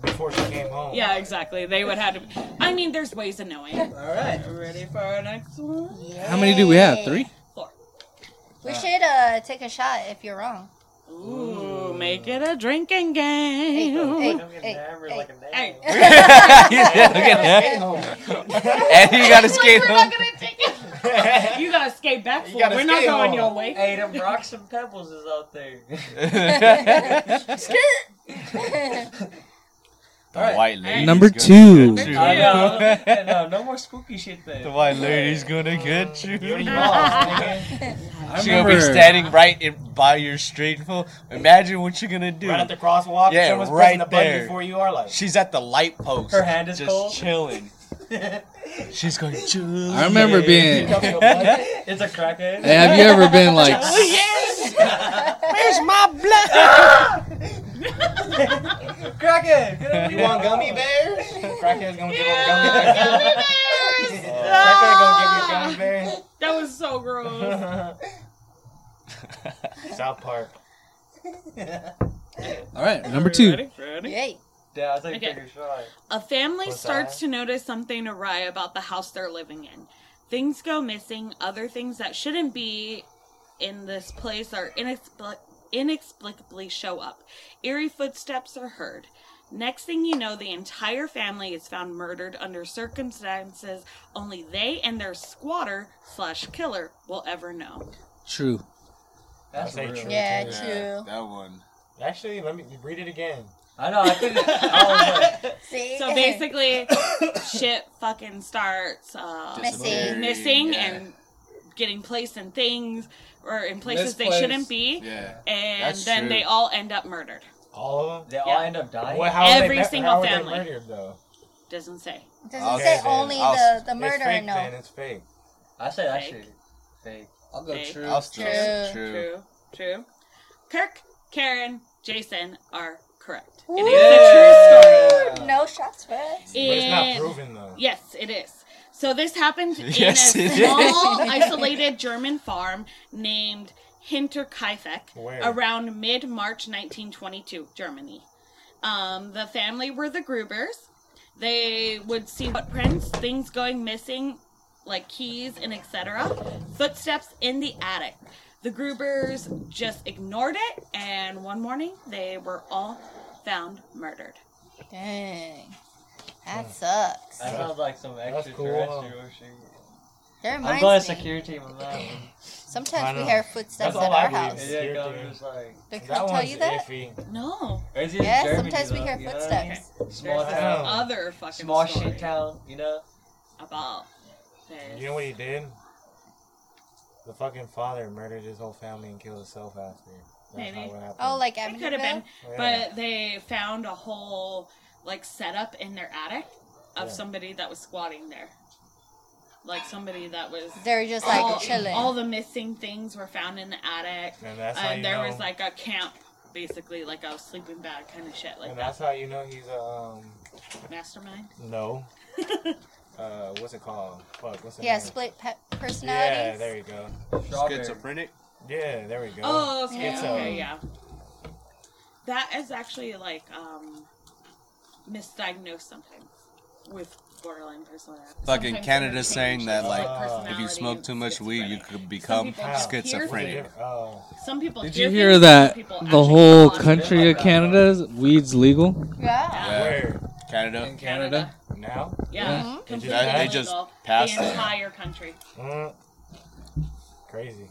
Speaker 3: before she came home?
Speaker 1: Yeah, exactly. They would have to. I mean, there's ways of knowing. All right, ready for our next one?
Speaker 7: How many do we have? Three.
Speaker 6: We should uh, take a shot if you're wrong.
Speaker 1: Ooh, make it a drinking
Speaker 6: Hey, hey,
Speaker 1: game.
Speaker 6: hey, hey.
Speaker 1: Hey,
Speaker 4: and you gotta skate home.
Speaker 1: you gotta skate back. fool.
Speaker 3: gotta
Speaker 1: We're not
Speaker 3: skate
Speaker 1: going
Speaker 3: home.
Speaker 1: your way.
Speaker 5: Hey, them rocks and pebbles is out there.
Speaker 4: The white
Speaker 1: lady.
Speaker 7: Number
Speaker 4: gonna
Speaker 7: two.
Speaker 4: get you.
Speaker 5: I know. no, no more spooky shit
Speaker 4: The
Speaker 5: then.
Speaker 4: white lady's gonna get you.
Speaker 7: I
Speaker 4: She's gonna be standing right in, by your street. fool. Imagine what you're gonna do.
Speaker 3: Right at the crosswalk,
Speaker 4: Yeah,
Speaker 3: someone's
Speaker 4: right
Speaker 3: pressing the button
Speaker 4: there.
Speaker 3: before you are like.
Speaker 4: She's at the light post.
Speaker 5: Her hand is
Speaker 4: just
Speaker 5: cold.
Speaker 4: chilling. She's going. Julie.
Speaker 7: I remember being.
Speaker 4: Oh,
Speaker 7: Hey,
Speaker 5: It's a crackhead.
Speaker 7: have you ever been like?
Speaker 5: Crackhead. Get over
Speaker 3: You
Speaker 5: here.
Speaker 3: want gummy bears? Crackhead's gonna give him gummy bears. Crackhead gonna give you a gummy
Speaker 1: That was so gross.
Speaker 3: bear. South Park.
Speaker 7: All right, number two.
Speaker 5: Ready? Ready?
Speaker 6: Yay.
Speaker 5: Yeah, I'll take
Speaker 1: Okay.
Speaker 5: a bigger shot.
Speaker 1: A family
Speaker 3: What's
Speaker 1: starts
Speaker 3: that?
Speaker 1: to notice something awry about the house they're living in. Things go missing, other things that shouldn't be in this place are inexpli- inexplicably show up. Eerie footsteps are heard. Next thing you know, the entire family is found murdered under circumstances only they and their squatter slash killer will ever know.
Speaker 7: True.
Speaker 5: That's
Speaker 3: I'll take
Speaker 5: real.
Speaker 3: two.
Speaker 6: Yeah,
Speaker 3: Yeah.
Speaker 6: true.
Speaker 4: That one.
Speaker 3: Actually, let me read it again.
Speaker 5: I know. I couldn't. I was like,
Speaker 6: See?
Speaker 1: So basically, shit fucking starts uh,
Speaker 6: Missing.
Speaker 1: missing
Speaker 4: Yeah.
Speaker 1: and getting placed in things or in places they
Speaker 7: Misplaced.
Speaker 1: shouldn't be.
Speaker 4: Yeah.
Speaker 1: And
Speaker 4: That's
Speaker 1: then
Speaker 4: true.
Speaker 1: they all end up murdered.
Speaker 3: All of
Speaker 5: they
Speaker 3: them.
Speaker 5: all end up dying.
Speaker 3: What, how were
Speaker 1: Every
Speaker 3: they,
Speaker 1: single
Speaker 3: how were
Speaker 1: family.
Speaker 3: They murdered though.
Speaker 1: Doesn't say.
Speaker 6: Doesn't
Speaker 4: Okay,
Speaker 6: say
Speaker 3: then.
Speaker 6: only
Speaker 4: I'll-
Speaker 6: the, the
Speaker 3: it's
Speaker 6: murderer,
Speaker 3: fake,
Speaker 6: no.
Speaker 3: Then. It's fake.
Speaker 5: I say that
Speaker 1: Fake.
Speaker 5: shit. Fake.
Speaker 7: I'll go
Speaker 1: Hey.
Speaker 7: true.
Speaker 4: I'll still
Speaker 6: True.
Speaker 4: true.
Speaker 1: True. True. Kirk, Karen, Jason are correct. It is a true story.
Speaker 6: No shots for us.
Speaker 3: But it's
Speaker 1: It-
Speaker 3: not proven though.
Speaker 1: Yes, it is. So this happened
Speaker 4: Yes,
Speaker 1: in a
Speaker 4: it
Speaker 1: small, isolated German farm named Hinterkaifeck
Speaker 3: Where?
Speaker 1: around mid-March 1922, Germany. Um, the family were the Grubers. They would see footprints, things going missing, like keys and etc. Footsteps in the attic. The Grubers just ignored it, and one morning they were all found murdered.
Speaker 6: Dang. That sucks.
Speaker 5: That sounds like some
Speaker 3: That's
Speaker 5: extraterrestrial
Speaker 3: cool,
Speaker 5: shit.
Speaker 6: That
Speaker 5: I'm going
Speaker 6: reminds me.
Speaker 5: security team on that one.
Speaker 3: I
Speaker 6: Sometimes we
Speaker 3: know.
Speaker 6: hear footsteps
Speaker 3: That's all
Speaker 6: at
Speaker 3: I
Speaker 6: our
Speaker 3: believe
Speaker 6: house.
Speaker 3: is-
Speaker 15: Yeah,
Speaker 3: Here,
Speaker 15: God,
Speaker 3: dude.
Speaker 15: it's like,
Speaker 6: They could
Speaker 3: That
Speaker 6: tell
Speaker 3: one's
Speaker 6: you that.
Speaker 3: iffy.
Speaker 1: No.
Speaker 15: It's in
Speaker 6: Yeah,
Speaker 15: Germany,
Speaker 6: sometimes we
Speaker 15: though,
Speaker 6: hear
Speaker 15: you know what I mean?
Speaker 6: footsteps.
Speaker 15: Small
Speaker 1: There's
Speaker 15: town,
Speaker 3: Oh.
Speaker 1: Other fucking
Speaker 15: small
Speaker 1: story
Speaker 15: shit town. You know,
Speaker 1: about this.
Speaker 3: You know what he did? The fucking father murdered his whole family and killed himself after. That's
Speaker 1: Maybe.
Speaker 3: not what happened.
Speaker 6: Oh, like
Speaker 1: It could have been,
Speaker 6: Amityville.
Speaker 3: Yeah.
Speaker 1: but they found a whole like setup in their attic of
Speaker 3: Yeah.
Speaker 1: somebody that was squatting there, like somebody that was.
Speaker 6: They're just like
Speaker 1: all,
Speaker 6: chilling.
Speaker 1: all the missing things were found in the attic,
Speaker 3: and that's how you
Speaker 1: and uh, there
Speaker 3: know,
Speaker 1: was like a camp, basically like a sleeping bag kind of shit, like
Speaker 3: and
Speaker 1: that.
Speaker 3: that's how you know he's a um
Speaker 1: Mastermind.
Speaker 3: no. uh, what's it called? Fuck, what's it?
Speaker 6: yeah, split pe- personalities.
Speaker 3: Yeah, there you go.
Speaker 8: Schizophrenic.
Speaker 3: Yeah, there we go.
Speaker 1: Oh, okay,
Speaker 3: Schizo.
Speaker 1: okay, yeah. That is actually like um misdiagnosed sometimes with borderline personality.
Speaker 4: Fucking
Speaker 1: Sometimes
Speaker 4: Canada
Speaker 1: interchange
Speaker 4: saying that
Speaker 1: is,
Speaker 4: like
Speaker 3: like,
Speaker 4: if you smoke too much weed,
Speaker 1: personality
Speaker 4: you
Speaker 1: and
Speaker 4: could become
Speaker 1: people just hear
Speaker 4: schizophrenic.
Speaker 3: Oh,
Speaker 1: Some people.
Speaker 7: Did you
Speaker 1: things,
Speaker 7: hear
Speaker 1: some
Speaker 7: that
Speaker 1: people
Speaker 7: the
Speaker 1: actually
Speaker 7: whole
Speaker 1: call it
Speaker 7: country of Canada weed's legal? Uh,
Speaker 6: Yeah.
Speaker 4: Yeah.
Speaker 3: Uh, where
Speaker 4: Canada.
Speaker 1: Canada.
Speaker 3: now?
Speaker 1: Yeah.
Speaker 6: Mhm.
Speaker 1: Completely
Speaker 4: They
Speaker 1: legal.
Speaker 4: just passed
Speaker 1: the
Speaker 4: it.
Speaker 1: entire country.
Speaker 3: Mm. Crazy.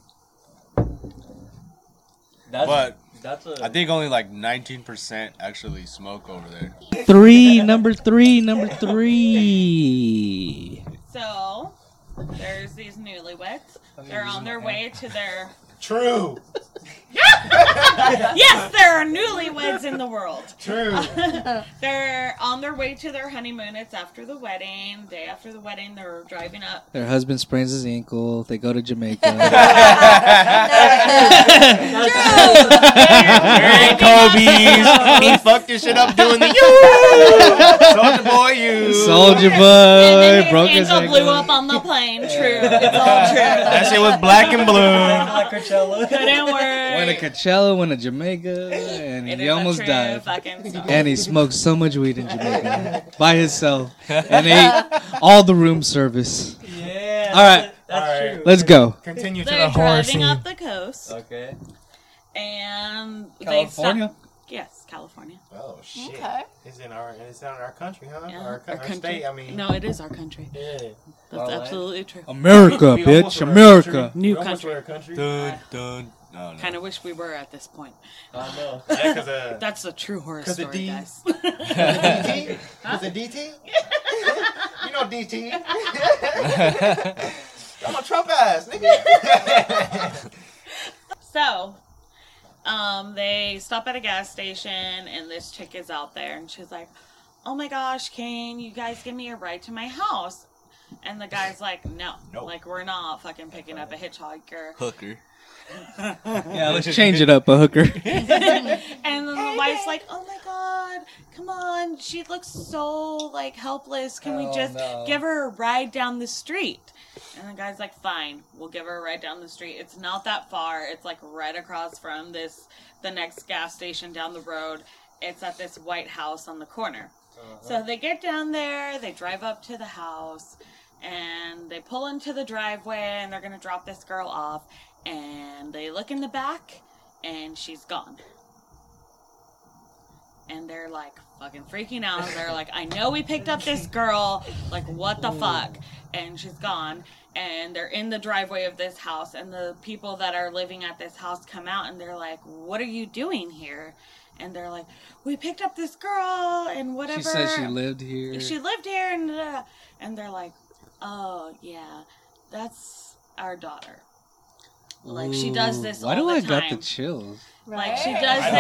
Speaker 15: that's,
Speaker 4: But
Speaker 15: that's a
Speaker 4: I think only like 19% actually smoke over there.
Speaker 2: Three, number three, number three.
Speaker 1: So there's these newlyweds. They're on their way to their.
Speaker 3: True.
Speaker 1: Yes, there are newlyweds in the world.
Speaker 3: True.
Speaker 1: They're on their way to their honeymoon. It's after the wedding. Day after the wedding, they're driving up.
Speaker 7: Their husband sprains his ankle. They go to Jamaica.
Speaker 1: They're driving up-
Speaker 4: he fucked his shit up doing the Soldier boy, you.
Speaker 7: Soldier
Speaker 1: And then
Speaker 7: boy
Speaker 1: his
Speaker 7: broke his
Speaker 1: ankle
Speaker 7: ankle.
Speaker 1: blew up on the plane. True. It's all true.
Speaker 4: That shit was black and blue.
Speaker 15: like Coachella.
Speaker 1: Couldn't work.
Speaker 7: Went to Coachella, went to Jamaica, and
Speaker 1: It
Speaker 7: he
Speaker 1: is a
Speaker 7: almost
Speaker 1: true
Speaker 7: died.
Speaker 1: Fucking story.
Speaker 7: And he smoked so much weed in Jamaica by himself and ate all the room service.
Speaker 15: Yeah.
Speaker 7: All right.
Speaker 15: That's
Speaker 3: All right.
Speaker 15: true.
Speaker 7: Let's go.
Speaker 3: Continue to
Speaker 1: They're
Speaker 3: the horror
Speaker 1: driving
Speaker 3: scene.
Speaker 1: up the coast,
Speaker 15: Okay.
Speaker 1: and They
Speaker 7: California?
Speaker 1: stop, yes, California.
Speaker 3: Oh shit!
Speaker 6: Okay.
Speaker 3: It's in our it's in our country, huh?
Speaker 1: Yeah,
Speaker 3: Oh, Our, co- our,
Speaker 1: country.
Speaker 3: state. I mean, eh.
Speaker 1: no, it is our country.
Speaker 3: yeah.
Speaker 1: That's
Speaker 15: Well, I-
Speaker 1: absolutely true.
Speaker 7: America,
Speaker 3: We almost
Speaker 7: bitch.
Speaker 3: were a
Speaker 7: America.
Speaker 1: New
Speaker 3: We almost
Speaker 1: country.
Speaker 3: were a country.
Speaker 4: Dun, dun. No, no.
Speaker 1: Kind of wish we were at this point.
Speaker 15: I know.
Speaker 3: Yeah, because uh,
Speaker 1: That's the true horror
Speaker 3: 'Cause the
Speaker 1: story,
Speaker 3: D-
Speaker 1: guys.
Speaker 14: DT? Was it DT? you know DT. I'm a Trump ass, nigga.
Speaker 1: So, um, they stop at a gas station, and this chick is out there, and she's like, "Oh my gosh, can you guys give me a ride to my house?" And the guy's like, "No,
Speaker 3: No.
Speaker 1: like we're not fucking picking up a hitchhiker."
Speaker 4: Hooker.
Speaker 7: Yeah, let's change it up, a hooker.
Speaker 1: And then the wife's like, "Oh my god, come on! She looks so like helpless. Can we
Speaker 7: Oh,
Speaker 1: just
Speaker 7: no.
Speaker 1: give her a ride down the street?" And the guy's like, "Fine, we'll give her a ride down the street. It's not that far. It's like right across from this the next gas station down the road. It's at this white house on the corner."
Speaker 7: Uh-huh.
Speaker 1: So they get down there, they drive up to the house, and they pull into the driveway and they're going to drop this girl off. And they look in the back and she's gone. And they're like fucking freaking out. They're like, I know we picked up this girl. Like, what the fuck? And she's gone. And they're in the driveway of this house. And the people that are living at this house come out and they're like, What are you doing here? And they're like, We picked up this girl and whatever.
Speaker 7: She said she lived here.
Speaker 1: She lived here, and uh, and they're like, oh yeah, that's our daughter. Like she does this
Speaker 7: Why
Speaker 1: all
Speaker 7: do
Speaker 1: the
Speaker 7: I
Speaker 1: time.
Speaker 7: got the chills?
Speaker 1: like she
Speaker 6: Right.
Speaker 1: does
Speaker 3: I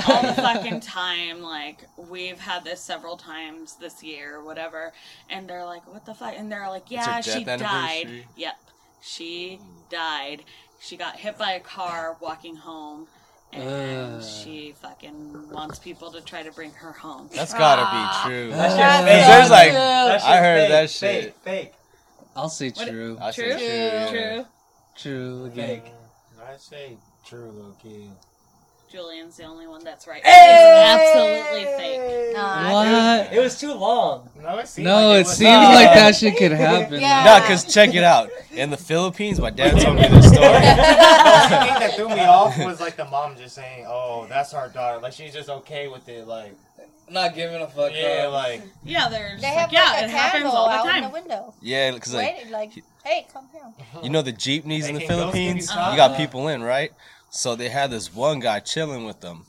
Speaker 1: this all the fucking time. Like we've had this several times this year, or whatever. And they're like, what the fuck? And they're like, yeah,
Speaker 4: her
Speaker 1: she
Speaker 4: death
Speaker 1: died.
Speaker 4: anniversary.
Speaker 1: Yep, she died. She got hit by a car walking home. And
Speaker 7: Ugh.
Speaker 1: she fucking wants people to try to bring her home.
Speaker 4: That's
Speaker 1: Ah.
Speaker 4: gotta be true.
Speaker 15: That's
Speaker 4: There's like,
Speaker 15: That
Speaker 4: I
Speaker 15: shit's
Speaker 4: heard
Speaker 15: fake,
Speaker 4: that shit.
Speaker 15: Fake, fake.
Speaker 7: I'll say
Speaker 1: What-
Speaker 7: true.
Speaker 4: I
Speaker 1: True,
Speaker 4: said yeah.
Speaker 1: true.
Speaker 7: True again.
Speaker 3: I say true, little kid.
Speaker 1: Julian's the only one that's right. It's absolutely fake.
Speaker 5: What?
Speaker 15: It was too long.
Speaker 3: No, it seems
Speaker 7: No, it seems
Speaker 4: not.
Speaker 7: like that shit could happen.
Speaker 6: Yeah.
Speaker 4: Nah, cause check it out. In the Philippines, my dad told me this story.
Speaker 3: the thing that threw me off was like the mom just saying, "Oh, that's our daughter." Like she's just okay with it. Like
Speaker 7: Not giving a fuck.
Speaker 3: yeah,
Speaker 7: uh,
Speaker 3: like
Speaker 1: Yeah, they're just
Speaker 6: They
Speaker 1: like,
Speaker 6: have
Speaker 1: yeah,
Speaker 6: like a
Speaker 1: it happens
Speaker 6: candle
Speaker 1: all
Speaker 6: out
Speaker 1: the
Speaker 6: in the
Speaker 1: time.
Speaker 6: window.
Speaker 4: Yeah, cause like
Speaker 6: Wait, like, hey, come here.
Speaker 4: you know the jeepneys in the
Speaker 3: Hey, can those
Speaker 4: Philippines,
Speaker 3: things
Speaker 4: you
Speaker 3: stop?
Speaker 4: got people in, right? So they had this one guy chilling with them.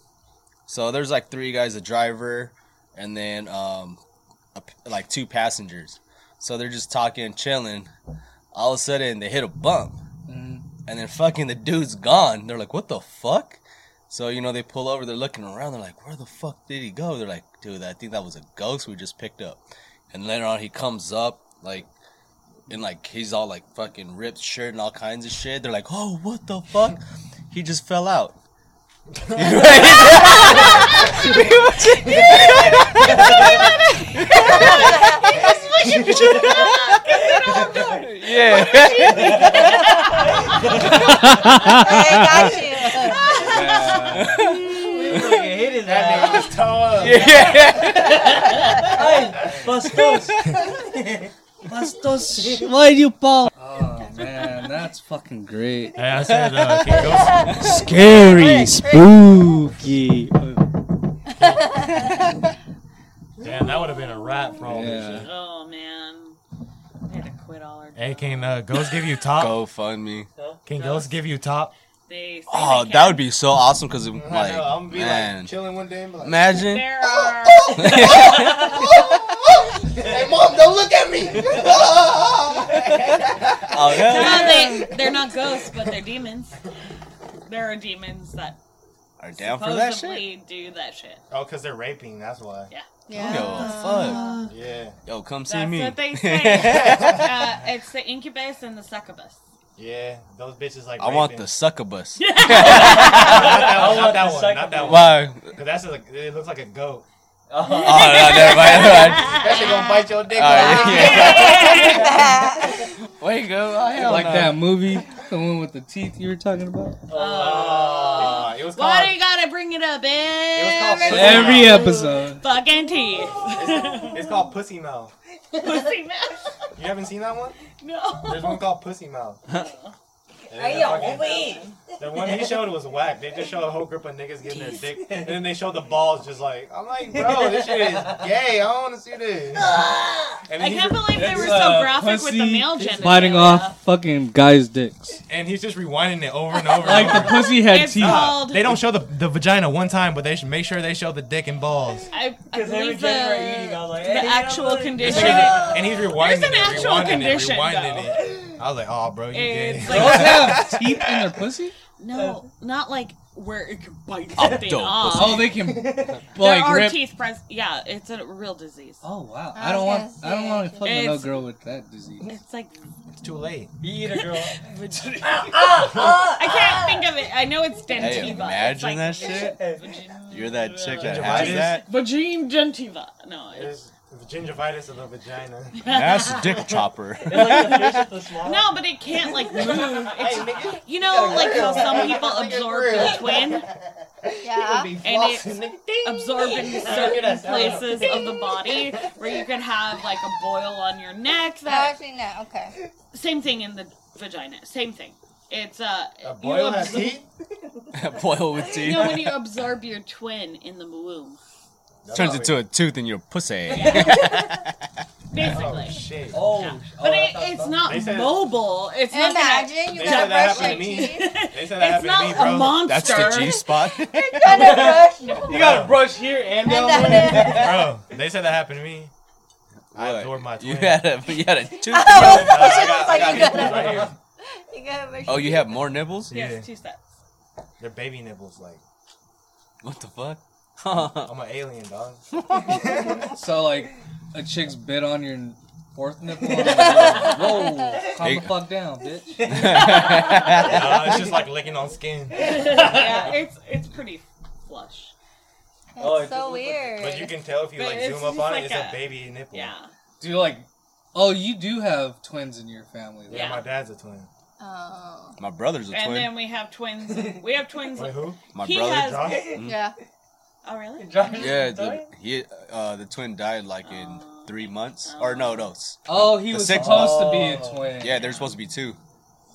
Speaker 4: So there's like three guys, a driver, and then um, a p like two passengers. So they're just talking and chilling. All of a sudden, they hit a bump,
Speaker 7: Mm.
Speaker 4: and then fucking the dude's gone. They're like, "What the fuck?" So you know they pull over. They're looking around. They're like, "Where the fuck did he go?" They're like, "Dude, I think that was a ghost we just picked up." And later on, he comes up like and like he's all like fucking ripped shirt and all kinds of shit. They're like, oh, what the fuck? He just fell out. yeah.
Speaker 6: Hey, got you.
Speaker 15: hit his ass.
Speaker 3: was tall.
Speaker 4: yeah.
Speaker 15: Hey, Bustos. Bustos.
Speaker 7: Why you fall? Oh man, that's fucking great.
Speaker 3: I said, uh, can ghosts,
Speaker 5: Scary, spooky.
Speaker 3: damn, that would have been a wrap for all this
Speaker 7: Yeah.
Speaker 3: shit.
Speaker 1: Oh man, we had to quit all our.
Speaker 3: Hey, can uh, ghosts give you top?
Speaker 4: Go fund me.
Speaker 3: Can ghosts give you top?
Speaker 1: They say
Speaker 4: Oh,
Speaker 1: they
Speaker 4: that
Speaker 1: can.
Speaker 4: would be so awesome because like,
Speaker 14: I know, I'm gonna be
Speaker 4: man,
Speaker 14: like chilling one day and be like,
Speaker 4: imagine.
Speaker 1: There are.
Speaker 14: hey mom, don't look at me.
Speaker 4: Oh, hell
Speaker 1: No,
Speaker 4: yeah.
Speaker 1: they they're not ghosts, but they're demons. There are demons that
Speaker 4: Are down for that shit?
Speaker 1: supposedly do that shit.
Speaker 3: Oh, cause they're raping. That's why.
Speaker 4: Yo, fuck.
Speaker 14: yeah,
Speaker 4: Yo, come see
Speaker 1: That's
Speaker 4: me.
Speaker 1: what they say. uh, it's the incubus and the succubus.
Speaker 3: yeah, those bitches like.
Speaker 4: I want
Speaker 3: raping.
Speaker 4: the succubus.
Speaker 3: Not that one. Not that one. Not that one.
Speaker 4: Why?
Speaker 3: Cause that's a, it looks like a goat.
Speaker 4: Oh, no, never mind. Never mind.
Speaker 14: that shit gonna bite your dick.
Speaker 4: All right, yeah.
Speaker 7: Way go!
Speaker 4: Oh,
Speaker 7: like that movie, the one with the teeth you were talking about.
Speaker 3: Uh, it was called.
Speaker 1: Why do you gotta bring it up
Speaker 3: was
Speaker 1: every
Speaker 3: called
Speaker 7: Every episode.
Speaker 1: fucking teeth?
Speaker 3: It's called Pussy Mouth.
Speaker 1: Pussy mouth.
Speaker 3: You haven't seen that one?
Speaker 1: No.
Speaker 3: There's one called Pussy Mouth.
Speaker 6: Hey,
Speaker 3: Hey,
Speaker 6: yo, wait.
Speaker 3: The one he showed was whack. They just showed a whole group of niggas getting their dick, and then they showed the balls just like, I'm like, bro, this shit is gay. I don't want to see this. And
Speaker 1: I
Speaker 3: he's,
Speaker 1: can't believe they were
Speaker 7: It's,
Speaker 1: so
Speaker 7: uh,
Speaker 1: graphic with the
Speaker 7: pussy
Speaker 1: male gender.
Speaker 7: biting off fucking guys' dicks.
Speaker 3: and he's just rewinding it over and over.
Speaker 7: Like the
Speaker 3: and over.
Speaker 7: pussy had
Speaker 1: It's
Speaker 7: teeth.
Speaker 1: called.
Speaker 3: They don't show the, the vagina one time, but they should make sure they show the dick and balls.
Speaker 1: I, I
Speaker 15: Because every
Speaker 1: believe
Speaker 15: gender I eat, I
Speaker 1: the,
Speaker 15: was like,
Speaker 1: the
Speaker 15: hey,
Speaker 1: actual
Speaker 15: I'm
Speaker 3: And
Speaker 1: condition.
Speaker 3: he's- and he's rewinding
Speaker 1: There's an
Speaker 3: it,
Speaker 1: actual
Speaker 3: rewinding
Speaker 1: condition,
Speaker 3: it, rewinding it. I was like, oh, bro, you gay.
Speaker 1: It's
Speaker 7: Girls
Speaker 1: like
Speaker 7: have teeth in their pussy?
Speaker 1: no, not like where it can bite something
Speaker 4: dope.
Speaker 1: off.
Speaker 7: Oh, they can
Speaker 1: there
Speaker 7: like
Speaker 1: are
Speaker 7: rip.
Speaker 1: teeth pres Yeah, it's a real disease.
Speaker 7: Oh wow!
Speaker 6: I
Speaker 7: I don't want.
Speaker 6: was
Speaker 7: I don't
Speaker 6: gonna
Speaker 7: want
Speaker 6: say.
Speaker 7: to fuck with no
Speaker 1: It's-
Speaker 7: girl with that disease.
Speaker 1: It's like
Speaker 3: It's too late.
Speaker 15: Eat a girl. Ah,
Speaker 1: I can't think of it. I know it's dentiva.
Speaker 4: Hey,
Speaker 1: It's
Speaker 4: imagine
Speaker 1: like,
Speaker 4: that shit. You're that chick that has
Speaker 3: Gingivitis?
Speaker 4: that.
Speaker 1: Vagine dentiva. No, it's,
Speaker 3: It's the gingivitis of the vagina.
Speaker 4: That's dick chopper.
Speaker 15: Like the fish with the small.
Speaker 1: no, but it can't like move.
Speaker 14: Hey, nigga,
Speaker 1: You know, like how some people
Speaker 14: Look at
Speaker 1: absorb
Speaker 14: real.
Speaker 1: the twin,
Speaker 6: Yeah.
Speaker 14: be
Speaker 1: and it's
Speaker 14: flossing, nigga.
Speaker 1: absorbed in certain places of the body where you could have like a boil on your neck. That
Speaker 6: Actually, no. Okay.
Speaker 1: same thing in the vagina. Same thing. It's uh,
Speaker 3: A
Speaker 1: you
Speaker 3: boil has
Speaker 1: absor-
Speaker 3: teeth?
Speaker 4: Boil with
Speaker 1: You
Speaker 4: teeth.
Speaker 1: know when you absorb your twin in the womb,
Speaker 3: Oh,
Speaker 4: Turns into a tooth in your pussy.
Speaker 1: basically.
Speaker 3: Oh, shit.
Speaker 15: Oh,
Speaker 1: Yeah.
Speaker 15: oh,
Speaker 1: But
Speaker 15: I
Speaker 1: it,
Speaker 15: thought
Speaker 1: it's
Speaker 15: so.
Speaker 1: not
Speaker 3: They said-
Speaker 1: mobile. It's not gonna,
Speaker 6: Imagine you
Speaker 3: They
Speaker 6: gotta
Speaker 3: said that
Speaker 6: brush your
Speaker 3: happened to me.
Speaker 6: teeth.
Speaker 3: They said that
Speaker 1: It's
Speaker 3: happened to
Speaker 1: not
Speaker 3: me, bro.
Speaker 1: a monster.
Speaker 4: That's the G spot.
Speaker 6: Gotta brush.
Speaker 15: You got a brush here and down
Speaker 6: And
Speaker 15: there.
Speaker 6: then,
Speaker 3: Bro, they said that happened to me. I
Speaker 4: What?
Speaker 3: absorbed my
Speaker 4: You
Speaker 3: twin.
Speaker 4: had a you had a tooth. in your-
Speaker 1: Oh!
Speaker 6: I was
Speaker 3: I got, I
Speaker 6: like,
Speaker 3: got
Speaker 6: you
Speaker 3: nipples
Speaker 6: gotta,
Speaker 3: right here.
Speaker 6: you gotta brush.
Speaker 4: Oh,
Speaker 6: your
Speaker 4: you have more nibbles?
Speaker 1: Yes,
Speaker 3: Yeah.
Speaker 1: two sets.
Speaker 3: They're baby nipples. Like
Speaker 4: What the fuck?
Speaker 3: I'm an alien, dog.
Speaker 7: So like, a chick's bit on your fourth nipple. and you're like, Whoa! Calm
Speaker 4: Hey.
Speaker 7: the fuck down, bitch.
Speaker 3: Nah, it's just like licking on skin.
Speaker 1: yeah, it's it's pretty flush.
Speaker 6: teeth.
Speaker 15: Oh,
Speaker 6: That's
Speaker 15: it
Speaker 6: so
Speaker 15: doesn't look like-
Speaker 6: weird.
Speaker 3: But you can tell if you
Speaker 1: But
Speaker 3: like
Speaker 1: it's
Speaker 3: zoom up
Speaker 1: just
Speaker 3: on it,
Speaker 1: like
Speaker 3: it's a,
Speaker 1: a-
Speaker 3: baby nipple.
Speaker 1: Yeah.
Speaker 7: Do you like? Oh, you do have twins in your family.
Speaker 3: Yeah,
Speaker 1: Yeah.
Speaker 3: my dad's a twin.
Speaker 6: Oh.
Speaker 4: My brother's a
Speaker 1: And
Speaker 4: twin.
Speaker 1: then we have twins. We have twins.
Speaker 3: Wait, who?
Speaker 4: My
Speaker 1: he
Speaker 4: brother.
Speaker 1: has-
Speaker 3: Josh?
Speaker 6: Yeah.
Speaker 1: Oh, really?
Speaker 4: Yeah, the, he uh, the twin died like in three months or no, no. s-
Speaker 7: Oh, he
Speaker 4: The
Speaker 7: was
Speaker 4: six
Speaker 7: supposed
Speaker 15: months.
Speaker 7: to be
Speaker 3: Oh.
Speaker 7: a twin.
Speaker 4: Yeah, there's supposed to be two.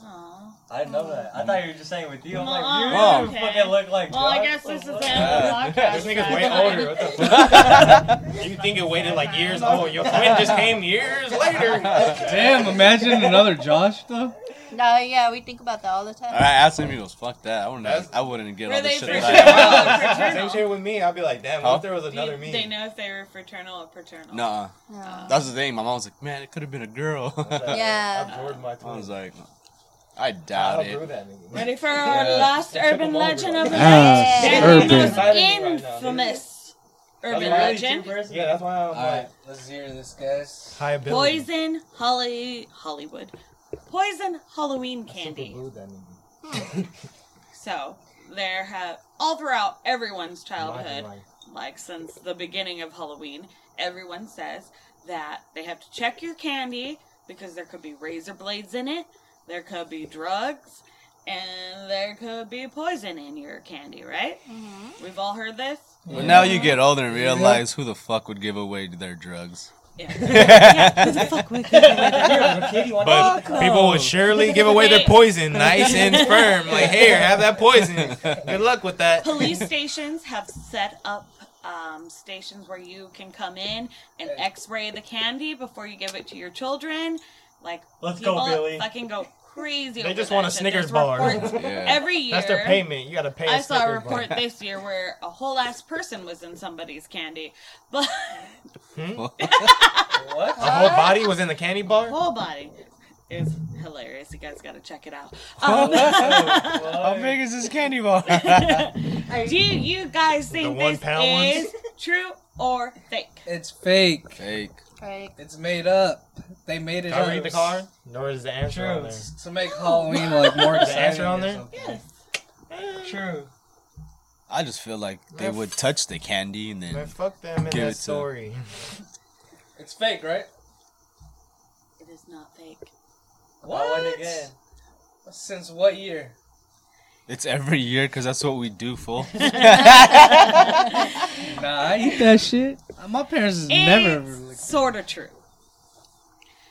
Speaker 1: Aw.
Speaker 15: I didn't know that. I thought you were just saying with you. I'm like, you
Speaker 1: Oh,
Speaker 15: don't
Speaker 1: okay.
Speaker 15: fucking look like
Speaker 1: Well, I
Speaker 15: Josh.
Speaker 1: guess this is the
Speaker 15: Like,
Speaker 1: end of the podcast.
Speaker 3: This nigga's way
Speaker 1: guys.
Speaker 3: older. What the fuck? you think it waited like years? Oh, your twin just came years later.
Speaker 7: Damn, imagine another Josh though.
Speaker 6: No, yeah, we think about that all the
Speaker 4: All
Speaker 6: time.
Speaker 4: right, ask him. He goes, "Fuck that. I wouldn't.
Speaker 3: That's-
Speaker 4: I wouldn't get
Speaker 1: Were
Speaker 4: all
Speaker 1: they
Speaker 4: this shit."
Speaker 1: fraternal
Speaker 4: that I
Speaker 1: or
Speaker 4: have."
Speaker 3: Same
Speaker 1: paternal?
Speaker 3: shit with me. I'd be like, damn. What
Speaker 4: Huh?
Speaker 3: if there was another
Speaker 1: Do
Speaker 3: me?
Speaker 1: you- They know if they were fraternal or paternal.
Speaker 4: Nuh-uh.
Speaker 6: No.
Speaker 4: That's the thing. My mom was like, "Man, it could have been a girl."
Speaker 3: I-
Speaker 6: Yeah.
Speaker 3: I adored my
Speaker 4: I was
Speaker 3: twin.
Speaker 4: like, "I
Speaker 3: I
Speaker 4: doubt
Speaker 3: outgrew
Speaker 4: it."
Speaker 3: that nigga.
Speaker 1: Ready for our last
Speaker 3: Took 'em
Speaker 1: urban
Speaker 3: over,
Speaker 1: legend
Speaker 3: like-
Speaker 1: of the night?
Speaker 5: Ah,
Speaker 6: Yeah.
Speaker 1: That
Speaker 5: urban.
Speaker 1: is the most infamous urban
Speaker 3: That's why-
Speaker 1: legend.
Speaker 3: Yeah, that's why I was like,
Speaker 7: let's hear this, guys.
Speaker 3: high ability.
Speaker 1: Poison Holly Hollywood. Poison Halloween candy.
Speaker 3: Superglued that nigga.
Speaker 1: So there have all throughout everyone's childhood,
Speaker 3: Life.
Speaker 1: like since the beginning of Halloween, everyone says that they have to check your candy because there could be razor blades in it, there could be drugs, and there could be poison in your candy, right? We've all heard this?
Speaker 4: But now you get older and realize who the fuck would give away their drugs.
Speaker 1: Yeah. yeah. Who the fuck would give away that?
Speaker 3: But people would surely give away their poison, nice and firm. Like, here, have that poison. Good luck with that.
Speaker 1: Police stations have set up um, stations where you can come in and X-ray the candy before you give it to your children. Like
Speaker 15: Let's go,
Speaker 1: people
Speaker 15: Billy.
Speaker 1: fucking go crazy.
Speaker 3: They
Speaker 1: over
Speaker 3: just
Speaker 1: that
Speaker 3: want a
Speaker 1: shit.
Speaker 3: Snickers
Speaker 1: There's
Speaker 3: bar.
Speaker 1: reports
Speaker 4: Yeah.
Speaker 1: Every year,
Speaker 3: That's their payment. You gotta pay.
Speaker 1: I
Speaker 3: I
Speaker 1: saw a report this year where a whole ass person was in somebody's candy, but
Speaker 3: The whole body was in the candy bar.
Speaker 1: whole body. It's hilarious. You guys got to check it out. Um,
Speaker 3: Oh,
Speaker 4: How big is this candy bar?
Speaker 1: do you guys think
Speaker 3: one
Speaker 1: this
Speaker 3: pound
Speaker 1: is true or fake?
Speaker 7: It's fake.
Speaker 4: Fake.
Speaker 6: Right.
Speaker 7: It's made up. They made it
Speaker 3: Can
Speaker 7: up.
Speaker 3: I read the card? Nor is the answer on there.
Speaker 7: It's to make Halloween like more
Speaker 3: Is the
Speaker 7: exciting.
Speaker 3: answer on
Speaker 7: or
Speaker 3: there?
Speaker 7: something.
Speaker 1: Yes.
Speaker 15: True.
Speaker 4: I just feel like they would touch the candy and
Speaker 3: Man,
Speaker 4: then
Speaker 3: fuck them in
Speaker 4: Give it
Speaker 3: that
Speaker 4: to-
Speaker 3: story.
Speaker 7: It's fake, right?
Speaker 1: It is not fake.
Speaker 15: Why wouldn't again?
Speaker 7: Since what year?
Speaker 4: it's every year because that's what we do, fool.
Speaker 7: Nah, I eat
Speaker 2: That shit.
Speaker 7: that. My parents has never. ever
Speaker 1: It's
Speaker 7: looked-
Speaker 1: sort of true.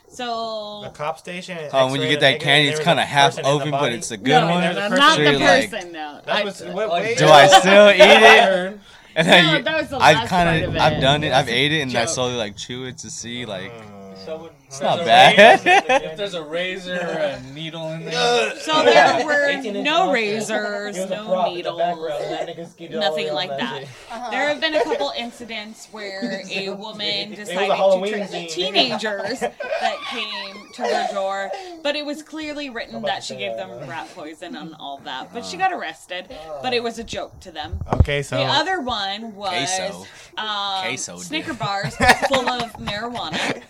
Speaker 3: The
Speaker 1: So
Speaker 3: cop station.
Speaker 4: Oh, when you get that candy, it's kind of half open, but it's a good
Speaker 3: No,
Speaker 4: one.
Speaker 3: there's
Speaker 1: not
Speaker 3: a person
Speaker 4: so
Speaker 1: the
Speaker 4: you're like,
Speaker 1: person though. I,
Speaker 3: That was what
Speaker 7: Like,
Speaker 3: way-
Speaker 4: Do I still eat it? And then
Speaker 1: No,
Speaker 4: you-
Speaker 1: that was the
Speaker 4: I've
Speaker 1: last
Speaker 4: kind
Speaker 1: part of
Speaker 4: of,
Speaker 1: it.
Speaker 4: I've done it. I've
Speaker 7: That's a
Speaker 4: ate it, and I
Speaker 7: joke.
Speaker 4: slowly like chew it to see, like,
Speaker 3: Mm.
Speaker 15: Someone,
Speaker 4: it's not
Speaker 7: a
Speaker 4: bad.
Speaker 7: If there's a razor or a needle in there.
Speaker 1: so there were
Speaker 15: 18 inch
Speaker 1: no
Speaker 15: monster.
Speaker 1: razors, no needles. nothing like that.
Speaker 6: Uh-huh.
Speaker 1: There have been a couple incidents where a woman decided to
Speaker 3: Halloween
Speaker 1: trick
Speaker 3: theme.
Speaker 1: teenagers that came to her door, but it was clearly written that Uh-huh. she gave them rat poison and all that. But she got arrested, but it was a joke to them.
Speaker 3: Okay, so
Speaker 1: The other one was
Speaker 4: Queso.
Speaker 1: um,
Speaker 4: Queso, dude.
Speaker 1: Snicker bars full of marijuana.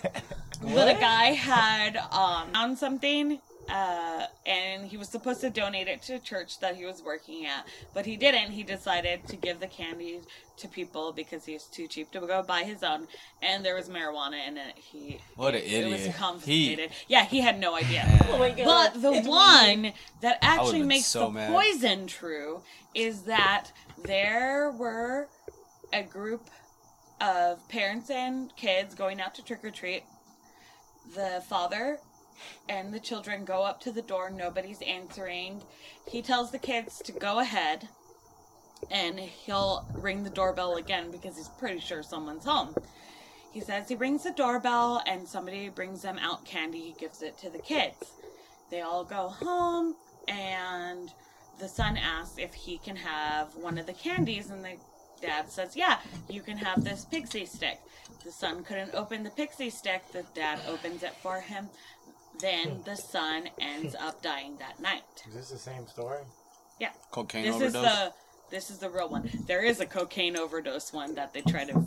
Speaker 1: But a guy had um, found something, uh, and he was supposed to donate it to a church that he was working at, but he didn't. He decided to give the candy to people because he was too cheap to go buy his own, and there was marijuana in it. He
Speaker 4: What an
Speaker 1: it was
Speaker 4: idiot. He,
Speaker 1: confiscated. Yeah, he had no idea. But the one that actually
Speaker 4: been
Speaker 1: makes
Speaker 4: so
Speaker 1: the
Speaker 4: mad.
Speaker 1: poison true is that there were a group of parents and kids going out to trick or treat. The father and the children go up to the door, nobody's answering. He tells the kids to go ahead and he'll ring the doorbell again because he's pretty sure someone's home. He says he rings the doorbell and somebody brings them out candy. He gives it to the kids. They all go home and the son asks if he can have one of the candies and the dad says, "Yeah, you can have this pixie stick." The son couldn't open the pixie stick. The dad opens it for him. Then the son ends up dying that night.
Speaker 3: Is this the same story?
Speaker 4: cocaine
Speaker 1: This is
Speaker 4: overdose.
Speaker 1: the this is the real one. There is a cocaine overdose one that they try to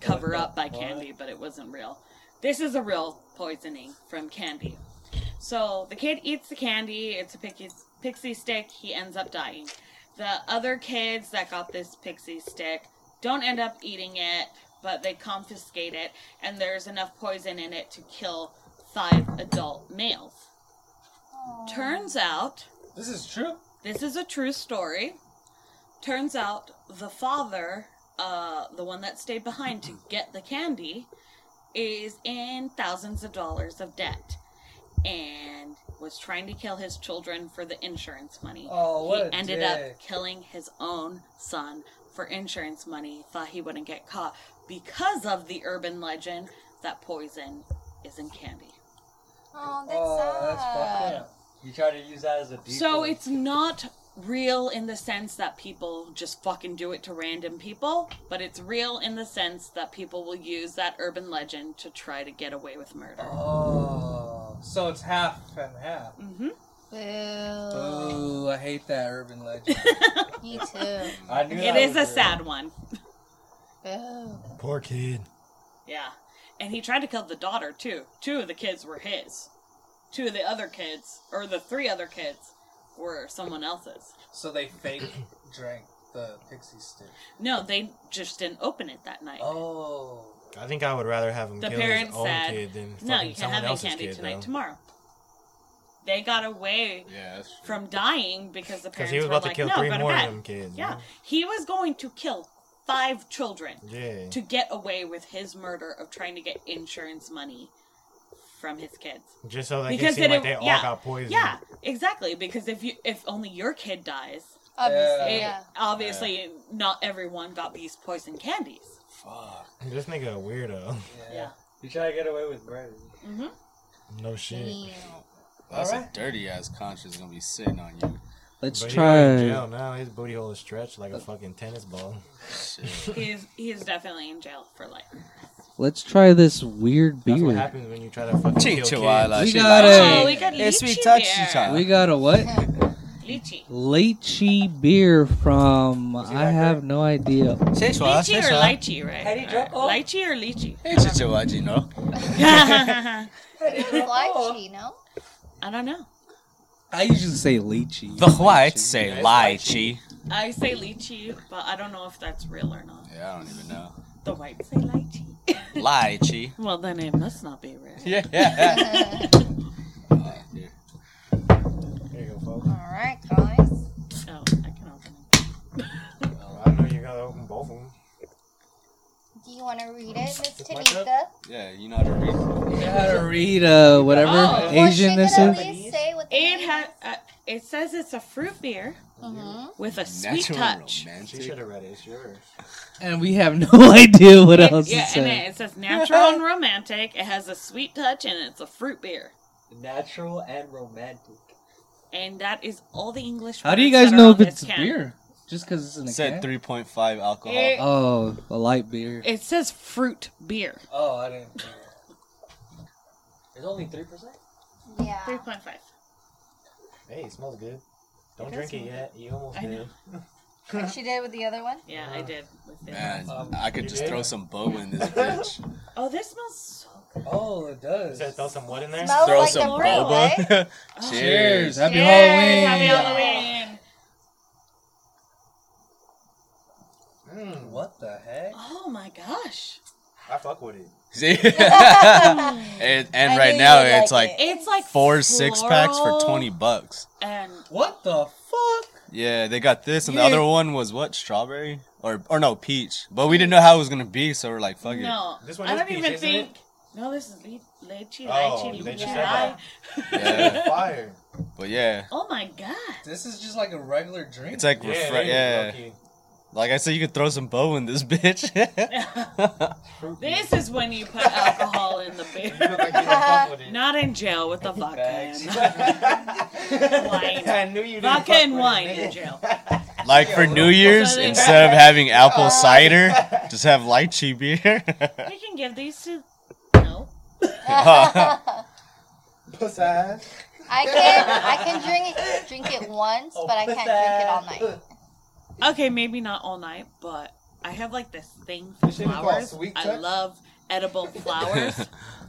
Speaker 1: cover up by candy, but it wasn't real. This is a real poisoning from candy. So the kid eats the candy. It's a pixie, pixie stick. He ends up dying. The other kids that got this pixie stick don't end up eating it, but they confiscate it, and there's enough poison in it to kill five adult males. Turns out,
Speaker 14: This is true.
Speaker 1: this is a true story. Turns out the father, uh, the one that stayed behind to get the candy, is in thousands of dollars of debt and was trying to kill his children for the insurance money.
Speaker 15: Oh, what
Speaker 1: he
Speaker 15: a
Speaker 1: ended
Speaker 15: dick.
Speaker 1: up killing his own son for insurance money, thought he wouldn't get caught because of the urban legend that poison is in candy.
Speaker 6: Oh, that's
Speaker 15: Oh, that's
Speaker 6: sad.
Speaker 15: fucked up. You try to use that as a decoy.
Speaker 1: So it's not real in the sense that people just fucking do it to random people, but it's real in the sense that people will use that urban legend to try to get away with murder.
Speaker 15: Oh, so it's half and half.
Speaker 1: hmm
Speaker 6: Boo.
Speaker 7: Oh, I hate that urban legend.
Speaker 6: Me too.
Speaker 15: I knew
Speaker 1: It
Speaker 15: that
Speaker 1: is
Speaker 15: was
Speaker 1: a
Speaker 15: real.
Speaker 1: sad one.
Speaker 6: Boo.
Speaker 3: Poor kid.
Speaker 1: Yeah. And he tried to kill the daughter too. Two of the kids were his. Two of the other kids, or the three other kids, were someone else's.
Speaker 7: so they fake drank the pixie stick.
Speaker 1: No, they just didn't open it that night.
Speaker 7: Oh,
Speaker 3: I think I would rather have him
Speaker 1: The
Speaker 3: kill
Speaker 1: parents
Speaker 3: his own
Speaker 1: said,
Speaker 3: kid than fucking
Speaker 1: no, you can't
Speaker 3: someone
Speaker 1: have any
Speaker 3: else's
Speaker 1: candy
Speaker 3: kid,
Speaker 1: tonight,
Speaker 3: though.
Speaker 1: tomorrow. They got away
Speaker 4: Yeah, that's true.
Speaker 1: from dying because the parents
Speaker 3: Because he was
Speaker 1: were
Speaker 3: about
Speaker 1: like,
Speaker 3: to kill
Speaker 1: no,
Speaker 3: three
Speaker 1: go to
Speaker 3: more of
Speaker 1: bed.
Speaker 3: them kids.
Speaker 1: Yeah, he was going to kill five children
Speaker 3: Yeah.
Speaker 1: to get away with his murder of trying to get insurance money from his kids.
Speaker 3: Just so that it
Speaker 1: Because
Speaker 3: seemed
Speaker 1: they
Speaker 3: like they
Speaker 1: didn't-
Speaker 3: all
Speaker 1: yeah,
Speaker 3: got poisoned.
Speaker 1: Yeah, exactly. Because if you if only your kid dies,
Speaker 6: Obviously,
Speaker 1: it-
Speaker 6: yeah.
Speaker 1: obviously not everyone got these poison candies.
Speaker 4: Fuck.
Speaker 3: This nigga a weirdo.
Speaker 1: Yeah.
Speaker 15: You try to get away with murder.
Speaker 1: hmm
Speaker 3: No shit.
Speaker 6: Damn.
Speaker 4: That's
Speaker 15: Alright.
Speaker 4: a dirty ass conscience gonna be sitting on you.
Speaker 5: Let's
Speaker 3: But he already in
Speaker 5: try.
Speaker 3: jail now. His booty hole is stretched like a fucking tennis ball.
Speaker 4: Shit.
Speaker 1: He is he is definitely in jail for life.
Speaker 5: Let's try this weird
Speaker 3: That's what
Speaker 5: beer.
Speaker 3: happens when you try to fucking kill kids.
Speaker 4: Chihuahua.
Speaker 5: We
Speaker 4: she
Speaker 5: got
Speaker 4: likes
Speaker 5: it.
Speaker 1: Oh,
Speaker 4: it.
Speaker 1: we got
Speaker 4: Yes, we
Speaker 1: lychee
Speaker 4: touch
Speaker 1: beer.
Speaker 4: each other.
Speaker 5: We got a what?
Speaker 1: Lychee.
Speaker 5: Lychee beer from I have no idea.
Speaker 4: Chihuahua,
Speaker 1: Lychee or
Speaker 4: Chihuahua.
Speaker 1: lychee, right?
Speaker 15: How do you drink all-
Speaker 1: lychee or lychee?
Speaker 4: Hey, Chihuahua, you know.
Speaker 1: I
Speaker 6: It was lychee, no?
Speaker 1: don't know.
Speaker 5: I usually say lychee.
Speaker 4: The whites say lychee.
Speaker 1: I say lychee, but I don't know if that's real or not.
Speaker 4: Yeah, I don't even know.
Speaker 1: The whites say lychee.
Speaker 4: Lychee.
Speaker 1: Well, then it must not be real.
Speaker 4: Yeah, yeah.
Speaker 3: There you go, folks.
Speaker 6: All right, guys.
Speaker 1: Oh, I can open it.
Speaker 3: I know you're gonna open both of them.
Speaker 6: Do you want to read it, Miss
Speaker 3: my
Speaker 6: Tanika?
Speaker 4: Yeah, you know how to read.
Speaker 5: You gotta read uh whatever
Speaker 1: Oh.
Speaker 6: well,
Speaker 5: Asian this
Speaker 6: she could
Speaker 5: is.
Speaker 6: at least say what the
Speaker 1: It
Speaker 6: name
Speaker 1: has. Uh, it says it's a fruit beer
Speaker 6: Mhm.
Speaker 1: with a sweet
Speaker 4: Natural
Speaker 1: touch.
Speaker 3: She should
Speaker 4: romantic.
Speaker 3: have read it. It's yours.
Speaker 5: And we have no idea what
Speaker 1: It-
Speaker 5: else
Speaker 1: yeah,
Speaker 5: to
Speaker 1: and
Speaker 5: say.
Speaker 1: it, it says natural and romantic. It has a sweet touch, and it's a fruit beer.
Speaker 15: Natural and romantic.
Speaker 1: And that is all the English.
Speaker 5: How do you
Speaker 1: words
Speaker 5: guys
Speaker 1: that are
Speaker 5: know
Speaker 1: on
Speaker 5: if
Speaker 1: this
Speaker 5: it's
Speaker 1: can.
Speaker 5: beer? Just because it's in a
Speaker 4: Said
Speaker 5: can?
Speaker 4: 3.5 alcohol.
Speaker 1: It,
Speaker 5: Oh, a light beer.
Speaker 1: it says fruit beer.
Speaker 15: Oh, I didn't. do that. It's only three percent.
Speaker 1: Three
Speaker 6: Yeah.
Speaker 1: point five.
Speaker 3: Hey, it smells good. Don't
Speaker 1: It does
Speaker 3: drink it
Speaker 1: smell
Speaker 3: yet. You almost
Speaker 1: I know.
Speaker 3: did.
Speaker 6: What she did with the other one?
Speaker 1: Yeah, I did. With it.
Speaker 4: Ah, Man,
Speaker 15: Um,
Speaker 4: I could
Speaker 3: you
Speaker 4: just
Speaker 3: did?
Speaker 4: throw some boba in this bitch.
Speaker 1: Oh, this smells so good.
Speaker 15: Oh, it does.
Speaker 3: Said throw some what in there?
Speaker 6: Smells
Speaker 4: Throw
Speaker 6: Oh, like
Speaker 4: some
Speaker 6: the fruit, right?
Speaker 4: boba.
Speaker 1: Oh.
Speaker 4: Cheers.
Speaker 7: Happy
Speaker 1: Cheers,
Speaker 7: Halloween.
Speaker 1: Happy Halloween.
Speaker 3: Mm,
Speaker 15: What the heck?
Speaker 1: Oh my gosh.
Speaker 3: I fuck with it.
Speaker 4: See? and and
Speaker 6: I
Speaker 4: right
Speaker 6: knew
Speaker 4: now
Speaker 6: you would
Speaker 4: it's
Speaker 6: like
Speaker 4: like
Speaker 6: it.
Speaker 1: It's like
Speaker 4: four six packs for
Speaker 1: floral
Speaker 4: 20 bucks.
Speaker 1: And
Speaker 15: What the fuck?
Speaker 4: Yeah, they got this, and
Speaker 15: You
Speaker 4: the other
Speaker 15: didn't-
Speaker 4: one was what? Strawberry? Or or no, peach. But we didn't know how it was going to be, so we're like, fuck
Speaker 1: no,
Speaker 3: This one
Speaker 1: I
Speaker 3: is
Speaker 1: don't
Speaker 3: peach,
Speaker 1: even
Speaker 3: isn't it?
Speaker 1: think. No, this is le- lychee,
Speaker 3: Oh,
Speaker 1: lychee,
Speaker 3: they
Speaker 1: lychee.
Speaker 3: just said that.
Speaker 4: it. Yeah.
Speaker 3: Fire.
Speaker 4: but yeah,
Speaker 1: Oh my god.
Speaker 7: This is just like a regular drink.
Speaker 4: it's like,
Speaker 3: Yeah,
Speaker 4: refre-
Speaker 3: there you go,
Speaker 4: yeah.
Speaker 3: kid.
Speaker 4: Like I said, you could throw some bow in this bitch.
Speaker 1: This is when you put alcohol in the
Speaker 3: You look
Speaker 1: beer.
Speaker 3: like you don't fuck with it.
Speaker 1: Not in jail with the vodka.
Speaker 15: Bags.
Speaker 1: and Wine.
Speaker 3: I knew you didn't
Speaker 1: Vodka
Speaker 3: fuck
Speaker 1: and
Speaker 3: with it,
Speaker 1: wine
Speaker 3: nigga.
Speaker 1: in jail.
Speaker 4: like for New Year's,
Speaker 1: So they-
Speaker 4: instead of having
Speaker 6: Oh.
Speaker 4: apple cider, just have lychee beer.
Speaker 1: We can give these to. No.
Speaker 14: Puss ass.
Speaker 6: I can I can drink it drink it once, but I can't drink it all
Speaker 14: Oh,
Speaker 6: night.
Speaker 1: Okay, maybe not all night, but I have like this thing for
Speaker 14: This shit is called
Speaker 1: flowers.
Speaker 14: Sweet
Speaker 1: I
Speaker 14: Touch?
Speaker 1: love edible flowers,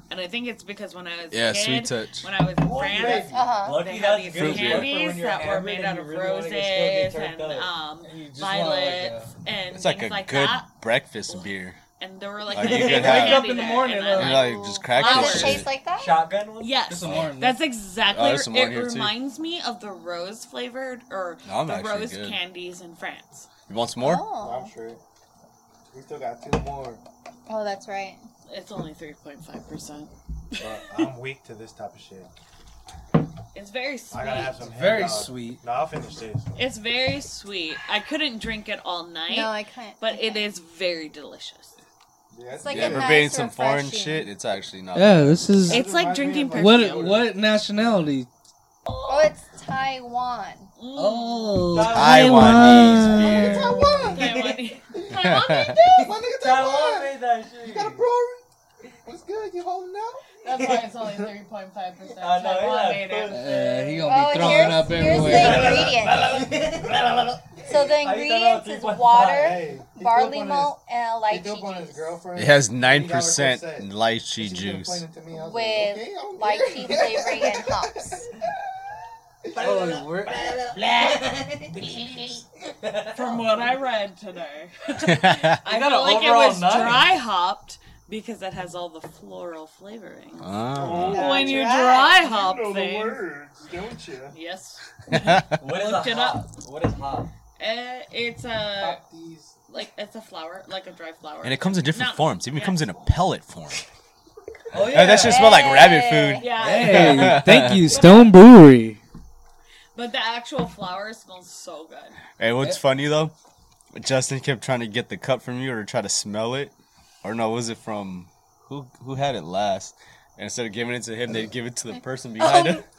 Speaker 1: and I think it's because when I was
Speaker 4: yeah,
Speaker 1: a kid,
Speaker 4: sweet touch.
Speaker 1: when I was in France,
Speaker 14: baby.
Speaker 6: Uh huh.
Speaker 1: they
Speaker 15: Lucky
Speaker 1: had
Speaker 15: that's
Speaker 1: these
Speaker 15: good
Speaker 4: Fruit beer.
Speaker 1: candies that were made out of roses and
Speaker 15: um,
Speaker 1: um,
Speaker 7: You just want, like,
Speaker 1: violets and
Speaker 4: It's
Speaker 1: things
Speaker 4: like
Speaker 1: like,
Speaker 4: a good
Speaker 1: that.
Speaker 4: breakfast beer.
Speaker 1: and they were like,
Speaker 4: Like,
Speaker 1: they
Speaker 4: you could
Speaker 1: were
Speaker 4: have-
Speaker 1: standing
Speaker 4: Wake up
Speaker 1: there,
Speaker 7: in the morning,
Speaker 1: and I'm
Speaker 4: You
Speaker 1: like,
Speaker 4: like just crack
Speaker 6: Does
Speaker 4: this
Speaker 6: it
Speaker 1: flowers.
Speaker 4: shit.
Speaker 6: taste like that?
Speaker 15: Shotgun
Speaker 7: "Oh,
Speaker 15: one?
Speaker 1: Yes,
Speaker 7: some more in there.
Speaker 1: that's exactly.
Speaker 4: Oh, there's some more
Speaker 1: it
Speaker 4: here, too.
Speaker 1: reminds me of the rose flavored or
Speaker 4: I'm
Speaker 1: the
Speaker 4: actually
Speaker 1: rose
Speaker 4: good.
Speaker 1: candies in France.
Speaker 4: You want some more?
Speaker 1: um,
Speaker 6: Oh.
Speaker 14: I'm sure. We still got two more.
Speaker 6: oh, that's right.
Speaker 1: It's only three point five percent.
Speaker 3: But I'm weak to this type of shit.
Speaker 1: It's very sweet.
Speaker 3: I gotta have some.
Speaker 7: Very
Speaker 3: hang dog.
Speaker 7: sweet.
Speaker 3: No, I'll finish this.
Speaker 1: It's very sweet. I couldn't drink it all night,
Speaker 6: No, I can't.
Speaker 1: but it is very delicious.
Speaker 14: Yeah,
Speaker 6: It's like
Speaker 4: Yeah,
Speaker 6: a
Speaker 4: we're
Speaker 6: nice,
Speaker 4: baiting some foreign
Speaker 6: refreshing-
Speaker 4: shit. It's actually not.
Speaker 7: Yeah, this is
Speaker 1: It's like drinking perfume.
Speaker 7: what what nationality?
Speaker 6: Oh, it's Taiwan.
Speaker 1: Mm.
Speaker 6: Oh,
Speaker 7: Oh,
Speaker 4: Taiwanese beer.
Speaker 14: Taiwan!
Speaker 1: Taiwanese.
Speaker 14: My nigga
Speaker 15: Taiwan
Speaker 14: Taiwan!
Speaker 15: made that shit.
Speaker 14: You got a brewery? What's good? You holding out?
Speaker 1: That's why it's only three point five percent.
Speaker 15: I know, yeah, but-
Speaker 7: Uh, he
Speaker 6: Oh,
Speaker 7: gonna be throwing
Speaker 6: here's,
Speaker 7: up
Speaker 6: here's
Speaker 7: everywhere.
Speaker 6: the ingredients. So the
Speaker 15: I eat that
Speaker 6: ingredients
Speaker 15: all
Speaker 6: is
Speaker 15: three
Speaker 6: water,
Speaker 14: Hey, he
Speaker 6: barley
Speaker 14: dope on
Speaker 6: malt, and
Speaker 14: his- He dope on
Speaker 6: lychee
Speaker 14: his
Speaker 6: juice.
Speaker 14: girlfriend.
Speaker 4: It has nine percent
Speaker 14: $9%
Speaker 4: lychee
Speaker 14: She was
Speaker 4: juice.
Speaker 14: explaining to me, I was like, okay,
Speaker 6: With
Speaker 14: I don't
Speaker 6: lychee
Speaker 14: care.
Speaker 6: flavoring and hops.
Speaker 15: Oh, we're-
Speaker 1: From what I read today, I
Speaker 4: oh,
Speaker 15: got
Speaker 1: feel
Speaker 15: an
Speaker 1: like it
Speaker 15: overall
Speaker 1: was
Speaker 15: nine.
Speaker 1: dry hopped because it has all the floral flavorings.
Speaker 4: Uh,
Speaker 1: when you
Speaker 6: That's
Speaker 1: dry
Speaker 6: right.
Speaker 1: hop
Speaker 14: You know the
Speaker 1: things,
Speaker 14: words, don't you?
Speaker 1: yes,
Speaker 15: What is
Speaker 1: Looked
Speaker 15: a
Speaker 1: it
Speaker 15: hop? What is hop?
Speaker 1: uh, it's a
Speaker 14: Pop these.
Speaker 1: like it's a flower, like a dry flower.
Speaker 4: and it comes in different
Speaker 1: No.
Speaker 4: forms. It even
Speaker 1: Yeah.
Speaker 4: comes in a pellet form.
Speaker 15: Oh
Speaker 4: That- That should smell like rabbit
Speaker 6: Hey.
Speaker 4: food.
Speaker 1: Yeah,
Speaker 7: Hey, thank you, Stone Brewery.
Speaker 1: but the actual flower smells so good.
Speaker 4: Hey, what's funny though? Justin kept trying to get the cup from you or try to smell it, or no, was it from who? Who had it last? And instead of giving it to him, they'd give it to the person
Speaker 6: Oh.
Speaker 4: behind him.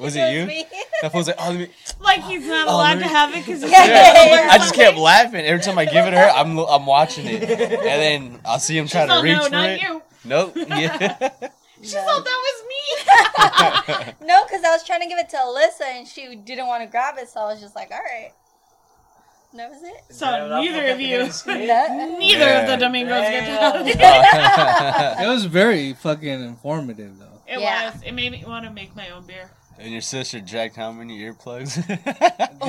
Speaker 4: Was it you?
Speaker 6: me.
Speaker 4: That fool's like, oh, let me.
Speaker 1: Like he's not allowed
Speaker 4: let
Speaker 1: to
Speaker 4: me-
Speaker 1: have it because
Speaker 6: Yeah.
Speaker 4: Oh, Yeah. I just kept laughing every time I give it to her. I'm I'm watching it, and then I'll see him trying to
Speaker 1: oh,
Speaker 4: reach
Speaker 1: no,
Speaker 4: for
Speaker 1: not
Speaker 4: it.
Speaker 1: you.
Speaker 4: Nope. Yeah.
Speaker 1: She
Speaker 6: No.
Speaker 1: thought that was me.
Speaker 6: No, because I was trying to give it to Alyssa and she didn't want to grab it, so I was just like, all right. And That was it.
Speaker 1: so neither of you,
Speaker 6: No.
Speaker 1: neither
Speaker 4: Yeah.
Speaker 1: of the Domingos get to have it.
Speaker 7: It was very fucking informative, though.
Speaker 1: It
Speaker 6: Yeah.
Speaker 1: was. It made me want to make my own beer.
Speaker 4: and your sister jacked how many earplugs?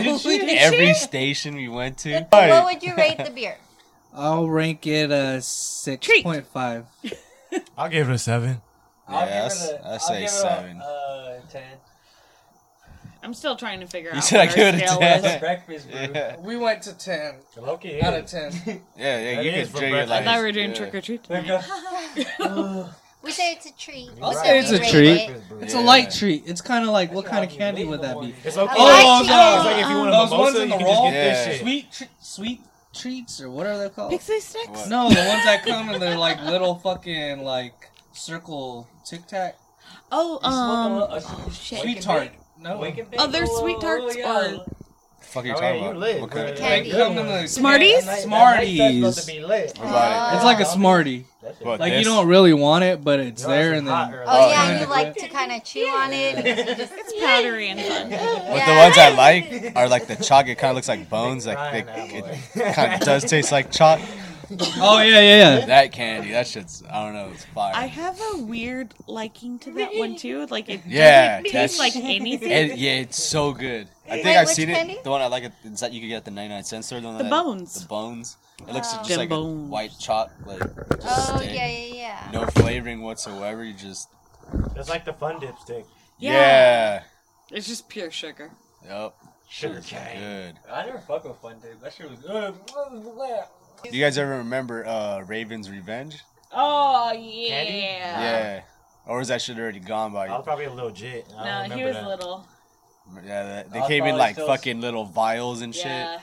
Speaker 6: Did she?
Speaker 4: Every station we went to.
Speaker 6: What would you rate the beer?
Speaker 7: I'll rank it a six point five.
Speaker 3: I'll give it a seven.
Speaker 15: I'll
Speaker 4: Yeah,
Speaker 15: give it
Speaker 4: I s-
Speaker 15: a-
Speaker 4: I
Speaker 15: I'll
Speaker 4: say
Speaker 15: give it a,
Speaker 4: seven.
Speaker 15: uh, ten.
Speaker 1: I'm still trying to figure
Speaker 4: You
Speaker 1: out.
Speaker 4: said
Speaker 1: what
Speaker 4: I
Speaker 1: our
Speaker 4: give it a
Speaker 1: scale
Speaker 4: 10.
Speaker 1: was.
Speaker 15: That's breakfast brew.
Speaker 4: Yeah,
Speaker 7: We went to ten
Speaker 15: Loki
Speaker 7: out of
Speaker 15: is.
Speaker 7: ten.
Speaker 4: yeah, yeah
Speaker 3: That
Speaker 4: you
Speaker 3: is
Speaker 4: could
Speaker 3: for
Speaker 4: drink it
Speaker 3: breakfast.
Speaker 1: I
Speaker 4: like.
Speaker 1: thought we were doing
Speaker 4: yeah.
Speaker 1: trick or treat.
Speaker 15: There
Speaker 1: tonight.
Speaker 15: goes- Ugh.
Speaker 6: We say it's a treat. We
Speaker 15: I'll
Speaker 6: said
Speaker 15: say
Speaker 6: we
Speaker 7: it's a
Speaker 6: rate
Speaker 7: treat.
Speaker 6: it.
Speaker 7: It's a light treat. It's kind of like what kind of candy would that be?
Speaker 3: It's okay.
Speaker 7: Oh,
Speaker 6: Lychee.
Speaker 3: it's like if you want a
Speaker 7: Those
Speaker 3: mimosa,
Speaker 7: ones in
Speaker 3: you
Speaker 7: the
Speaker 3: can just
Speaker 7: roll?
Speaker 3: get this
Speaker 4: Yeah.
Speaker 3: shit.
Speaker 7: Sweet, tr- sweet treats or what are they called?
Speaker 1: Pixie sticks.
Speaker 4: What?
Speaker 7: No, the ones that come and they're like little fucking like circle tic tac
Speaker 1: Oh, um.
Speaker 15: You smoke a- a-
Speaker 1: Oh shit.
Speaker 7: sweet tart. No,
Speaker 15: Wake and bake.
Speaker 1: Oh, they're sweet
Speaker 15: Oh,
Speaker 1: tarts
Speaker 15: yeah.
Speaker 1: or-
Speaker 4: Fuck are you
Speaker 14: Oh,
Speaker 4: talking
Speaker 14: yeah, you
Speaker 4: about?
Speaker 14: lit.
Speaker 4: What kind of-
Speaker 14: Good.
Speaker 6: Candy.
Speaker 7: They come in the-
Speaker 1: Smarties?
Speaker 7: It's
Speaker 15: That's supposed to
Speaker 7: Smarties.
Speaker 15: be lit.
Speaker 4: What about
Speaker 7: It's like a smartie.
Speaker 15: That's it.
Speaker 4: What?
Speaker 7: Like
Speaker 4: this?
Speaker 7: you don't really want it, but it's there and
Speaker 14: hot
Speaker 7: then.
Speaker 14: early.
Speaker 6: Oh,
Speaker 4: Oh,
Speaker 6: yeah,
Speaker 7: yeah.
Speaker 6: you like to kind of chew on it. because you just-
Speaker 1: It's powdery and fun.
Speaker 4: But the
Speaker 6: Yeah.
Speaker 4: ones I like are like the chalk. It kind of looks like bones. Like they, it kind of does taste like chalk.
Speaker 7: Oh yeah, yeah, yeah.
Speaker 4: That candy, that shit's. I don't know. It's fire.
Speaker 1: I have a weird liking to that one too. Like it
Speaker 4: Yeah,
Speaker 1: doesn't
Speaker 4: that's-
Speaker 1: taste like anything.
Speaker 4: And, yeah, it's so good. I think
Speaker 6: Wait,
Speaker 4: I've
Speaker 6: which
Speaker 4: seen
Speaker 6: candy?
Speaker 4: it. The one I like is that you could get at the 99 cent store. The, one
Speaker 1: The
Speaker 4: that-
Speaker 1: bones.
Speaker 4: The bones. It looks
Speaker 6: Wow.
Speaker 4: just
Speaker 1: Them
Speaker 4: like a
Speaker 1: bones.
Speaker 4: white chocolate. Just
Speaker 6: Oh,
Speaker 4: stick.
Speaker 6: yeah, yeah, yeah.
Speaker 4: No flavoring whatsoever. You just.
Speaker 14: It's like the fun dipstick.
Speaker 1: Yeah.
Speaker 4: Yeah.
Speaker 1: It's just pure sugar.
Speaker 4: Yep.
Speaker 14: Sugar
Speaker 4: It's Good.
Speaker 15: I never fuck with Fun Dip. That shit was good.
Speaker 4: Do you guys ever remember uh, Raven's Revenge?
Speaker 1: Oh
Speaker 14: yeah.
Speaker 4: yeah. Or is that shit already gone by?
Speaker 14: I was probably a little jit. I don't
Speaker 1: No,
Speaker 14: remember
Speaker 1: he was
Speaker 14: that.
Speaker 1: little.
Speaker 4: Yeah, that- they
Speaker 15: I
Speaker 4: came in
Speaker 15: probably
Speaker 4: like
Speaker 15: still-
Speaker 4: fucking little vials and shit.
Speaker 1: Yeah.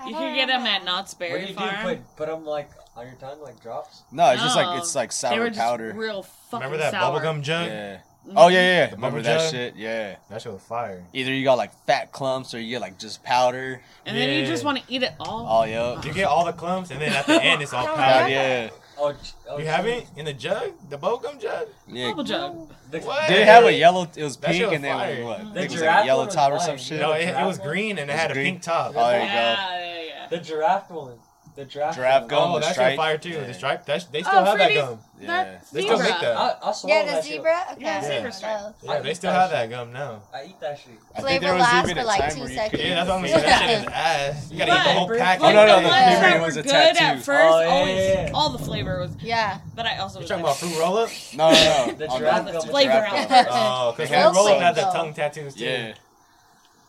Speaker 6: I
Speaker 1: You
Speaker 6: don't
Speaker 1: could get them
Speaker 6: remember.
Speaker 1: at Knott's
Speaker 15: What do
Speaker 1: Berry
Speaker 15: you do?
Speaker 1: Farm.
Speaker 15: Put, put them like on your tongue, like drops?
Speaker 4: No, it's just
Speaker 1: No.
Speaker 4: like it's like
Speaker 1: they were
Speaker 4: sour
Speaker 1: just
Speaker 4: powder.
Speaker 1: real Mm-hmm. fucking
Speaker 3: Remember that
Speaker 1: sour.
Speaker 3: bubblegum jug?
Speaker 4: yeah. Oh yeah, yeah. yeah.
Speaker 3: The
Speaker 4: Remember
Speaker 3: bubble
Speaker 4: that
Speaker 3: jug?
Speaker 4: shit? Yeah.
Speaker 3: That shit was fire.
Speaker 4: Either you got like fat clumps or you get like just powder.
Speaker 1: And then you
Speaker 3: Yeah.
Speaker 1: just want to eat it all.
Speaker 4: Oh yeah.
Speaker 3: You get all the clumps, and then at the end, it's all
Speaker 6: Oh,
Speaker 4: Hell
Speaker 3: powder.
Speaker 4: yeah.
Speaker 15: Oh, ch- oh
Speaker 3: You
Speaker 15: shit.
Speaker 3: haven't in the jug, the bubblegum jug.
Speaker 4: Yeah.
Speaker 1: Bubble jug.
Speaker 15: The,
Speaker 3: What?
Speaker 4: Did it have a yellow? It was
Speaker 3: That shit
Speaker 4: pink
Speaker 3: was
Speaker 4: and then
Speaker 3: fire.
Speaker 4: what?
Speaker 15: The
Speaker 4: I think it was like
Speaker 15: giraffe
Speaker 4: a yellow
Speaker 15: one was
Speaker 4: top or
Speaker 15: fire.
Speaker 4: some shit.
Speaker 3: No, it, it was
Speaker 15: Yeah.
Speaker 3: green and it
Speaker 4: It was
Speaker 3: had a
Speaker 4: green.
Speaker 3: pink top.
Speaker 4: Oh, there you go.
Speaker 1: yeah, yeah, yeah.
Speaker 15: The giraffe one.
Speaker 5: The draft.
Speaker 4: Draft
Speaker 5: gum.
Speaker 4: gum.
Speaker 3: Oh,
Speaker 4: the
Speaker 3: that's
Speaker 4: stripe.
Speaker 3: on fire too.
Speaker 4: Yeah.
Speaker 3: The stripe. That's, they
Speaker 1: Oh,
Speaker 3: still have that
Speaker 1: freebies?
Speaker 3: gum.
Speaker 4: Yeah.
Speaker 1: That
Speaker 3: They still
Speaker 1: zebra.
Speaker 3: make that.
Speaker 5: I, I swallow
Speaker 6: Yeah, the
Speaker 5: that shit.
Speaker 6: zebra. Okay.
Speaker 1: Yeah,
Speaker 3: zebra
Speaker 1: stripe.
Speaker 6: Oh.
Speaker 3: Yeah, they still have that gum now.
Speaker 5: I eat that shit.
Speaker 4: I think
Speaker 6: Flavor
Speaker 4: there was
Speaker 6: lasts
Speaker 4: even
Speaker 6: for
Speaker 4: a
Speaker 6: like
Speaker 4: time
Speaker 6: two
Speaker 4: where you
Speaker 6: seconds.
Speaker 4: could-
Speaker 3: Yeah, that's what I'm saying. That shit is ass. You gotta eat the whole
Speaker 5: But-
Speaker 3: pack.
Speaker 1: Like,
Speaker 4: Oh, no, no,
Speaker 1: the
Speaker 4: the
Speaker 1: ones
Speaker 6: flavor
Speaker 1: that
Speaker 4: was
Speaker 1: were
Speaker 4: a
Speaker 1: good
Speaker 4: tattoo.
Speaker 1: at first,
Speaker 5: Oh, yeah,
Speaker 1: always
Speaker 5: yeah, yeah.
Speaker 1: all the flavor was.
Speaker 6: Yeah.
Speaker 1: But I also
Speaker 3: You're
Speaker 1: was
Speaker 3: talking
Speaker 1: like,
Speaker 3: about fruit roll up?
Speaker 4: No, no, no.
Speaker 5: The
Speaker 4: On
Speaker 5: draft
Speaker 4: the
Speaker 5: gum.
Speaker 1: Flavor
Speaker 4: draft
Speaker 1: out.
Speaker 4: gum.
Speaker 3: Oh, because
Speaker 4: They
Speaker 3: fruit
Speaker 4: have
Speaker 3: roll up had the
Speaker 6: flavor.
Speaker 3: tongue tattoos too.
Speaker 4: Yeah.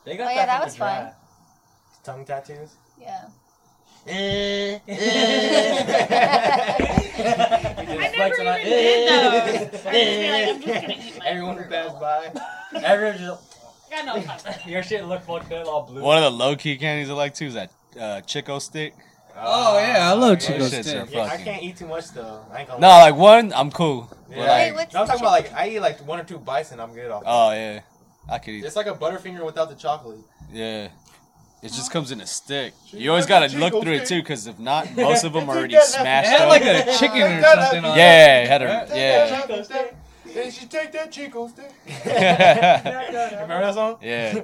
Speaker 5: They got
Speaker 6: Oh, yeah,
Speaker 5: that,
Speaker 6: that
Speaker 5: from
Speaker 6: was
Speaker 5: the
Speaker 6: fun.
Speaker 5: draft.
Speaker 3: Tongue tattoos.
Speaker 6: yeah.
Speaker 1: I
Speaker 5: Just
Speaker 1: never even
Speaker 5: flexing on-
Speaker 1: did those. I'd just be like, I'm just gonna eat my
Speaker 3: Everyone who
Speaker 1: fruit
Speaker 3: passed
Speaker 1: roll.
Speaker 3: by.
Speaker 5: Everyone just,
Speaker 1: I got no time.
Speaker 5: your shit looked fucked up, all blue.
Speaker 4: One of the low key candies I like too is that uh, Chico stick.
Speaker 7: Oh yeah, I love
Speaker 4: Those
Speaker 7: Chico
Speaker 4: shits
Speaker 7: stick.
Speaker 4: are
Speaker 3: Yeah, I
Speaker 4: fucking.
Speaker 3: can't eat too much though. I ain't gonna
Speaker 4: No,
Speaker 3: lie.
Speaker 4: like one, I'm cool.
Speaker 3: Yeah.
Speaker 4: But like,
Speaker 6: Wait, what's
Speaker 3: No, I'm
Speaker 6: the
Speaker 3: talking about like I eat like one or two bites and I'm good off.
Speaker 4: oh yeah, I could eat.
Speaker 3: It's like a butterfinger without the chocolate.
Speaker 4: Yeah, it just comes in a stick. You always gotta look through it too, because if not, most of them are already
Speaker 7: It
Speaker 4: smashed
Speaker 7: had like
Speaker 4: up.
Speaker 7: a chicken or
Speaker 14: Yeah.
Speaker 7: something on it.
Speaker 4: Yeah, it had a yeah,
Speaker 14: Take that stick. Then she take that Chico stick.
Speaker 3: Remember that song?
Speaker 4: yeah.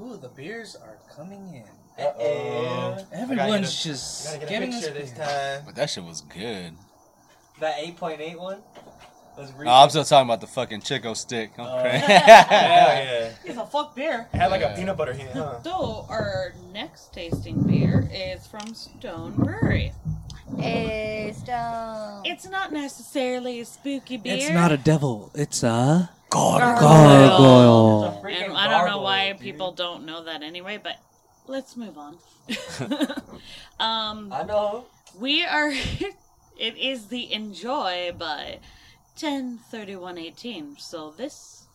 Speaker 15: Ooh, the beers are coming in.
Speaker 3: Uh-oh.
Speaker 7: Everyone's
Speaker 3: I
Speaker 7: just
Speaker 3: gotta get a
Speaker 7: getting
Speaker 3: picture
Speaker 7: this.
Speaker 3: this time.
Speaker 4: But that shit was good.
Speaker 5: That 8.8 one was really
Speaker 4: No, I'm still talking about the fucking Chico stick. I'm
Speaker 5: Oh.
Speaker 4: crazy.
Speaker 3: Hell yeah.
Speaker 1: It's a fuck beer.
Speaker 3: It had like a
Speaker 4: Yeah.
Speaker 3: peanut butter hint, huh?
Speaker 1: So our next tasting beer is from Stone Brewery.
Speaker 6: Is dumb.
Speaker 1: It's not necessarily a spooky beer.
Speaker 7: It's not a devil. It's a
Speaker 1: Gargoyle.
Speaker 7: gargoyle.
Speaker 1: And I don't know why people don't know that anyway, but let's move on. um,
Speaker 5: I know.
Speaker 1: we are. it is the Enjoy by 103118. So this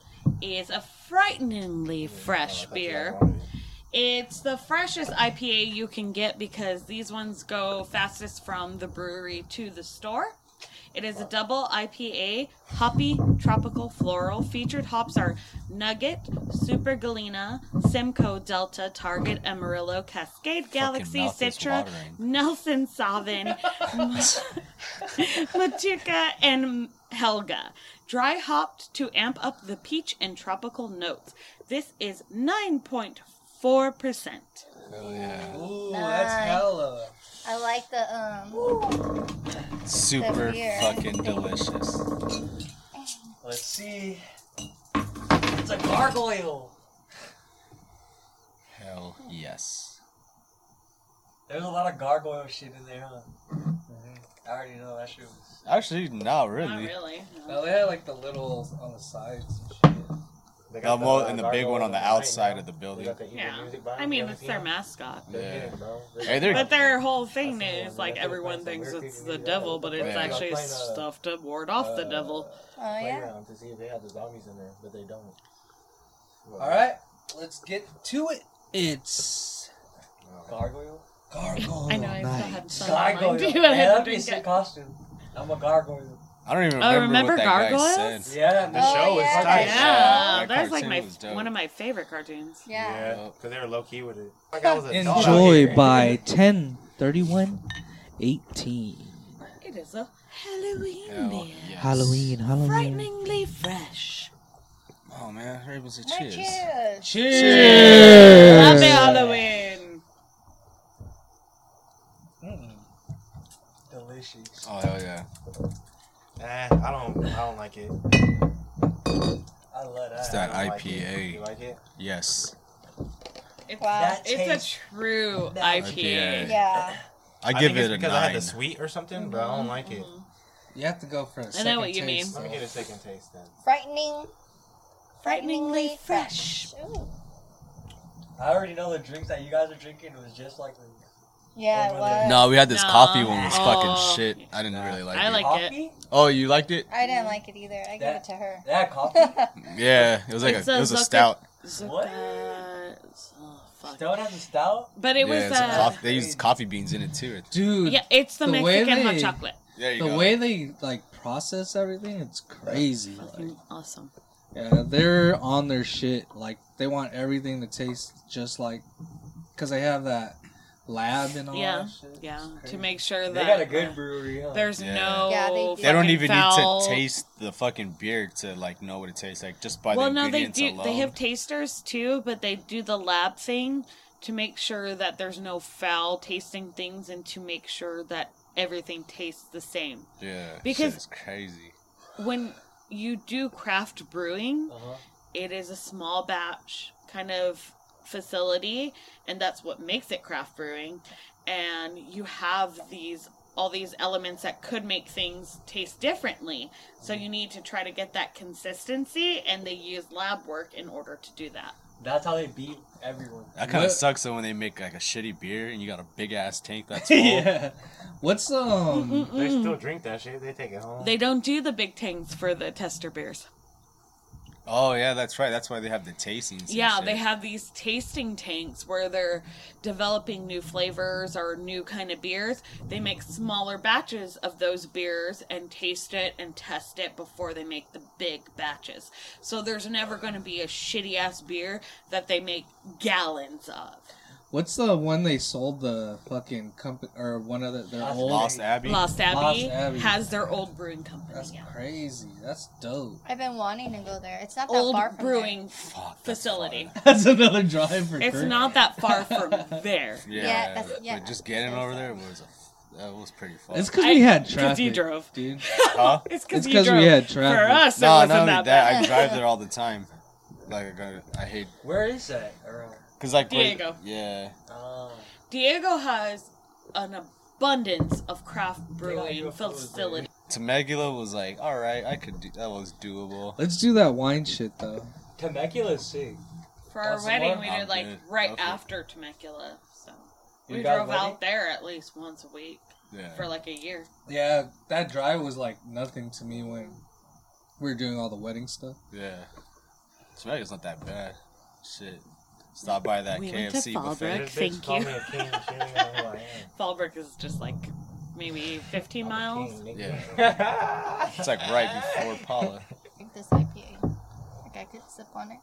Speaker 1: is a
Speaker 7: Oh,
Speaker 1: frighteningly fresh beer. It's the freshest IPA you can get because these ones go fastest from the brewery to the store. It is a double IPA, hoppy, tropical, floral. Featured hops are Nugget, Super Galena, Simcoe Delta, Target, Amarillo, Cascade Galaxy,
Speaker 4: mouth is
Speaker 1: Citra,
Speaker 4: watering.
Speaker 1: Nelson Savin, Machuca, and Helga. Dry hopped to amp up the peach and tropical notes. This is 9.4%.
Speaker 5: Ooh,
Speaker 6: that's
Speaker 5: that's
Speaker 6: Nice.
Speaker 5: hella.
Speaker 6: I like the um.
Speaker 4: Super
Speaker 6: beer.
Speaker 4: fucking delicious.
Speaker 5: Let's see. It's a gargoyle.
Speaker 4: Hell yes.
Speaker 5: There's a lot of gargoyle shit in there, huh? Mm-hmm. I already know that shit was.
Speaker 4: Actually, not really.
Speaker 1: Not really. no.
Speaker 5: No, they had like the little on the sides and shit.
Speaker 3: They
Speaker 4: Uh,
Speaker 3: got
Speaker 4: mo-
Speaker 3: uh,
Speaker 4: and the big
Speaker 3: gargoyle
Speaker 4: one on the
Speaker 3: right now.
Speaker 4: outside of the
Speaker 3: They
Speaker 4: building.
Speaker 3: got the evil
Speaker 1: Yeah.
Speaker 3: music behind
Speaker 1: I
Speaker 3: it, you
Speaker 1: mean,
Speaker 3: ever
Speaker 1: it's
Speaker 3: seen
Speaker 1: their
Speaker 3: it?
Speaker 1: mascot.
Speaker 3: They're
Speaker 4: Yeah.
Speaker 3: hidden, bro.
Speaker 4: Hey, they're-
Speaker 1: But their whole thing
Speaker 3: That's the
Speaker 1: is
Speaker 3: one,
Speaker 1: like
Speaker 3: that's the
Speaker 1: everyone
Speaker 3: one that
Speaker 1: thinks
Speaker 3: we're
Speaker 1: it's the
Speaker 3: thinking, yeah,
Speaker 1: devil,
Speaker 3: that's
Speaker 1: but
Speaker 3: the
Speaker 1: it's
Speaker 4: one.
Speaker 1: actually
Speaker 3: Yeah.
Speaker 1: stuff to ward off the
Speaker 3: Uh,
Speaker 1: devil.
Speaker 6: Oh yeah.
Speaker 3: Playground to see if they had the zombies in there, but they don't.
Speaker 5: All right, let's get
Speaker 7: To it, it's
Speaker 5: gargoyle.
Speaker 7: gargoyle.
Speaker 1: I know, I still
Speaker 7: night.
Speaker 1: had some
Speaker 5: Gargoyle.
Speaker 1: in mind, too, and
Speaker 5: Yeah,
Speaker 1: I
Speaker 5: that'd
Speaker 1: had
Speaker 5: be a
Speaker 1: to
Speaker 5: sick
Speaker 1: drink it.
Speaker 5: costume. I'm a gargoyle.
Speaker 4: I don't even
Speaker 1: Oh,
Speaker 4: remember,
Speaker 1: remember
Speaker 4: what that guy
Speaker 1: Gargoyles?
Speaker 4: said.
Speaker 5: Yeah,
Speaker 3: The
Speaker 6: Oh,
Speaker 3: show was
Speaker 6: yeah.
Speaker 3: tight.
Speaker 1: Yeah,
Speaker 4: That
Speaker 1: that's like
Speaker 4: cartoon
Speaker 1: my
Speaker 4: was dope.
Speaker 1: one of my favorite cartoons.
Speaker 6: Yeah.
Speaker 3: Yeah, because they were low key with it. Like I was a dog out
Speaker 7: Enjoy
Speaker 3: here.
Speaker 7: by 10, 31, 18.
Speaker 1: It is a Halloween
Speaker 4: Hell
Speaker 1: beer,
Speaker 4: yes.
Speaker 7: Halloween, Halloween.
Speaker 1: frighteningly fresh.
Speaker 4: Oh man, we're able to
Speaker 6: My
Speaker 4: cheers.
Speaker 6: cheers.
Speaker 1: Happy Halloween!
Speaker 5: delicious.
Speaker 4: Oh hell yeah.
Speaker 3: Nah, Eh, I don't. I don't like it.
Speaker 5: I love
Speaker 4: It's
Speaker 5: that.
Speaker 4: that
Speaker 3: I don't like it.
Speaker 4: IPA.
Speaker 3: You like it?
Speaker 4: Yes.
Speaker 1: It's,
Speaker 6: Wow.
Speaker 5: That
Speaker 1: it's a
Speaker 5: tastes-
Speaker 1: true
Speaker 5: That-
Speaker 1: IPA.
Speaker 4: IPA.
Speaker 6: Yeah.
Speaker 4: I give
Speaker 3: think it's
Speaker 4: it a
Speaker 3: because I had
Speaker 4: nine.
Speaker 3: the sweet or something, but I don't like it.
Speaker 7: You have to go for a
Speaker 1: I know what you mean.
Speaker 3: Let me get a second taste then.
Speaker 6: Frightening.
Speaker 1: Frighteningly fresh.
Speaker 6: Ooh.
Speaker 5: I already know the drinks that you guys are drinking was just like the
Speaker 6: Yeah,
Speaker 5: Oh,
Speaker 6: it
Speaker 5: really?
Speaker 6: was.
Speaker 4: No, we had this
Speaker 1: No.
Speaker 4: coffee one was
Speaker 1: Oh.
Speaker 4: fucking shit. I didn't really like
Speaker 1: I
Speaker 4: it.
Speaker 1: like it.
Speaker 5: coffee.
Speaker 4: oh, you liked it?
Speaker 6: I didn't like it either. I gave
Speaker 5: That-
Speaker 6: it to her.
Speaker 5: That coffee.
Speaker 4: Yeah, it was like
Speaker 1: It's
Speaker 4: a,
Speaker 1: a
Speaker 4: it was a
Speaker 1: Zucker-
Speaker 4: stout.
Speaker 5: What?
Speaker 1: Zucca- oh, fuck.
Speaker 5: Stone has a stout.
Speaker 1: But it
Speaker 4: yeah,
Speaker 1: was
Speaker 4: it's a
Speaker 1: uh,
Speaker 4: coffee. They used coffee beans in it too.
Speaker 7: Dude,
Speaker 1: yeah, it's the,
Speaker 7: The way
Speaker 1: Mexican hot
Speaker 7: they-
Speaker 1: chocolate.
Speaker 4: There you
Speaker 7: the
Speaker 4: go.
Speaker 7: way they like process everything, it's crazy. Like,
Speaker 1: Fucking awesome.
Speaker 7: yeah, they're on their shit. Like they want everything to taste just like, cause they have that lab and all
Speaker 1: Yeah,
Speaker 7: that shit.
Speaker 1: yeah.
Speaker 7: It's
Speaker 1: To
Speaker 7: crazy.
Speaker 1: make sure that
Speaker 5: They got a good brewery. Huh?
Speaker 1: there's
Speaker 4: Yeah.
Speaker 1: no
Speaker 6: Yeah, they do.
Speaker 4: they don't
Speaker 1: fucking
Speaker 4: even
Speaker 1: foul-
Speaker 4: need to taste the fucking beer to like know what it tastes like just by
Speaker 1: Well,
Speaker 4: the
Speaker 1: no, they
Speaker 4: ingredients
Speaker 1: do.
Speaker 4: alone.
Speaker 1: They have tasters too, but they do the lab thing to make sure that there's no foul tasting things and to make sure that everything tastes the same.
Speaker 4: Yeah,
Speaker 1: Because-
Speaker 4: it's crazy.
Speaker 1: When you do craft brewing,
Speaker 15: Uh-huh.
Speaker 1: it is a small batch kind of facility and that's what makes it craft brewing and you have these all these elements that could make things taste differently so you need to try to get that consistency and they use lab work in order to do that
Speaker 15: That's how they beat everyone.
Speaker 4: That kind of
Speaker 7: What-
Speaker 4: sucks though when they make like a shitty beer and you got a big ass tank that's full.
Speaker 7: yeah. What's um?
Speaker 3: They still drink that shit. They take it home.
Speaker 1: Mm. they don't do the big tanks for the tester beers
Speaker 4: Oh yeah, that's right. That's why they have the tastings. and
Speaker 1: Yeah,
Speaker 4: shit.
Speaker 1: they have these tasting tanks where they're developing new flavors or new kind of beers. They make smaller batches of those beers and taste it and test it before they make the big batches. So there's never going to be a shitty ass beer that they make gallons of.
Speaker 7: What's the one they sold the fucking company or one of the, their
Speaker 15: Lost
Speaker 7: old?
Speaker 4: Lost Abbey.
Speaker 1: Lost Abbey,
Speaker 7: Lost Abbey.
Speaker 1: has their old brewing company.
Speaker 7: That's
Speaker 1: yeah.
Speaker 7: crazy. That's dope.
Speaker 6: I've been wanting to go there. It's not that
Speaker 1: Old
Speaker 6: far from
Speaker 1: brewing
Speaker 4: Fuck, that's
Speaker 1: facility.
Speaker 7: That's another drive for.
Speaker 1: It's
Speaker 7: Kurt.
Speaker 1: not that far from there.
Speaker 4: Yeah,
Speaker 6: Yeah, that's- yeah.
Speaker 4: But just getting over there was a, that was pretty fun.
Speaker 7: It's because we
Speaker 1: I-
Speaker 7: had
Speaker 1: 'cause
Speaker 7: traffic.
Speaker 1: you drove.
Speaker 7: dude.
Speaker 4: Huh?
Speaker 1: It's because
Speaker 7: It's 'cause we had
Speaker 1: For
Speaker 7: traffic.
Speaker 1: us, it
Speaker 4: No,
Speaker 1: wasn't
Speaker 4: not only
Speaker 1: that
Speaker 4: that.
Speaker 1: bad.
Speaker 4: I drive there all the time. Like I, go, I hate
Speaker 15: Where is that? Around?
Speaker 4: because like wait-
Speaker 1: Diego.
Speaker 4: Yeah,
Speaker 5: Uh,
Speaker 15: Oh,
Speaker 1: Diego has an abundance of craft brewing
Speaker 15: UFOs, dude.
Speaker 1: facilities.
Speaker 4: Temecula was like all right. I could do that was doable.
Speaker 7: Let's do that wine shit though.
Speaker 15: Temecula's sick.
Speaker 1: For our
Speaker 15: Awesome.
Speaker 1: wedding, we
Speaker 4: I'm
Speaker 1: did like
Speaker 4: good.
Speaker 1: right
Speaker 4: Okay.
Speaker 1: after Temecula, so
Speaker 15: You
Speaker 1: we
Speaker 15: guys
Speaker 1: drove
Speaker 15: ready?
Speaker 1: out there at least once a week
Speaker 4: Yeah.
Speaker 1: for like a year.
Speaker 7: Yeah, that drive was like nothing to me when we were doing all the wedding stuff.
Speaker 4: Yeah. Smegma's not that bad. Shit. Stop by that
Speaker 1: We went to
Speaker 4: KFC buffet.
Speaker 1: Fallbrook. Thank you. Fallbrook is just like maybe 15 miles.
Speaker 3: Yeah.
Speaker 4: It's like right before Paula.
Speaker 6: Drink this IPA. Like I could sip on it.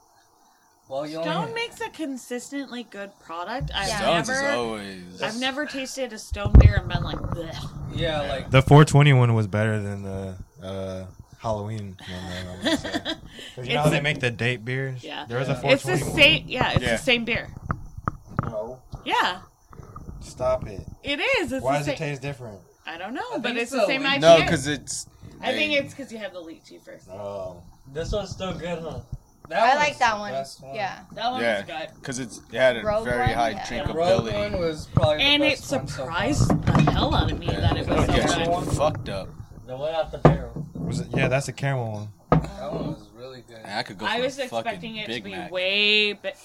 Speaker 15: Well, you only
Speaker 1: Stone makes a consistently good product. I've
Speaker 6: Yeah.
Speaker 4: Stones is
Speaker 1: never,
Speaker 4: always.
Speaker 1: I've never tasted a Stone beer and been like, Bleh.
Speaker 7: Yeah, like
Speaker 3: The 421 was better than the uh, Halloween one. Though, I would say. 'Cause you know how
Speaker 1: It's
Speaker 3: they
Speaker 1: a-
Speaker 3: make the date beers?
Speaker 1: Yeah.
Speaker 3: There was a
Speaker 1: it's the
Speaker 3: 421.
Speaker 1: same. Yeah, it's
Speaker 4: Yeah.
Speaker 1: the same beer.
Speaker 14: No,
Speaker 1: Yeah,
Speaker 3: Stop it.
Speaker 1: it is. It's
Speaker 3: Why
Speaker 1: the
Speaker 3: does
Speaker 1: same.
Speaker 3: it taste different?
Speaker 1: I don't know,
Speaker 7: I
Speaker 1: but
Speaker 7: think
Speaker 1: it's
Speaker 7: so.
Speaker 1: the same IPA.
Speaker 4: No, because it's.
Speaker 1: I think
Speaker 4: they-
Speaker 1: it's because you have the lychee first.
Speaker 3: Oh.
Speaker 15: This one's still good, huh?
Speaker 7: that
Speaker 6: I
Speaker 7: was
Speaker 6: like that
Speaker 7: the
Speaker 6: one.
Speaker 7: best one.
Speaker 6: Yeah.
Speaker 1: That one's
Speaker 4: Yeah.
Speaker 1: good.
Speaker 4: Because it's it had a
Speaker 6: Rogue
Speaker 4: very
Speaker 6: One?
Speaker 4: high
Speaker 6: Yeah.
Speaker 7: Rogue
Speaker 4: drinkability.
Speaker 7: one was probably the
Speaker 1: And it
Speaker 7: best one so far.
Speaker 1: surprised the hell out of me that it was
Speaker 4: It'll get
Speaker 1: so
Speaker 4: you
Speaker 1: good.
Speaker 4: fucked up.
Speaker 15: The one out the barrel.
Speaker 3: Was it? Yeah, that's the caramel one.
Speaker 7: That one was really good.
Speaker 4: And I could go for
Speaker 1: I was
Speaker 4: a fucking
Speaker 1: expecting it to
Speaker 4: Big
Speaker 1: be
Speaker 4: Mac.
Speaker 1: way bit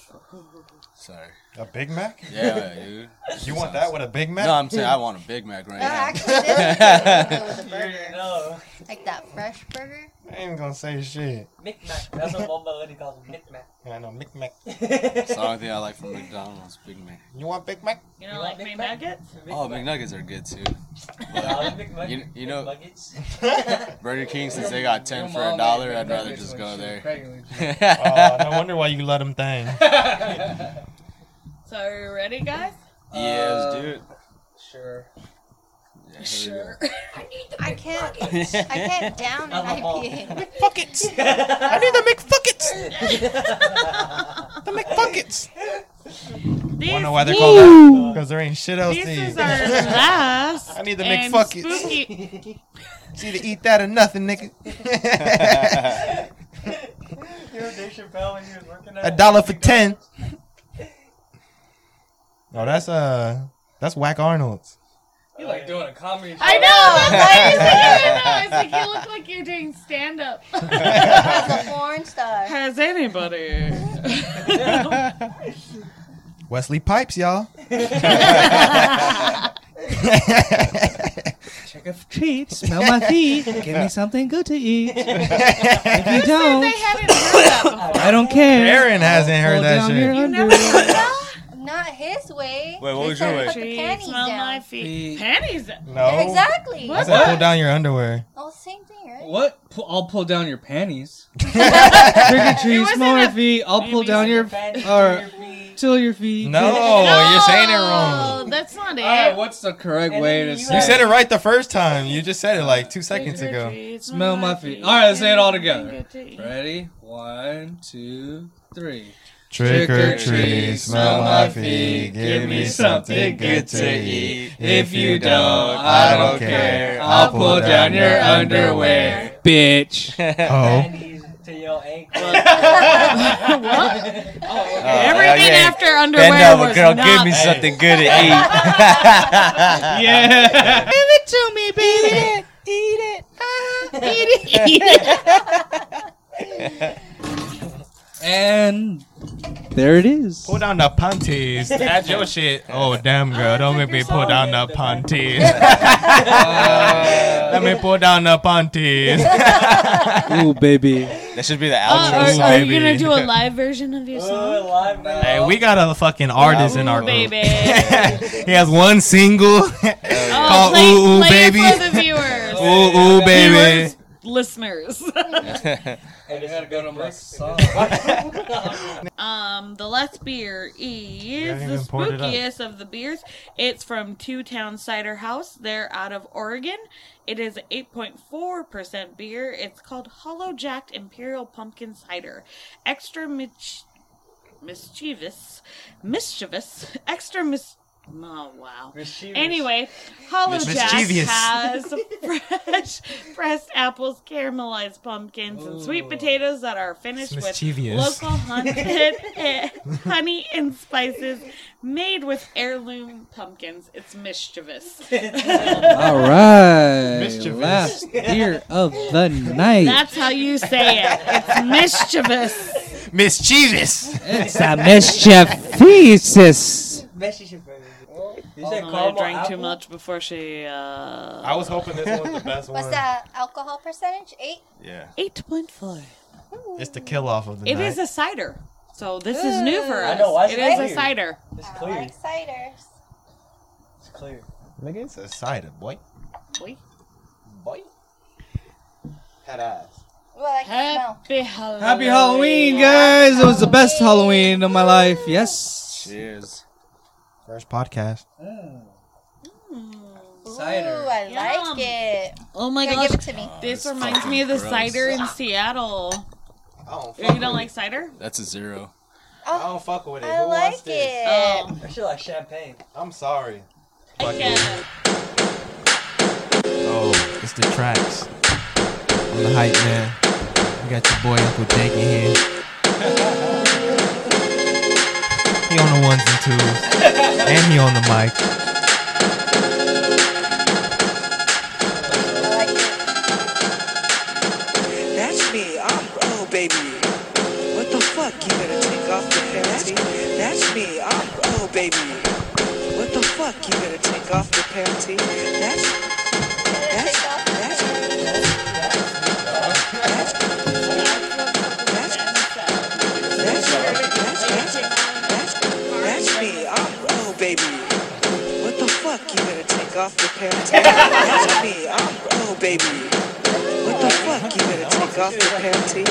Speaker 4: Sorry.
Speaker 3: A Big Mac?
Speaker 4: Yeah, dude.
Speaker 3: You want that with a Big Mac?
Speaker 4: No, I'm saying I want a Big Mac right
Speaker 6: No,
Speaker 4: now.
Speaker 6: actually, this is really good with a burger.
Speaker 15: No.
Speaker 6: Like that fresh burger.
Speaker 3: I ain't gonna say shit.
Speaker 15: Micmac. That's what Mom Melody calls it. Micmac.
Speaker 3: I know Big Mac.
Speaker 4: It's the only thing I like from McDonald's, Big Mac.
Speaker 3: You want Big Mac?
Speaker 1: You know,
Speaker 15: You
Speaker 1: like
Speaker 15: want
Speaker 1: May
Speaker 15: Big Mac?
Speaker 1: Nuggets?
Speaker 4: Oh, McNuggets are good too.
Speaker 15: Uh,
Speaker 4: But
Speaker 15: Mcnugget-
Speaker 4: You- you know-
Speaker 15: McNuggets.
Speaker 4: Burger King, since they got
Speaker 7: Your
Speaker 4: ten for a
Speaker 7: mom
Speaker 4: dollar,
Speaker 7: made
Speaker 4: I'd rather
Speaker 7: McNuggets
Speaker 4: just
Speaker 7: when
Speaker 4: go
Speaker 7: she was
Speaker 4: there.
Speaker 7: pregnant with you.
Speaker 3: Oh, no wonder why you let him thing.
Speaker 1: So are you ready, guys?
Speaker 4: Yes,
Speaker 7: Uh,
Speaker 4: dude.
Speaker 15: Sure.
Speaker 4: Yeah, here
Speaker 1: Sure.
Speaker 6: I can't.
Speaker 4: we go.
Speaker 6: I can't down an
Speaker 15: Alcohol.
Speaker 6: IPA.
Speaker 15: I need the McFuckets.
Speaker 3: The McBuckets.
Speaker 1: These,
Speaker 3: Wonder why they're called that? Because there ain't shit else
Speaker 1: this
Speaker 3: to
Speaker 1: is
Speaker 3: eat.
Speaker 1: our last.
Speaker 3: I need the
Speaker 1: and
Speaker 3: McFuckets.
Speaker 1: spooky-
Speaker 3: It's either eat that or nothing, nigga.
Speaker 15: you were Dave Chappelle when you was working at
Speaker 3: a dollar for ten. Oh, that's uh, that's Whack Arnold's.
Speaker 7: You like doing a comedy show.
Speaker 1: I know. That's why I was like, I know. I was like, you look like you're doing stand up.
Speaker 6: As a porn star.
Speaker 1: Has anybody?
Speaker 3: Wesley Pipes, y'all.
Speaker 7: Check a treat, smell my feet, give me something good to eat. If you
Speaker 1: they
Speaker 7: don't,
Speaker 1: hadn't heard that before.
Speaker 7: I don't care.
Speaker 3: Aaron hasn't heard that shit.
Speaker 1: You never heard that?
Speaker 6: Not his way.
Speaker 4: Wait, what was
Speaker 6: He
Speaker 4: your
Speaker 6: said
Speaker 4: way?
Speaker 6: Put the panties
Speaker 1: Smell my
Speaker 6: down.
Speaker 1: feet. Panties.
Speaker 3: No,
Speaker 6: Exactly.
Speaker 3: I
Speaker 1: What?
Speaker 3: said pull down your underwear.
Speaker 6: Oh, same thing, right?
Speaker 7: What? Pu- I'll pull down your panties. Trick or treat,
Speaker 1: wasn't
Speaker 7: smell my
Speaker 1: a-
Speaker 7: feet. I'll pull
Speaker 1: Maybe
Speaker 7: down your or till your feet.
Speaker 3: No, Oh, you're saying it wrong.
Speaker 1: No, That's not it.
Speaker 7: All right, what's the correct
Speaker 15: And
Speaker 7: way
Speaker 15: then
Speaker 7: to
Speaker 15: you
Speaker 7: say?
Speaker 3: You said it right the first time. You just said it like two seconds
Speaker 1: Trick or
Speaker 3: ago.
Speaker 1: treat,
Speaker 7: Smell my feet. All right, let's say it all together.
Speaker 1: Trick or treat.
Speaker 7: Ready? One, two, three.
Speaker 16: Trick or treat, smell my feet, give me something good to eat. If you don't, I don't care. I'll pull down your underwear.
Speaker 7: bitch.
Speaker 16: Oh.
Speaker 15: Panties to your ankle.
Speaker 3: Oh,
Speaker 1: Everything
Speaker 16: yeah.
Speaker 1: after underwear was
Speaker 16: girl,
Speaker 1: not.
Speaker 16: give me something good to eat.
Speaker 7: Yeah.
Speaker 1: Give it to me, baby. Eat it. Ah, eat it. Eat it. Uh,
Speaker 7: And
Speaker 2: There it is.
Speaker 3: Pull down the panties. That's your shit. Oh damn, girl, don't make me pull down the panties. Let me pull down the panties.
Speaker 2: Ooh, baby.
Speaker 4: That should be the
Speaker 1: Uh,
Speaker 4: outro.
Speaker 1: are,
Speaker 3: Ooh,
Speaker 1: are you
Speaker 3: baby. Uh,
Speaker 1: gonna do a live version of your
Speaker 15: Ooh,
Speaker 1: song?
Speaker 15: live now.
Speaker 3: Hey, we got a fucking artist in our
Speaker 1: Ooh,
Speaker 3: group.
Speaker 1: baby.
Speaker 3: he has one single
Speaker 1: Oh,
Speaker 3: called
Speaker 1: play,
Speaker 3: Ooh Ooh
Speaker 1: play
Speaker 3: Baby.
Speaker 1: it for the viewers.
Speaker 3: Ooh Ooh Baby.
Speaker 1: Viewers, listeners.
Speaker 15: Hey, this is good break.
Speaker 1: Um, the Let's Beer is
Speaker 3: haven't
Speaker 1: the
Speaker 3: even poured it up.
Speaker 1: spookiest of the beers. It's from Two Town Cider House. They're out of Oregon. It is 8.4% beer. It's called Hollow Jacked Imperial Pumpkin Cider. Extra mich- mischievous. Mischievous. Extra mis. Oh, wow. Anyway, Hollow Jack
Speaker 3: Mischievous.
Speaker 1: has fresh pressed apples, caramelized pumpkins, and sweet potatoes that are finished
Speaker 3: It's
Speaker 1: with
Speaker 3: mischievous.
Speaker 1: local hunted eh, honey and spices made with heirloom pumpkins. It's mischievous.
Speaker 2: All right.
Speaker 3: Mischievous.
Speaker 2: Last beer of the night.
Speaker 1: That's how you say it. It's mischievous.
Speaker 3: Mischievous.
Speaker 2: it's a mischief thesis.
Speaker 15: Messi should bring it. You
Speaker 1: I
Speaker 15: said caramel
Speaker 1: drank too
Speaker 15: apple?
Speaker 1: much before she. Uh,
Speaker 3: I was hoping this one was the best
Speaker 6: What's
Speaker 3: one.
Speaker 6: that alcohol percentage? Eight.
Speaker 4: Yeah.
Speaker 1: 8.4.
Speaker 3: It's the kill off of the
Speaker 1: It
Speaker 3: night.
Speaker 1: is a cider. So this is new for
Speaker 15: I
Speaker 1: us.
Speaker 15: know, why is
Speaker 1: It
Speaker 15: it
Speaker 1: is a
Speaker 15: cider?
Speaker 1: cider.
Speaker 15: It's
Speaker 6: I
Speaker 15: clear.
Speaker 6: like ciders.
Speaker 15: It's clear.
Speaker 3: Nigga, it's a cider, boy.
Speaker 1: Boy.
Speaker 15: Boy.
Speaker 14: Head ass.
Speaker 6: Well, I can smell.
Speaker 1: Happy Halloween.
Speaker 7: happy Halloween, guys. It was the best Halloween of my life. Yes.
Speaker 4: Cheers.
Speaker 3: First podcast.
Speaker 6: Ooh, I
Speaker 1: Yum.
Speaker 6: like it.
Speaker 1: Oh my
Speaker 6: Here,
Speaker 1: gosh.
Speaker 6: give it to me.
Speaker 1: This reminds me of the cider in Seattle.
Speaker 14: I don't fuck
Speaker 1: You don't like cider?
Speaker 4: That's a zero.
Speaker 14: I
Speaker 6: Oh,
Speaker 14: don't fuck with it.
Speaker 6: I
Speaker 14: Who wants
Speaker 6: like
Speaker 14: this?
Speaker 6: it.
Speaker 1: Oh.
Speaker 15: I should like champagne.
Speaker 14: I'm sorry.
Speaker 1: Yeah.
Speaker 3: Oh, it's the tracks. I'm the hype man. We got your boy Uncle Jake in here. He on the ones and twos, and he on the mic.
Speaker 6: I like it.
Speaker 17: That's me, I'm oh baby. What the fuck? You better take off the panties. That's me, I'm oh baby. What the fuck? You better take off the panties. That's that's that's that's that's that's that's that's that's me, I'm oh baby. What the fuck? You better take off the panties. That's me, I'm oh baby. What the fuck? You better take off the panty.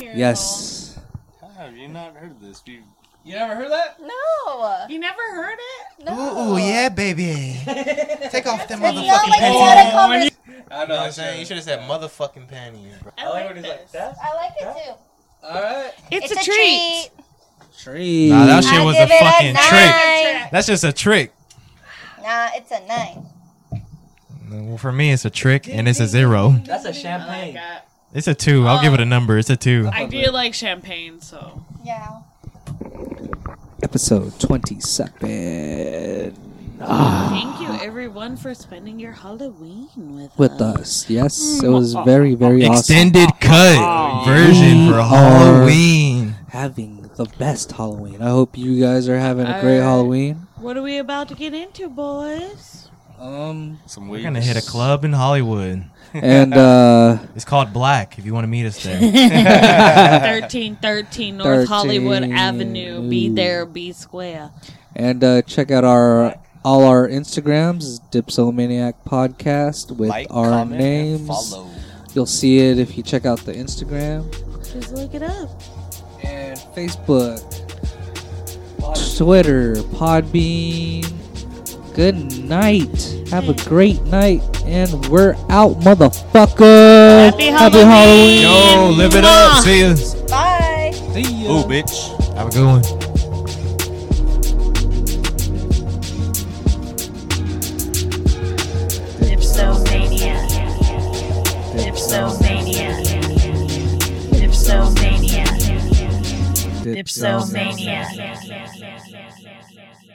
Speaker 2: Yes.
Speaker 4: How have you not heard of this? You-
Speaker 7: You never heard that?
Speaker 6: No.
Speaker 1: You never heard it?
Speaker 6: No.
Speaker 3: Oh, baby. Take off them
Speaker 6: You know, like we had a conversation.
Speaker 7: I
Speaker 3: Oh, You know what I'm saying? You should have said motherfucking panties, bro.
Speaker 1: I,
Speaker 15: I like when he's
Speaker 1: this.
Speaker 15: like, that's
Speaker 6: I like it too.
Speaker 7: All right.
Speaker 1: It's, a, treat.
Speaker 2: Tree.
Speaker 3: Nah, that shit
Speaker 6: I
Speaker 3: was a
Speaker 6: give it
Speaker 3: fucking trick.
Speaker 6: nine.
Speaker 3: That's just a trick.
Speaker 6: Nah, it's a nine.
Speaker 3: Well, for me, it's a trick, and it's a zero.
Speaker 15: that's a
Speaker 1: I
Speaker 15: champagne.
Speaker 1: like it.
Speaker 3: It's a two. I'll give it a number. It's a two.
Speaker 1: I do like champagne, so.
Speaker 6: Yeah.
Speaker 2: Episode Ah, 27
Speaker 1: Thank you, everyone, for spending your Halloween with,
Speaker 2: with us. Yes, it was very, very awesome.
Speaker 3: Extended cut version
Speaker 2: We
Speaker 3: for
Speaker 2: are-
Speaker 3: Halloween.
Speaker 2: Having the best Halloween. I hope you guys are having a great
Speaker 1: Alright.
Speaker 2: Halloween.
Speaker 1: What are we about to get into, boys?
Speaker 7: Um.
Speaker 4: Some
Speaker 3: We're
Speaker 4: weed.
Speaker 3: gonna hit a club in Hollywood.
Speaker 2: And uh
Speaker 3: It's called Black. If you want to meet us there,
Speaker 1: 1313 North Hollywood
Speaker 2: 13.
Speaker 1: Avenue. Be there, be square.
Speaker 2: and uh check out our all our Instagrams, Dipsomaniac Podcast with
Speaker 4: Like,
Speaker 2: our
Speaker 4: comment, and
Speaker 2: names.
Speaker 4: follow.
Speaker 2: You'll see it if you check out the Instagram
Speaker 1: Just look it up.
Speaker 2: and Facebook, Twitter, Podbean,
Speaker 7: good night. Have a great night, and we're out, motherfucker.
Speaker 18: Happy Halloween.
Speaker 3: Yo, live it
Speaker 18: Mwah.
Speaker 3: up. See ya.
Speaker 6: Bye.
Speaker 3: See ya. Ooh, bitch. Have a good one.
Speaker 1: Dipsomania. Dipsomania. Dipsomania. Dipsomania.